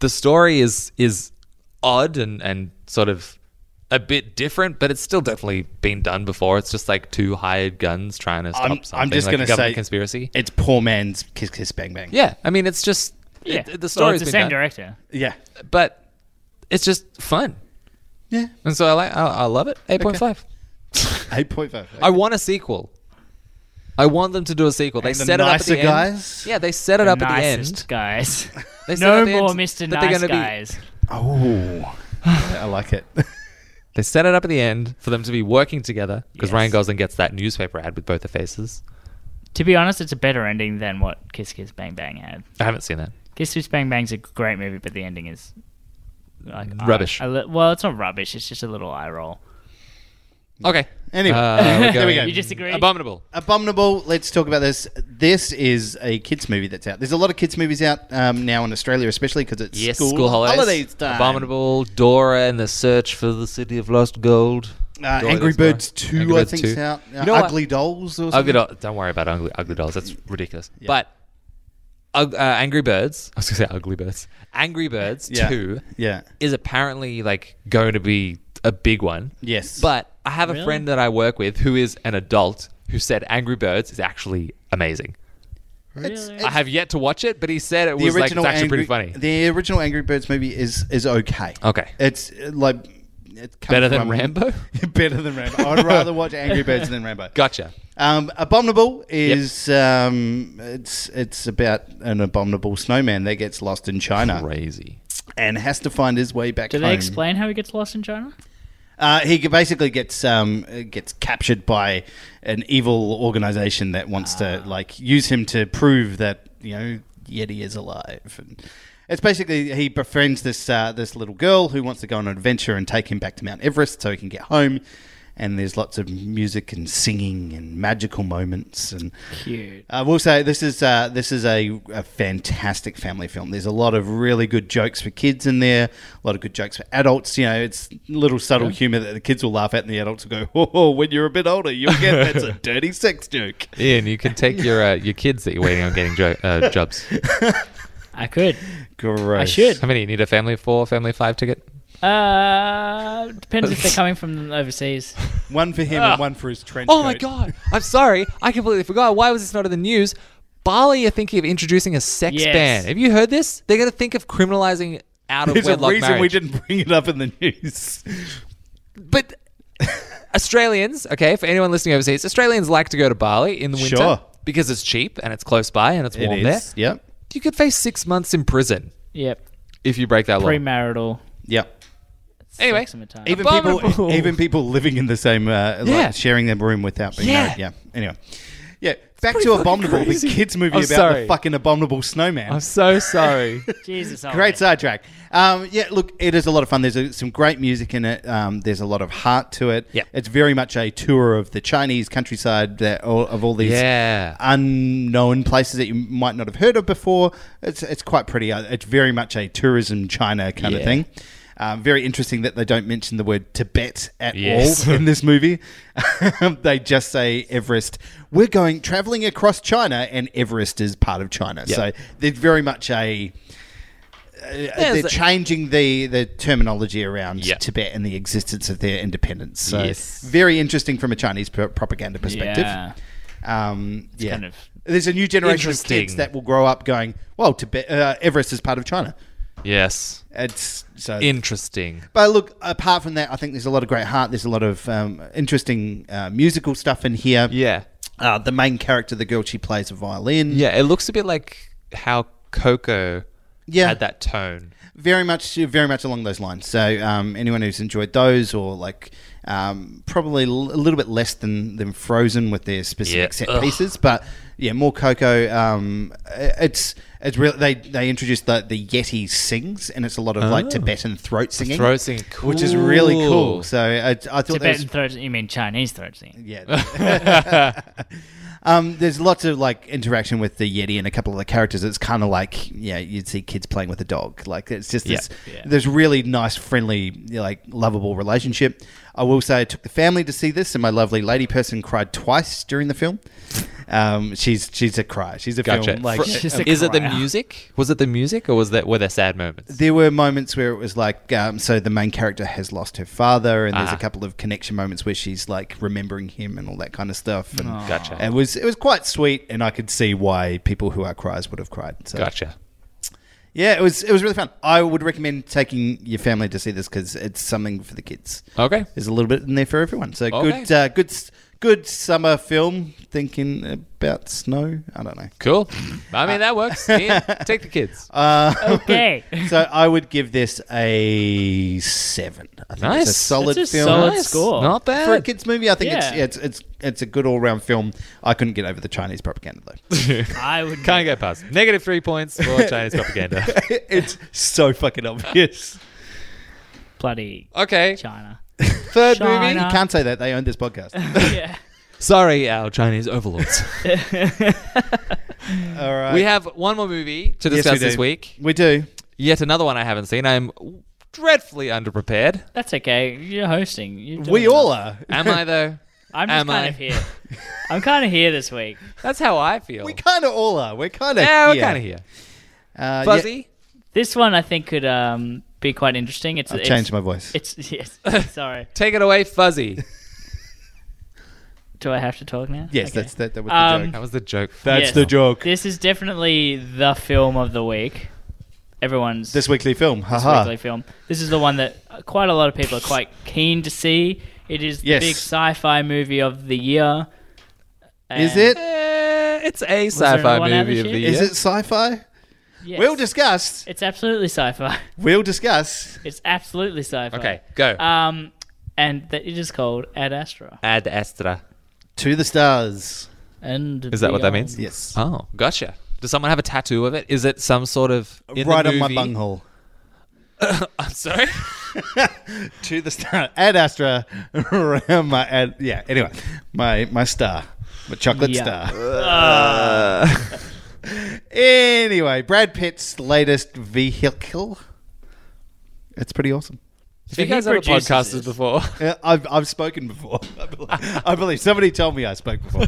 S3: the story is is odd and and sort of a bit different, but it's still definitely been done before. It's just like two hired guns trying to stop
S1: I'm- I'm
S3: something.
S1: just
S3: like a
S1: gonna
S3: government
S1: say-
S3: conspiracy.
S1: It's poor man's kiss kiss bang bang.
S3: yeah, I mean, it's just
S4: Yeah.
S3: it- the
S4: well,
S3: story's
S4: it's
S3: been
S4: the same
S3: done,
S4: director.
S1: Yeah.
S3: but it's just fun,
S1: Yeah.
S3: and so I like I, I love it. Eight point five.
S1: Eight point five.
S3: I want a sequel. I want them to do a sequel. They
S1: And the
S3: set it up at
S1: nicer
S3: the end.
S1: guys?
S3: Yeah, they set it up at the
S4: Nicest
S3: end.
S4: (laughs)
S3: (laughs)
S4: guys.
S3: They set
S4: no
S3: up the
S4: more
S3: end
S4: Mr.
S3: that they're
S4: Nice
S3: gonna be-
S4: Guys.
S1: Oh. I like it. (laughs)
S3: They set it up at the end for them to be working together because
S4: Yes.
S3: Ryan Gosling gets that newspaper ad with both their faces.
S4: To be honest, it's a better ending than what Kiss Kiss Bang Bang had.
S3: I haven't seen that.
S4: Kiss Kiss Bang Bang's a great movie, but the ending is like uh,
S3: Rubbish.
S4: a li- well, it's not rubbish. It's just a little eye roll.
S3: Mm. Okay.
S1: Anyway.
S3: we're
S1: There we go.
S3: going
S4: You disagree?
S3: Abominable.
S1: Abominable. Let's talk about this. This is a kids movie that's out. There's a lot of kids movies out um, now in Australia, especially because it's
S3: Yes, school, holidays.
S1: time.
S3: Abominable. Dora and the search for the city of lost gold.
S1: Uh,
S3: Dora,
S1: Angry
S3: that's Dora.
S1: Birds Two,
S3: Angry
S1: I
S3: Birds
S1: think,
S3: 2.
S1: is out. Uh,
S3: You know what?
S1: Ugly Dolls. Or something.
S3: Ugly Dolls. Don't worry about ugly, ugly Dolls. That's ridiculous. But Ug- uh, Angry Birds. I was going to say Ugly Birds. Angry Birds
S1: Yeah.
S3: 2
S1: Yeah.
S3: is apparently like going to be a big one.
S1: Yes.
S3: But I have a
S4: Really?
S3: friend that I work with who is an adult who said Angry Birds is actually amazing.
S1: It's-
S4: Really?
S1: it's-
S3: I have yet to watch it, but he said it was like it's actually
S1: Angry,
S3: pretty funny.
S1: The original Angry Birds movie is is okay.
S3: Okay.
S1: it's uh, like it comes
S3: Better than
S1: from-
S3: Rambo?
S1: (laughs) better than Rambo. I'd rather watch Angry Birds than Rambo.
S3: Gotcha.
S1: Um, abominable is um, it's it's about an abominable snowman that gets lost in China
S3: Crazy.
S1: and has to find his way back.
S4: Do
S1: home.
S4: they explain how he gets lost in China?
S1: Uh, he g- basically gets um, uh, gets captured by an evil organization that wants to like use him to prove that you know Yeti is alive. And it's basically he befriends this uh, this little girl who wants to go on an adventure and take him back to Mount Everest so he can get home. and there's lots of music and singing and magical moments and
S4: Cute.
S1: I will say this is uh, this is a, a fantastic family film. There's a lot of really good jokes for kids in there, a lot of good jokes for adults. You know, it's little subtle humor that the kids will laugh at, and the adults will go, "Oh, when you're a bit older, you'll get that's a
S3: (laughs)
S1: dirty sex joke."
S3: Ian, you can take your uh, your kids that you're waiting on getting jo-
S1: (laughs)
S3: uh, jobs.
S4: I could.
S1: Gross.
S4: I should.
S3: How many? You need a family of four, family of five ticket?
S4: Uh, depends if they're coming
S3: (laughs)
S4: from overseas.
S1: One for him and one for his trench
S3: Oh my
S1: coat.
S3: god! I'm sorry, I completely forgot. Why was this not in the news? Bali are thinking of introducing a sex
S4: Yes.
S3: ban. Have you heard this? They're going to think of criminalizing out of
S1: There's a
S3: wedlock
S1: reason
S3: marriage.
S1: we didn't bring it up in the news.
S3: But Australians, okay, for anyone listening overseas, Australians like to go to Bali in the winter
S1: Sure.
S3: because it's cheap and it's close by and it's warm there.
S1: Yep.
S3: You could face six months in prison
S4: Yep.
S3: if you break that law.
S4: Premarital.
S1: Yep.
S3: anyway,
S4: sex time.
S1: Even people, (laughs)
S3: Abominable.
S1: even people living in the same, uh, like,
S3: Yeah.
S1: sharing their room without being
S3: Yeah.
S1: married. Yeah. Anyway. Yeah. Back
S3: pretty
S1: to
S3: fucking
S1: Abominable,
S3: crazy.
S1: the kids' movie
S3: I'm
S1: about
S3: sorry.
S1: the fucking abominable snowman.
S3: I'm
S1: (laughs)
S3: so sorry.
S4: Oh, Jesus.
S1: Great
S4: Great.
S1: sidetrack. Um, yeah, look, it is a lot of fun. There's a, some great music in it. Um, there's a lot of heart to it.
S3: Yeah.
S1: It's very much a tour of the Chinese countryside that, all, of all these
S3: yeah.
S1: unknown places that you might not have heard of before. It's it's quite pretty. Uh, It's very much a tourism China kind of
S3: Yeah.
S1: thing. Um, very interesting that they don't mention the word Tibet at
S3: Yes. (laughs)
S1: all in this movie. (laughs) they just say Everest. We're going traveling across China, and Everest is part of China.
S3: Yeah.
S1: So they're very much a. Uh, they're
S3: a-
S1: changing the, the terminology around
S3: Yeah.
S1: Tibet and the existence of their independence. So
S3: Yes.
S1: very interesting from a Chinese pro- propaganda perspective.
S4: Yeah.
S1: Um, yeah.
S4: kind of
S1: There's a new generation of kids
S3: interesting.
S1: that will grow up going, well, Tibet, uh, Everest is part of China.
S3: yes.
S1: It's so.
S3: Interesting.
S1: but look, apart from that, I think there's a lot of great heart. There's a lot of um, interesting uh, musical stuff in here.
S3: Yeah.
S1: Uh, the main character, the girl, she plays a violin.
S3: Yeah, it looks a bit like how Coco
S1: Yeah.
S3: had that tone.
S1: very much very much along those lines so um, anyone who's enjoyed those or like um, probably l- a little bit less than than frozen with their specific
S3: Yeah.
S1: set
S3: Ugh.
S1: pieces but yeah more coco um, i- it's it's real they they introduced the, the yeti sings and it's a lot of like tibetan throat singing
S3: Oh. Throat singing, cool.
S1: which is really cool so i, I thought that was
S4: Tibetan throat. You mean Chinese throat singing?
S1: yeah. (laughs) um, there's lots of like interaction with the Yeti and a couple of the characters. It's kind of like yeah, you'd see kids playing with a dog. Like it's just this.
S4: Yeah. Yeah.
S1: There's really nice, friendly, like lovable relationship. I will say, I took the family to see this, and my lovely lady person cried twice during the film. Um, she's she's a cry. She's a
S3: Gotcha.
S1: film like
S3: Fr-
S4: She's a
S3: is it the
S4: crier.
S3: music? Was it the music, or was that were there sad moments?
S1: there were moments where it was like um, so the main character has lost her father and there's
S3: Ah.
S1: a couple of connection moments where she's like remembering him and all that kind of stuff and
S3: Oh. Gotcha.
S1: it was it was quite sweet and i could see why people who are cries would have cried so
S3: Gotcha.
S1: yeah it was it was really fun i would recommend taking your family to see this because it's something for the kids
S3: Okay.
S1: there's a little bit in there for everyone so
S3: Oh. Okay.
S1: good uh, good s- good summer film thinking about snow i don't know
S3: Cool. I mean, that
S1: (laughs)
S3: works. Ian, take the kids.
S1: uh, (laughs)
S4: Okay.
S1: so I would give this a seven. I think
S3: Nice.
S1: it's a solid
S4: That's a
S1: film
S4: solid score.
S3: Not bad.
S1: for a kids movie. I think it's,
S4: Yeah.
S1: yeah, it's it's it's a good all round film. I couldn't get over the Chinese propaganda
S3: (laughs)
S1: though.
S4: I would.
S3: Can't go past. Negative three points
S1: (laughs)
S3: for Chinese propaganda.
S1: it's so fucking obvious.
S4: bloody
S3: Okay. (laughs)
S4: China.
S1: Third
S4: China.
S1: movie. You can't say that they owned this podcast.
S4: yeah.
S3: Sorry, our Chinese overlords.
S1: all right,
S3: (laughs) we have one more movie to
S1: Yes,
S3: discuss
S1: we do.
S3: this week.
S1: We do.
S3: Yet another one I haven't seen. I'm dreadfully underprepared.
S4: (laughs) That's okay. You're hosting. You're
S1: We
S4: doing
S1: all
S4: it.
S1: are.
S3: Am I
S4: (laughs)
S3: though?
S4: I'm just
S3: am
S4: kind
S3: I?
S4: of here. I'm kind of here this week.
S3: (laughs) That's how I
S1: (laughs)
S3: feel.
S1: We kind of all are. We're kind of
S3: yeah, we're
S1: here.
S3: kind of here.
S1: Uh, yeah.
S3: Fuzzy.
S4: This one I think could um, be quite interesting. It's
S1: I've
S4: it's,
S1: changed my voice.
S4: (laughs) It's yes. (laughs) Sorry.
S3: Take it away, Fuzzy.
S4: Do I have to talk now?
S1: yes,
S4: Okay.
S1: that's that. That was the
S4: Um,
S1: joke.
S3: That was the joke.
S1: That's
S4: yes.
S1: the joke.
S4: This is definitely the film of the week. Everyone's
S1: This weekly film.
S4: this
S1: Haha.
S4: weekly film. This is the one that quite a lot of people are quite keen to see. It is
S1: Yes.
S4: the big sci-fi movie of the year.
S1: Is
S4: And-
S1: it?
S3: Eh, it's a
S4: there
S3: sci-fi
S4: another one out
S3: movie
S4: this
S3: of the
S4: year?
S3: year.
S1: Is it sci-fi?
S4: Yes.
S1: We'll discuss.
S4: It's absolutely sci-fi. (laughs)
S1: We'll discuss.
S4: It's absolutely sci-fi.
S3: Okay, go.
S4: Um, and that it is called Ad Astra.
S3: Uh, Ad Astra.
S1: To the stars.
S4: And
S3: Is that what that
S4: beyond.
S3: means?
S1: Yes.
S3: Oh, gotcha. Does someone have a tattoo of it? Is it some sort of in the
S1: right on my
S3: movie-
S1: bunghole.
S3: (laughs)
S4: (laughs)
S3: I'm sorry.
S1: to the star at Astra. (laughs) around my ad, yeah. Anyway, my my star, my chocolate
S4: Yeah.
S1: star. (laughs) Anyway, Brad Pitt's latest vehicle. It's pretty awesome.
S3: If you
S4: he
S3: guys ever
S4: produces
S3: podcasters
S4: this. (laughs)
S3: before,
S1: Uh, I've I've spoken before. (laughs) I believe, I believe somebody told me I spoke
S4: (laughs)
S1: before.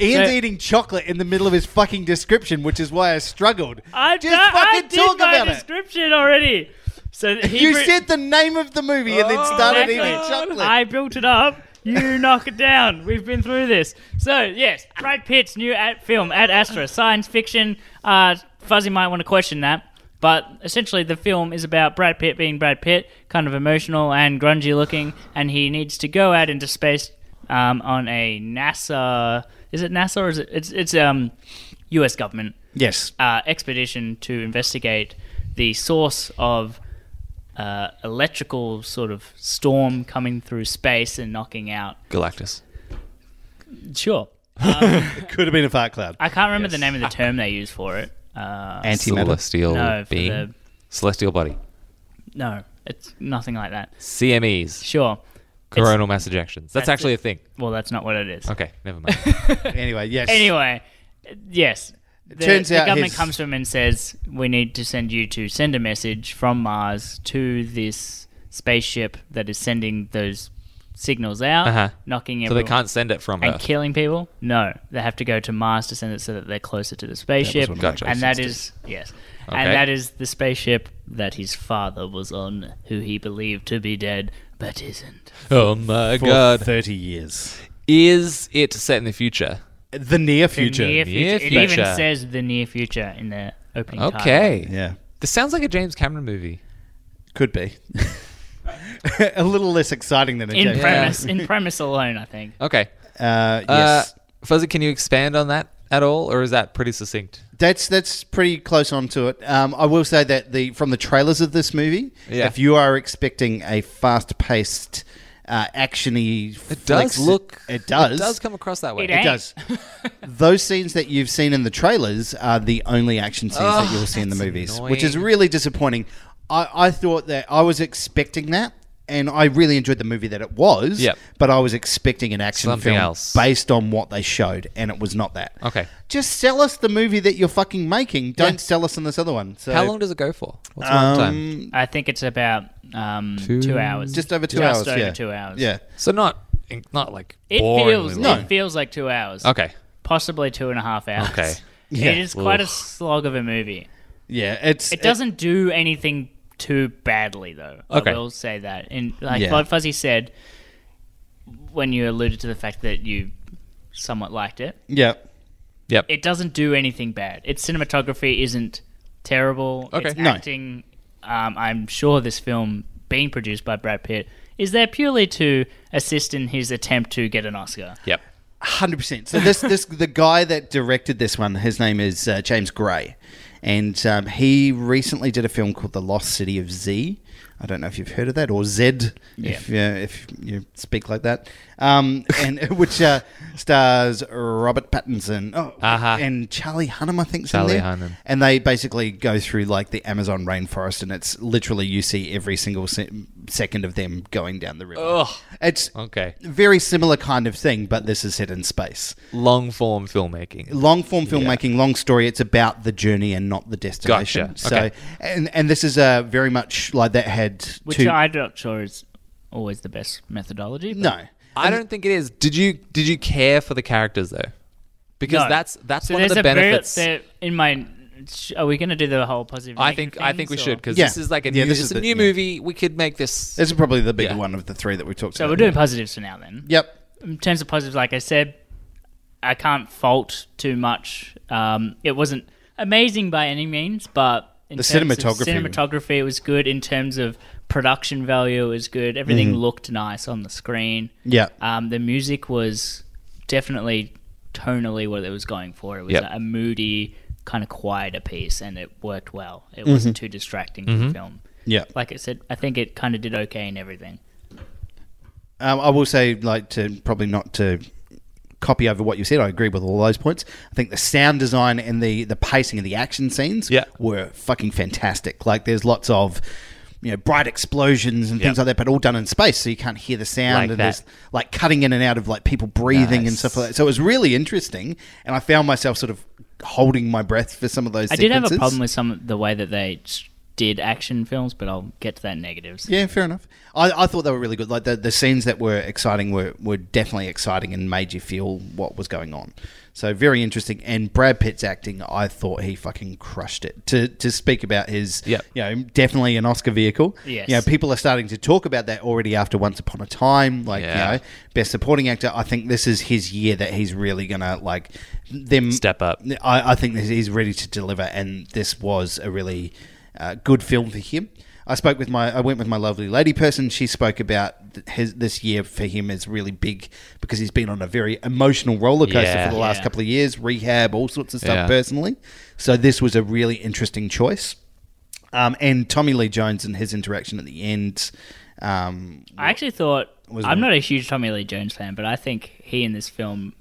S1: Ian's
S4: So-
S1: eating chocolate in the middle of his fucking description, which is why I struggled.
S4: I
S1: just
S4: do-
S1: fucking
S4: I did
S1: talk
S4: my
S1: about it.
S4: description already. So that he
S1: You
S4: br-
S1: said the name of the movie and then started
S4: Oh, Exactly.
S1: eating chocolate.
S4: I built it up.
S1: (laughs)
S4: You knock it down. We've been through this. So yes, Brad Pitt's new at film at Astra, science fiction. Uh, Fuzzy might want to question that, but essentially the film is about Brad Pitt being Brad Pitt, kind of emotional and grungy looking, and he needs to go out into space um, on a NASA. Is it NASA or is it? It's it's um, U.S. government
S1: yes.
S4: uh, expedition to investigate the source of uh, electrical sort of storm coming through space and knocking out.
S3: Galactus.
S4: Sure.
S1: Could have been a fart cloud.
S4: I can't remember the name of the term they use for it. Uh,
S1: Antimatter.
S3: Celestial
S4: no, for
S3: being.
S4: the,
S3: Celestial body.
S4: no, it's nothing like that.
S3: CMEs.
S4: Sure. It's-
S3: Coronal mass ejections. That's,
S4: That's
S3: actually
S4: it.
S3: a thing.
S4: well, that's not what it is.
S3: Okay, never
S4: (laughs)
S3: mind.
S1: Anyway, yes.
S4: Anyway, yes. The,
S1: turns
S4: the
S1: out
S4: government
S1: his-
S4: comes to him and says, "We need to send you to send a message from Mars to this spaceship that is sending those signals out,
S3: Uh-huh.
S4: knocking
S3: so they
S4: everyone
S3: can't send it from
S4: and
S3: Earth.
S4: killing people. No, they have to go to Mars to send it so that they're closer to the spaceship,
S3: one of my Gotcha.
S4: and that is
S3: questions,
S4: yes,
S3: Okay.
S4: and that is the spaceship that his father was on, who he believed to be dead but isn't.
S3: oh my
S1: For
S3: god.
S1: 30 years.
S3: Is it set in the future?
S1: The near future.
S4: The near
S3: Near
S4: future. It
S3: future.
S4: even says the near future in the opening. title.
S3: Okay.
S1: yeah.
S3: This sounds like a James Cameron movie.
S1: Could be. (laughs) a little less exciting than a
S4: in
S1: James
S4: premise in premise alone i think
S3: Okay.
S1: Uh,
S3: Uh,
S1: yes.
S3: Fuzzy, can you expand on that at all, or is that pretty succinct?
S1: That's that's pretty close on to it. Um, I will say that the from the trailers of this movie,
S3: Yeah.
S1: if you are expecting a fast paced, uh, actiony,
S3: It does look.
S1: It does.
S3: It does come across that way.
S4: It
S1: It
S3: (laughs)
S1: does. Those scenes that you've seen in the trailers are the only action scenes that
S3: Oh,
S1: you'll see in the
S3: that's
S1: movies, which is
S3: annoying.
S1: really disappointing. I, I thought that I was expecting that, and I really enjoyed the movie that it was.
S3: Yep.
S1: But I was expecting an action
S3: Something
S1: film
S3: else.
S1: based on what they showed, and it was not that.
S3: Okay.
S1: Just sell us the movie that you're fucking making. Don't sell us on this other one. So
S3: How long does it go for? What's the long time?
S1: um,
S4: i think it's about um, two,
S3: Two-
S4: hours
S1: Just over two
S4: Just
S1: hours.
S4: over
S1: yeah.
S4: two hours
S1: Yeah.
S3: So not, not like
S4: it
S3: boringly
S4: feels
S3: long.
S4: it feels like two hours
S3: Okay.
S4: possibly two and a half hours
S3: Okay.
S1: Yeah.
S4: it is quite a
S3: Oof.
S4: slog of a movie
S1: Yeah. It's
S4: it doesn't do anything too badly though
S3: Okay.
S4: i will say that and like
S1: Yeah.
S4: Clyde fuzzy said when you alluded to the fact that you somewhat liked it
S1: yeah.
S3: Yep.
S4: it doesn't do anything bad. Its cinematography isn't terrible.
S3: Okay.
S4: Its
S1: No.
S4: acting, um, I'm sure this film being produced by Brad Pitt is there purely to assist in his attempt to get an Oscar.
S3: yep.
S1: Hundred percent. So this this the guy that directed this one. His name is uh, James Gray, and um, he recently did a film called The Lost City of Z. I don't know if you've heard of that or Z, if, uh, if you speak like that, um, and (laughs) which uh, stars Robert Pattinson oh,
S3: Uh-huh.
S1: and Charlie Hunnam, I think. is in
S3: Charlie
S1: there.
S3: Hunnam.
S1: And they basically go through like the Amazon rainforest, and it's literally you see every single se- second of them going down the river.
S3: Ugh.
S1: It's
S3: Okay.
S1: very similar kind of thing, but this is set in space.
S3: Long form filmmaking.
S1: Long form filmmaking, long story. It's about the journey and not the destination.
S3: Gotcha.
S1: So,
S3: Okay.
S1: and and this is uh, very much like that had
S4: Which
S1: two.
S4: I'm not sure is always the best methodology. but-
S1: no,
S3: I don't think it is. Did you did you care for the characters though? Because
S4: No.
S3: that's that's
S4: So
S3: one of
S4: there's
S3: the
S4: a very-
S3: benefits.
S4: there- in my, sh- are we going to do the whole positive?
S3: I
S4: negative
S3: think I think we
S4: things,
S3: should
S4: or-
S3: because
S1: Yeah.
S3: this is like a
S1: Yeah,
S3: new,
S1: this
S3: it's
S1: is
S3: a
S1: the-
S3: new
S1: yeah.
S3: movie. We could make this.
S1: this is probably the bigger
S3: Yeah.
S1: one of the three that we talked
S4: So
S1: about.
S4: we're doing positives for now then.
S1: Yep.
S4: in terms of positives, like I said, I can't fault too much. Um, it wasn't amazing by any means, but in
S1: The
S4: terms of
S1: cinematography.
S4: cinematography was good. In terms of production value, it was good. Everything
S1: Mm-hmm.
S4: looked nice on the screen.
S1: Yeah.
S4: Um, the music was definitely tonally what it was going for. It was
S3: Yep.
S4: a moody, kind of quieter piece, and it worked well. It wasn't too distracting to the film.
S1: Mm-hmm. Yeah.
S4: Like I said, I think it kind of did okay in everything.
S1: Um, I will say, like, to probably not to copy over what you said. I agree with all those points. I think the sound design and the the pacing of the action scenes
S3: Yeah.
S1: were fucking fantastic. Like, there's lots of you know bright explosions and things
S3: Yep.
S1: like that, but all done in space, so you can't hear the sound
S3: Like
S1: and
S3: that.
S1: there's like cutting in and out of like people breathing and
S4: Nice.
S1: stuff like that. So it was really interesting, and I found myself sort of holding my breath for some of those.
S4: I did have a
S1: sequences.
S4: problem with some the way that they s- did action films, but I'll get to that in negatives.
S1: Yeah, fair enough. I, I thought they were really good. Like the, the scenes that were exciting were, were definitely exciting and made you feel what was going on. So very interesting. And Brad Pitt's acting, I thought he fucking crushed it. To to speak about his,
S3: Yep.
S1: you know, definitely an Oscar vehicle.
S4: Yes.
S1: You know, people are starting to talk about that already after Once Upon a Time, like
S3: Yeah.
S1: you know, Best Supporting Actor. I think this is his year that he's really gonna like them
S3: Step up.
S1: I, I think that he's ready to deliver, and this was a really uh, good film for him. I spoke with my, I went with my lovely lady person. She spoke about th- his this year for him is really big because he's been on a very emotional roller coaster
S3: Yeah.
S1: for the last
S4: Yeah.
S1: couple of years, rehab, all sorts of stuff
S3: Yeah.
S1: personally. So this was a really interesting choice. Um, and Tommy Lee Jones and his interaction at the end. Um,
S4: I actually thought
S1: Was
S4: I'm
S1: the-
S4: not a huge Tommy Lee Jones fan, but I think he in this film,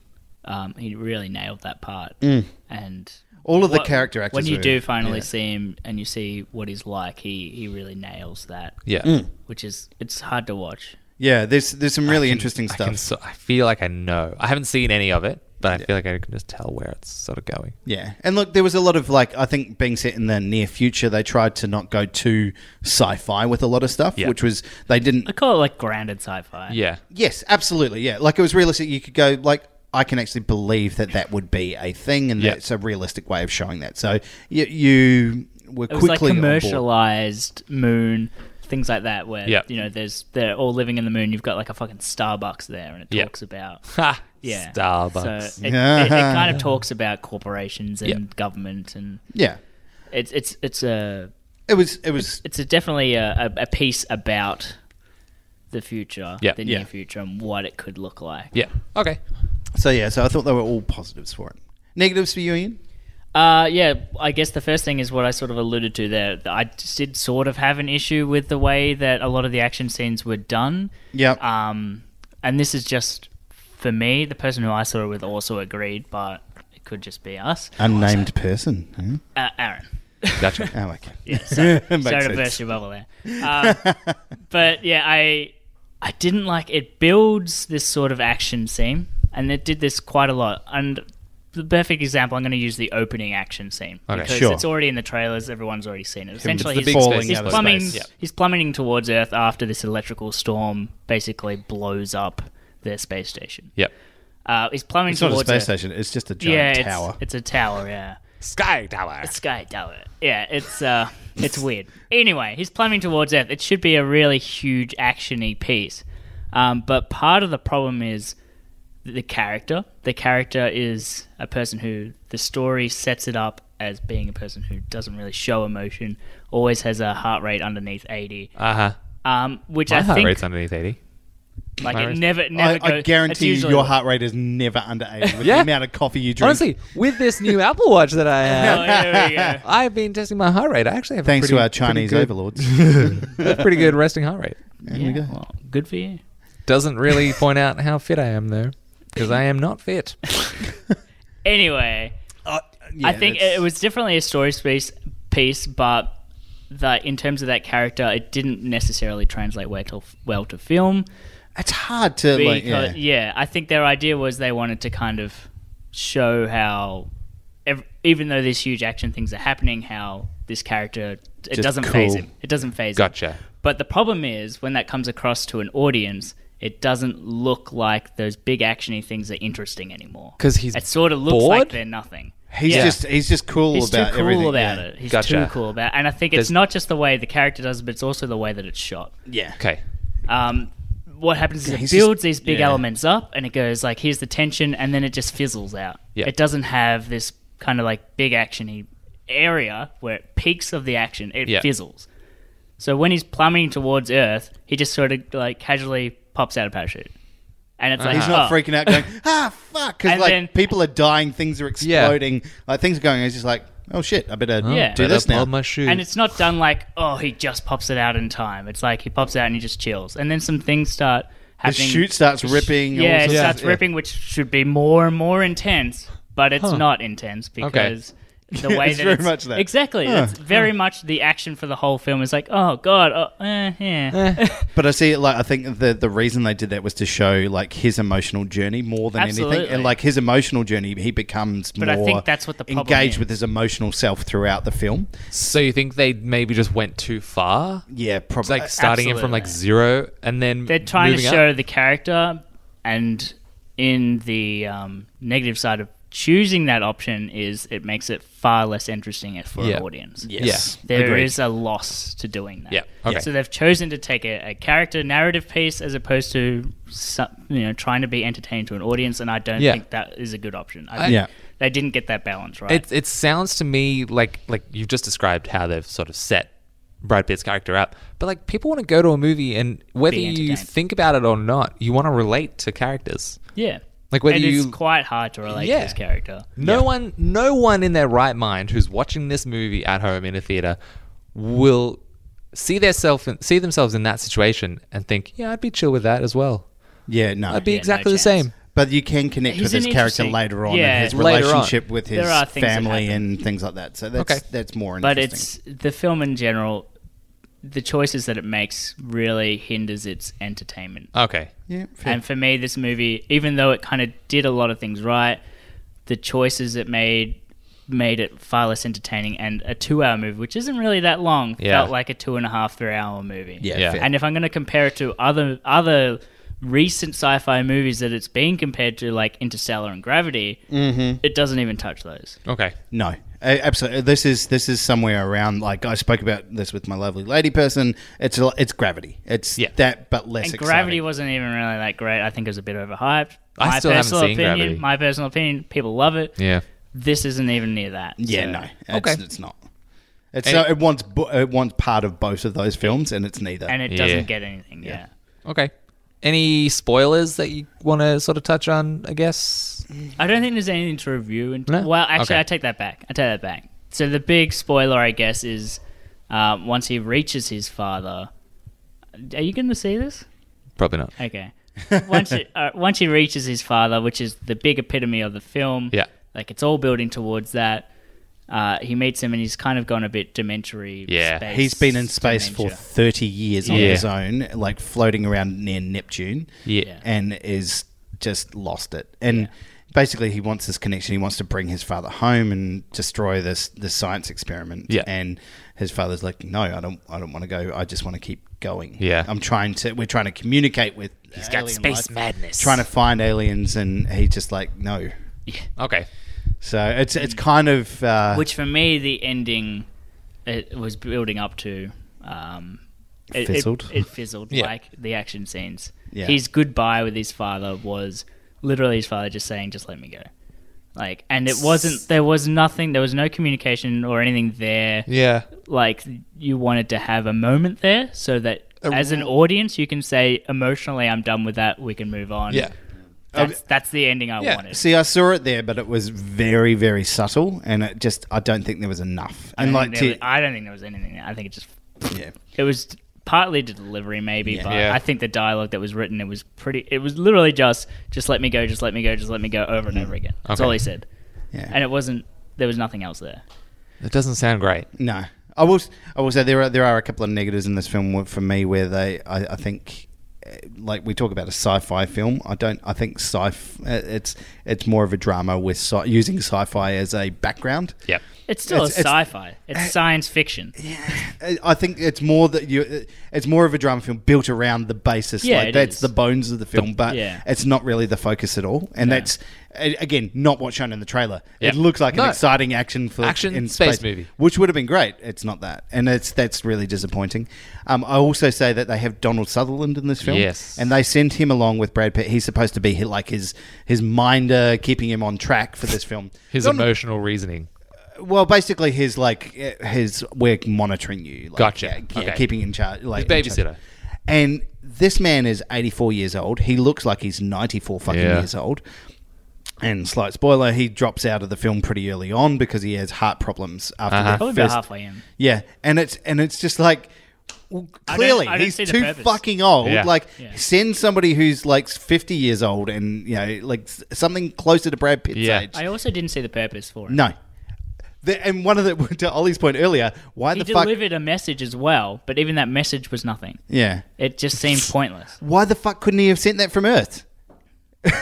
S4: um, he really nailed that part. And
S1: Mm. All of the
S4: what-
S1: character actors
S4: When you
S1: were-
S4: do finally
S1: yeah.
S4: see him and you see what he's like, he he really nails that.
S3: Yeah.
S4: which is it's hard to watch.
S1: yeah, there's there's some Mm, really
S3: I can-
S1: interesting
S3: I,
S1: stuff.
S3: can so- I feel like I know. I haven't seen any of it, but I feel like I can just tell where it's sort of going.
S1: Yeah, and look, there was a lot of like I think being set in the near future, they tried to not go too sci-fi with a lot of stuff,
S3: Yeah.
S1: which was they didn't.
S4: I call it like grounded sci-fi.
S3: Yeah.
S1: Yes, absolutely, yeah. Like it was realistic. You could go like I can actually believe that that would be a thing, and
S3: Yeah.
S1: that's a realistic way of showing that. So you, you were
S4: it was like
S1: quickly on board.
S4: commercialized moon things like that where
S3: Yeah.
S4: you know there's they're all living in the moon you've got like a fucking starbucks there and it
S3: Yeah. (laughs)
S4: talks about
S3: Ha!
S4: yeah
S3: Starbucks.
S4: so it, it, it kind of talks about corporations and
S3: Yeah.
S4: government and
S1: Yeah,
S4: it's it's it's a
S1: it was. It was.
S4: it's a definitely a, a, a piece about the future
S3: Yeah.
S4: the
S1: Yeah.
S4: near future and what it could look like
S3: yeah. Okay.
S1: So yeah, so I thought they were all positives for it. Negatives for you, Ian?
S4: Uh, yeah, I guess the first thing is what I sort of alluded to there. I just did sort of have an issue with the way that a lot of the action scenes were done.
S1: Yep.
S4: Um, and this is just for me. The person who I saw it with also agreed, but it could just be us.
S3: Uh,
S1: Unnamed person. huh?
S4: Uh, Aaron.
S3: (laughs)
S1: (laughs)
S4: (laughs)
S3: Gotcha.
S1: Oh, okay.
S4: Yeah, so,
S1: Makes
S4: sorry to
S1: sense. (laughs)
S4: burst your bubble there. Um, but yeah, I I didn't like it. Builds this sort of action scene, and it did this quite a lot. And the perfect example, I'm going to use the opening action scene
S3: Okay.
S4: because
S1: Sure.
S4: it's already in the trailers. Everyone's already seen it. Essentially,
S3: It's the
S4: he's,
S3: big
S1: falling
S3: space
S1: he's
S4: he's
S1: out of
S4: plumbing.
S1: space.
S3: Yeah.
S4: He's plummeting towards Earth after this electrical storm basically blows up their space station.
S3: Yep.
S4: Uh, he's plummeting
S1: It's not a
S4: towards
S1: space
S4: Earth.
S1: station. It's just a
S4: Yeah,
S1: giant
S4: it's-
S1: tower.
S4: it's a tower. Yeah.
S3: Sky Tower.
S4: Sky Tower. Yeah, it's uh,
S1: (laughs)
S4: it's weird. Anyway, he's plumbing towards Earth. It should be a really huge actiony piece, um, but part of the problem is the character. The character is a person who the story sets it up as being a person who doesn't really show emotion, always has a heart rate underneath eighty,
S3: Uh huh.
S4: um, which
S3: My
S4: I
S3: heart
S4: think
S3: rate's underneath 80.
S4: like
S3: my
S4: it
S3: rate's-
S4: never never.
S1: I, I
S4: goes- it's
S1: guarantee you
S4: usually
S1: your
S4: low.
S1: heart rate is never under 80 with the
S3: Yeah.
S1: amount of coffee you drink.
S3: Honestly, with this
S1: (laughs)
S3: new Apple Watch that I
S4: Oh,
S3: have,
S4: here we go.
S3: I've been testing my heart rate. I actually have a
S1: Thanks
S3: pretty,
S1: to our Chinese
S3: pretty good-
S4: (laughs)
S1: overlords. (laughs)
S3: a pretty good resting heart rate.
S4: Yeah, well, good for you.
S3: Doesn't really point out how fit I am though, because I am not fit.
S4: Anyway, I think it was definitely a story space piece, but that in terms of that character, it didn't necessarily translate well to, well to film.
S1: It's hard to like. Yeah.
S4: Because, yeah, I think their idea was they wanted to kind of show how, ev- even though these huge action things are happening, how this character it
S1: Just
S4: doesn't phase
S1: cool.
S4: him. It doesn't phase him.
S3: Gotcha.
S4: But the problem is when that comes across to an audience, it doesn't look like those big actiony things are interesting anymore.
S3: 'Cause he's
S4: it sort of looks like
S3: bored?
S4: they're nothing.
S1: He's
S4: Yeah.
S1: just he's just cool
S4: He's
S1: about
S4: too cool
S1: everything.
S4: about
S1: yeah.
S4: it. He's
S3: Gotcha.
S4: too cool about, and I think it's
S3: There's-
S4: not just the way the character does, it, but it's also the way that it's shot.
S1: Yeah.
S3: Okay.
S4: Um, what happens is it
S1: he's
S4: builds
S1: just-
S4: these big
S1: yeah.
S4: elements up, and it goes like, "Here's the tension," and then it just fizzles out.
S3: Yeah.
S4: It doesn't have this kind of like big actiony area where it peaks of the action. It
S3: Yeah.
S4: fizzles. So when he's plumbing towards Earth, he just sort of like casually pops out a parachute, and it's like
S1: He's not
S4: oh.
S1: freaking out,
S4: (laughs)
S1: going ah fuck, because
S4: And
S1: like
S4: then-
S1: people are dying, things are exploding, like things are going. It's just like oh shit, I better
S4: Yeah.
S1: do
S4: Better
S1: this now.
S3: Pull my shoe.
S4: And it's not done like, oh, he just pops it out in time. It's like he pops out and he just chills. And then some things start
S1: the
S4: happening.
S1: chute starts ripping. and all
S4: yeah, it
S1: sorts of-
S4: starts
S1: yeah. (laughs)
S4: ripping, which should be more and more intense, but it's not intense because The
S1: Yeah,
S4: way
S1: it's
S4: that
S1: very
S4: it's,
S1: much that.
S4: exactly, it's very much the action for the whole film is like, oh god, oh, eh, yeah.
S1: But I see, like, I think the the reason they did that was to show like his emotional journey more than anything,
S4: Absolutely.
S1: and like his emotional journey, he becomes
S4: But I
S1: more
S4: think that's what the problem
S1: engaged
S4: is.
S1: with his emotional self throughout the film.
S3: So you think they maybe just went too far?
S1: Yeah,
S3: It's
S1: probably.
S3: like starting it from like zero and then
S4: They're trying to
S3: moving up?
S4: show the character, and in the um, negative side of choosing that option is it makes it far less interesting for
S3: Yeah.
S4: an audience.
S1: Yes.
S4: There is
S3: Agreed.
S4: a loss to doing that.
S3: Yeah, okay.
S4: So they've chosen to take a, a character narrative piece as opposed to some, you know trying to be entertained to an audience, and I don't
S3: Yeah.
S4: think that is a good option. I
S3: I-
S4: think
S1: Yeah.
S4: They didn't get that balance right.
S3: It it sounds to me like like you've just described how they've sort of set Brad Pitt's character up, but like people want to go to a movie and whether
S4: Be
S3: you
S4: entertained.
S3: think about it or not, you want to relate to characters.
S4: yeah.
S3: Like whether
S4: and
S3: you
S4: it's quite hard to relate
S3: Yeah.
S4: to this character.
S3: no one no one in their right mind who's watching this movie at home in a theater will see their self see themselves in that situation and think, yeah, I'd be chill with that as well.
S1: yeah, no.
S3: I'd be
S4: Oh, Yeah, no
S3: exactly the
S4: chance.
S3: same.
S1: But you can connect
S4: He's
S1: with his
S4: an
S1: character
S4: interesting-
S1: later on,
S4: yeah,
S1: and his
S3: Later on.
S1: relationship with his
S4: There are things that
S1: family
S4: happen.
S1: and things like that. So that's
S3: Okay.
S1: that's more
S4: but
S1: interesting.
S4: it's the film in general the choices that it makes really hinders its entertainment
S3: Okay.
S1: yeah, fair.
S4: and for me this movie even though it kind of did a lot of things right the choices it made made it far less entertaining and a two hour movie which isn't really that long
S3: Yeah.
S4: felt like a two and a half three hour movie
S1: yeah,
S3: yeah.
S1: fair.
S4: and if i'm going to compare it to other other recent sci-fi movies that it's been compared to like interstellar and gravity
S3: Mm-hmm.
S4: it doesn't even touch those
S3: Okay.
S1: No, A- absolutely. This is this is somewhere around. Like I spoke about this with my lovely lady person. It's a- it's gravity. It's
S3: Yeah.
S1: that, but less.
S4: And
S1: exciting.
S4: Gravity wasn't even really that great. I think it was a bit overhyped.
S3: I still haven't
S4: personal
S3: seen
S4: opinion,
S3: Gravity.
S4: My personal opinion, people love it.
S3: Yeah.
S4: This isn't even near that.
S1: Yeah,
S4: so-
S1: no. It's,
S3: Okay.
S1: it's not. It's
S3: And
S1: not,
S3: it-
S1: it wants bo- it wants part of both of those films, and it's neither.
S4: And it
S3: Yeah.
S4: doesn't get anything. Yeah.
S3: Okay. Any spoilers that you want to sort of touch on, I guess?
S4: I don't think there's anything to review. In-
S3: No?
S4: Well, actually,
S3: Okay.
S4: I take that back. I take that back. So the big spoiler, I guess, is um, once he reaches his father. Are you going to see this?
S3: Probably not. (laughs)
S4: Okay.
S1: (laughs)
S4: once, it, uh, once he reaches his father, which is the big epitome of the film,
S3: Yeah.
S4: like it's all building towards that. Uh, he meets him and he's kind of gone a bit dementory.
S3: Yeah.
S4: space
S1: He's been in space for
S4: dementia.
S1: thirty years on
S3: Yeah.
S1: his own, like floating around near Neptune.
S3: Yeah.
S1: and is just lost it. And basically, he wants this connection. He wants to bring his father home and destroy this this science experiment.
S3: Yeah.
S1: and his father's like, "No, I don't. I don't want to go. I just want to keep going.
S3: Yeah.
S1: I'm trying to. We're trying to communicate with. He's
S3: got space madness.
S1: Trying to find aliens, and he's just like, no.
S3: Okay.
S1: So it's it's kind of uh,
S4: (laughs) Which for me, the ending it was building up to. Um, it, it-
S1: Fizzled.
S4: It, fizzled,
S3: Yeah.
S4: like the action scenes.
S1: Yeah.
S4: His goodbye with his father was literally his father just saying, just let me go. Like, and it wasn't, there was nothing, there was no communication or anything there.
S3: Yeah.
S4: like you wanted to have a moment there so that
S1: Uh,
S4: as an audience you can say emotionally i'm done with that we can move on
S3: Yeah.
S4: that's, that's the ending i
S3: Yeah.
S4: wanted
S1: See, I saw it there, but it was very, very subtle, and it just I don't think there was enough.
S4: I,
S1: And
S4: don't
S1: like,
S4: think
S1: to,
S4: there was- I don't think there was anything there. i think it just
S1: yeah,
S4: it was partly the delivery maybe but
S3: Yeah.
S4: i think the dialogue that was written it was pretty it was literally just just let me go just let me go just let me go over and over
S1: Mm.
S4: again that's
S3: Okay.
S4: all he said
S1: yeah.
S4: and it wasn't there was nothing else there
S3: That doesn't sound great.
S1: No, I will. s- I will say there are there are a couple of negatives in this film wh- for me where they I, I think uh, like we talk about a sci-fi film. I don't. I think sci. eh, It's it's more of a drama with sci- using sci-fi as a background.
S3: Yep.
S4: it's still
S1: It's-
S4: a
S1: it's-
S4: sci-fi it's science fiction
S1: I I think it's more that you. It's more of a drama film built around the basis.
S4: Yeah,
S1: like
S4: it
S1: that's
S4: is.
S1: the bones of the film, but
S4: yeah.
S1: it's not really the focus at all. And that's a- again not what's shown in the trailer.
S3: Yeah.
S1: It looks like
S3: No.
S1: an exciting action flick
S3: Action
S1: in
S3: space movie.
S1: which would have been great. It's not that, and it's that's really disappointing. Um, I also say that they have Donald Sutherland in this film.
S3: Yes.
S1: and they send him along with Brad Pitt. He's supposed to be hi- like his his minder, keeping him on track for this film.
S3: His
S1: Donald-
S3: emotional reasoning.
S1: well, basically, his like eh, his we're monitoring you. Like,
S3: Gotcha.
S1: yeah, yeah,
S3: Okay.
S1: keeping in charge. Like in charge.
S3: babysitter.
S1: And this man is eighty four years old. He looks like he's ninety four fucking
S3: Yeah.
S1: years old. And slight spoiler, he drops out of the film pretty early on because he has heart problems after
S3: Uh-huh.
S1: the
S4: probably about
S1: first-
S4: halfway in
S1: yeah, and it's and it's just like. Well,
S4: I don't-
S1: clearly,
S4: I don't
S1: he's
S4: see the
S1: too
S4: purpose.
S1: fucking old.
S3: Yeah.
S1: Like,
S4: Yeah.
S1: send somebody who's like fifty years old, and you know, like s- something closer to Brad Pitt's
S3: Yeah.
S1: age.
S4: i also didn't see the purpose for it
S1: No. The, and one of the (laughs) to Ollie's point earlier, why
S4: He
S1: the fuck?
S4: delivered a message as well, but even that message was nothing.
S1: Yeah,
S4: It just
S1: (laughs)
S4: seemed pointless.
S1: why the fuck couldn't he have sent that from Earth?
S4: Yeah.
S1: (laughs)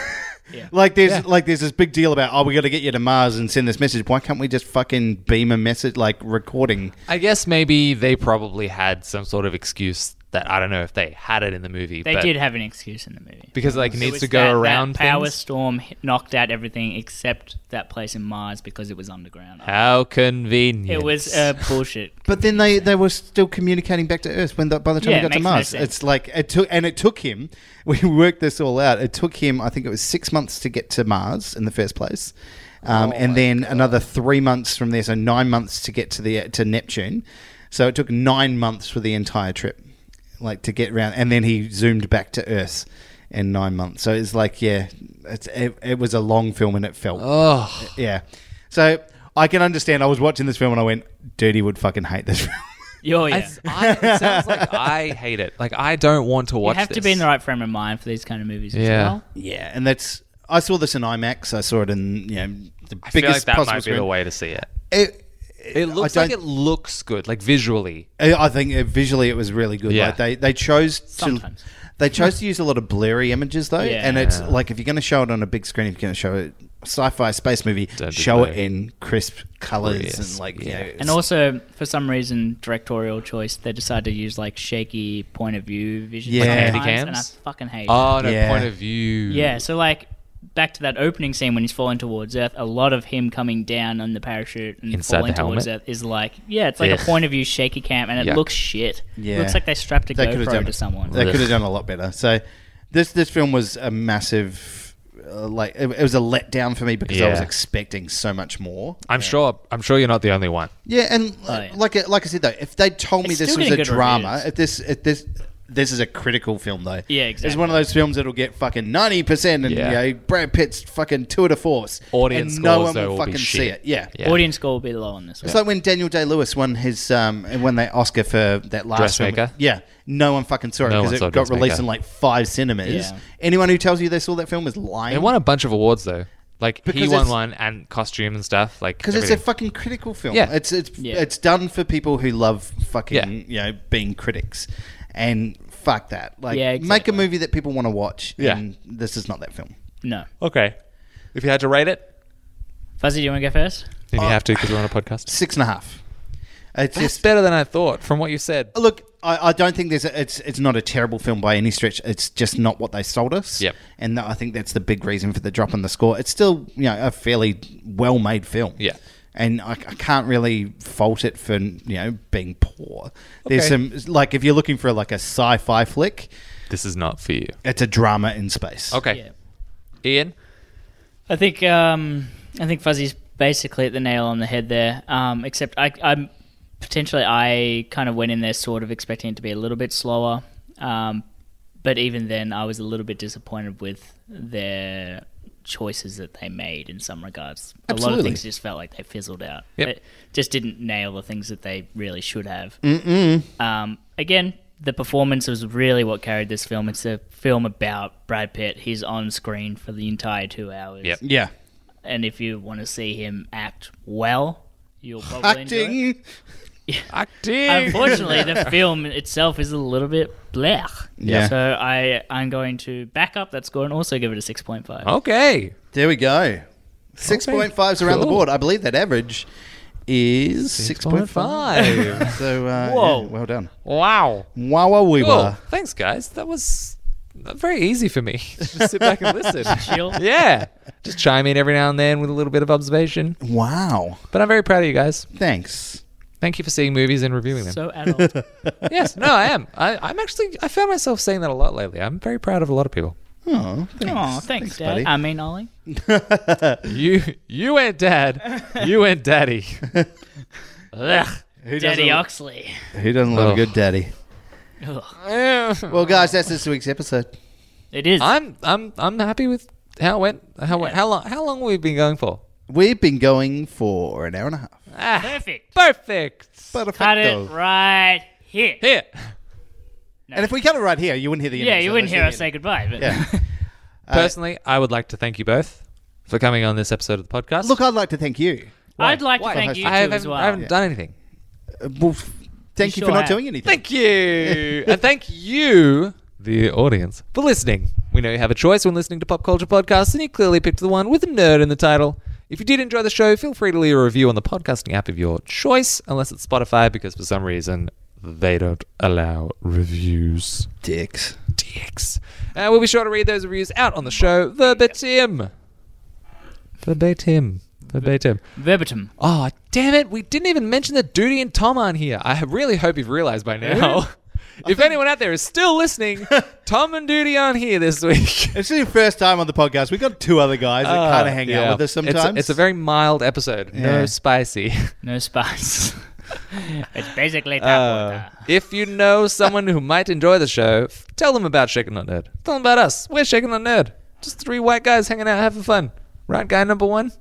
S1: Like there's like there's this big deal about oh we got to get you to Mars and send this message. Why can't we just fucking beam a message like recording?
S3: I guess maybe they probably had some sort of excuse that I don't know if they had it in the movie.
S4: They
S3: but
S4: did have an excuse in the movie.
S3: because like
S4: It
S3: needs
S4: was
S3: to go
S4: that- that
S3: around
S4: power
S3: things.
S4: storm hit- knocked out everything except that place in Mars because it was underground.
S3: How convenient.
S4: It was uh, bullshit.
S1: But then they, they were still communicating back to Earth when the, by the time
S4: Yeah,
S1: we got
S4: it
S1: to
S4: makes no
S1: Mars.
S4: sense.
S1: it's like it took and it took him. (laughs) We worked this all out. It took him. I think it was six months to get to Mars in the first place,
S4: Oh
S1: um, and then another three months from there. So nine months to get to the to Neptune. So it took nine months for the entire trip, like to get around, and then he zoomed back to Earth in nine months. So it's like yeah, it's, it, it was a long film and it felt
S3: oh,
S1: yeah. So I can understand. I was watching this film and I went, Dirty would fucking hate this (laughs) film.
S4: Oh, yeah.
S3: I, I, it sounds like I hate it. Like I don't want to
S4: you
S3: watch.
S4: have to
S3: this.
S4: be in the right frame of mind for these kind of movies as
S3: Yeah.
S4: well.
S1: Yeah, and that's I saw this in IMAX. I saw it in you know the
S3: I feel like
S1: biggest
S3: that
S1: possible
S3: might be
S1: screen.
S3: the way to see it.
S1: It,
S3: It looks
S1: I
S3: like
S1: don't-
S3: it looks good, like visually.
S1: I think uh, visually it was really good.
S3: Yeah.
S1: Like they they chose to
S4: Sometimes.
S1: they chose to use a lot of blurry images though,
S4: Yeah.
S1: and it's like if you're going to show it on a big screen, if you're going to show it sci-fi space movie,
S3: Don't do
S1: show it
S3: blurry.
S1: in crisp colors
S3: Yes,
S1: and like
S3: yeah.
S1: you know,
S4: And also, for some reason, directorial choice, they decided to use like shaky point of view vision.
S1: Yeah. Like
S4: sometimes,
S3: handy
S4: and I
S3: cams?
S4: fucking hate it.
S3: Oh no,
S1: Yeah.
S3: point of view.
S4: Yeah, so like back to that opening scene when he's falling towards Earth, a lot of him coming down on the parachute and
S3: Inside the
S4: falling towards
S3: helmet?
S4: Earth is like, yeah, it's like
S3: Ugh.
S4: a point of view shaky cam, and it
S3: Yeah.
S4: looks shit.
S1: Yeah.
S4: looks like they strapped a
S1: they could have done
S4: GoPro to someone.
S1: They
S3: Ugh.
S1: could have done a lot better. So this this film was a massive. Uh, like it, it was a letdown for me because I was
S3: Yeah.
S1: expecting so much more.
S3: I'm sure. I'm sure you're not the only one.
S1: Yeah, and
S4: Oh,
S1: uh,
S4: yeah.
S1: like I- like I said though, if they told me
S4: It's
S1: this
S4: still
S1: was a
S4: getting good
S1: drama,
S4: reviews.
S1: if this if this this is a critical film though.
S4: Yeah,
S1: It's
S4: exactly.
S1: one of those films that'll get fucking ninety percent, and
S3: Yeah.
S1: you know, Brad Pitt's fucking tour de force.
S3: Audience
S1: and no
S3: scores,
S1: one
S3: though,
S1: will
S3: will be
S1: fucking see
S3: shit.
S1: it. Yeah.
S3: Yeah.
S4: Audience score will be low on this one.
S1: It's like when Daniel Day Lewis won his um, won that Oscar for that last film.
S3: Dressmaker?
S1: Yeah, no one fucking saw it
S3: No
S1: because
S3: one
S1: it
S3: saw
S1: got
S3: Dressmaker.
S1: released in like five cinemas.
S4: Yeah.
S1: Anyone who tells you they saw that film is lying.
S3: They won a bunch of awards though. Like he
S1: Because
S3: won
S1: it's-
S3: one and costume and stuff. Like
S1: Because it's a
S3: everything.
S1: fucking critical film.
S3: Yeah.
S1: It's it's
S4: Yeah.
S1: it's done for people who love
S3: Yeah.
S1: fucking you know being critics, and fuck that. Like
S4: Yeah,
S1: make a
S4: exactly.
S1: movie that people want to watch.
S3: Yeah.
S1: And this is not that film.
S4: no,
S3: okay. If you had to rate it,
S4: Fuzzy, do you want to go first?
S3: then you have to because we're on a podcast.
S1: Six and a half. It's
S3: (laughs) It's
S1: just
S3: better than I thought from what you said.
S1: look. I, I don't think there's a, it's it's not a terrible film by any stretch. It's just not what they sold us.
S3: Yep.
S1: And I think that's the big reason for the drop in the score. It's still you know a fairly well made film.
S3: Yeah.
S1: and I, I can't really fault it for you know being poor. There's
S3: Okay.
S1: some like if you're looking for like a sci-fi flick,
S3: This is not for you.
S1: it's a drama in space.
S3: Okay,
S4: Yeah.
S3: Ian.
S4: I think um, I think Fuzzy's basically at the nail on the head there. Um, except I, I'm potentially I kind of went in there sort of expecting it to be a little bit slower, um, but even then I was a little bit disappointed with their choices that they made in some regards. A lot
S1: Absolutely.
S4: of things just felt like they fizzled out.
S3: Yep.
S4: It just didn't nail the things that they really should have. Um, again, the performance was really what carried this film. It's a film about Brad Pitt. He's on screen for the entire two hours.
S3: Yep.
S1: Yeah.
S4: And if you want to see him act well, you'll probably enjoy it.
S1: Acting.
S4: Unfortunately, the film itself is a little bit blech.
S1: Yeah.
S4: So I I'm going to back up that score and also give it a six point
S3: Oh.
S4: five.
S3: Okay.
S1: There we go. Six point five's around the
S3: cool.
S1: board. I believe that average is six point five. so uh,
S4: Whoa.
S1: yeah, well done.
S3: Wow.
S1: Wow, we
S3: Cool.
S1: were.
S3: Thanks, guys. That was very easy for me. (laughs) Just sit back and listen.
S4: Chill.
S3: (laughs) Yeah. Just chime in every now and then with a little bit of observation.
S1: Wow.
S3: But I'm very proud of you guys.
S1: Thanks.
S3: Thank you for seeing movies and reviewing them.
S4: So adult.
S3: (laughs) yes. No, I am. I, I'm actually. I found myself saying that a lot lately. I'm very proud of a lot of people.
S1: Oh, thanks.
S4: oh, thanks, Dad.
S1: buddy.
S4: I mean, Ollie.
S1: (laughs)
S3: You, you ain't dad. You ain't (laughs) daddy. Ugh.
S1: Who
S4: Daddy
S1: doesn't,
S4: Oxley.
S1: who doesn't love a
S3: Ugh.
S1: good daddy?
S4: Ugh.
S1: Well, guys, that's this week's episode.
S4: It is.
S3: I'm. I'm. I'm happy with how it went. How it went. How long? How long we've been going for?
S1: We've been going for an hour and a half.
S3: Ah,
S4: Perfect.
S3: perfect.
S1: Perfecto.
S4: Cut it right here.
S3: Here.
S1: And if we cut it right here, you wouldn't hear the end.
S4: Yeah,
S1: of it,
S4: you
S1: so
S4: wouldn't
S1: that's
S4: hear
S1: the
S4: us say
S1: end.
S4: goodbye. But
S1: Yeah.
S3: Personally, I would like to thank you both for coming on this episode of the podcast.
S1: Look, I'd like to thank you.
S4: I'd like to thank you
S3: I
S4: two
S3: haven't,
S4: as well.
S3: I haven't
S1: Yeah.
S3: done anything.
S1: Uh, well, f- thank you,
S4: You
S1: for
S4: sure
S1: not
S4: have.
S1: doing anything.
S3: Thank you. and thank you, the audience, for listening. We know you have a choice when listening to pop culture podcasts, and you clearly picked the one with a nerd in the title. If you did enjoy the show, feel free to leave a review on the podcasting app of your choice, unless it's Spotify, because for some reason they don't allow reviews.
S1: Dicks.
S3: DX. Uh, we'll be sure to read those reviews out on the show verbatim. Verbatim. Verbatim.
S4: Verbatim.
S3: Oh, damn it. We didn't even mention that Duty and Tom aren't here. I really hope you've realized by now. (laughs) if anyone out there is still
S1: (laughs)
S3: listening, Tom and Duty aren't here this week.
S1: It's your first time on the podcast. We've got two other guys that kind of hang
S3: Uh, Yeah.
S1: out with us
S3: It's a-
S1: sometimes.
S3: It's a, very mild episode.
S1: Yeah.
S3: No spicy. (laughs)
S4: No spice. it's basically tap
S3: Uh, if you know someone who might enjoy the show, f- tell them about Shaken Not Nerd. Tell them about us. We're Shaken Not Nerd. Just three white guys hanging out having fun. Right guy number one?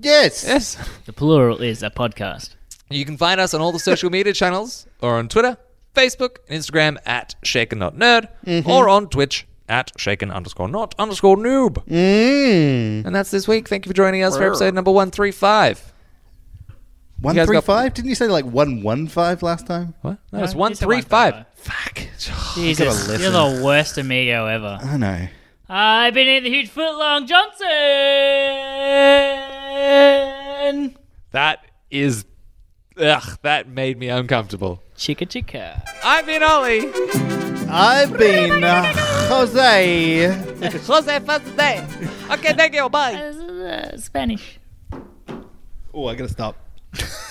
S1: yes.
S3: Yes.
S4: The plural is a podcast.
S3: You can find us on all the social media channels or on Twitter, Facebook, and Instagram at Shaken Not Nerd or on Twitch at Shaken underscore not underscore noob.
S1: Mm.
S3: And that's this week. Thank you for joining us for episode number 135.
S1: One
S3: guys
S1: three
S3: got-
S1: five? Didn't you say like one one five last time?
S3: What? No,
S4: No,
S3: it's
S4: it's a
S3: 135.
S4: 135.
S3: Fuck.
S4: Jesus,
S1: listen.
S4: you're the worst amigo ever.
S1: I know.
S4: I've been in the huge footlong Johnson.
S3: (laughs) That is. Ugh, that made me uncomfortable.
S4: Chicka chicka.
S3: I've been Ollie.
S1: I've been uh, Jose.
S3: Jose first day. Okay, thank you. Bye.
S4: This is, uh, Spanish.
S1: Oh, I gotta stop.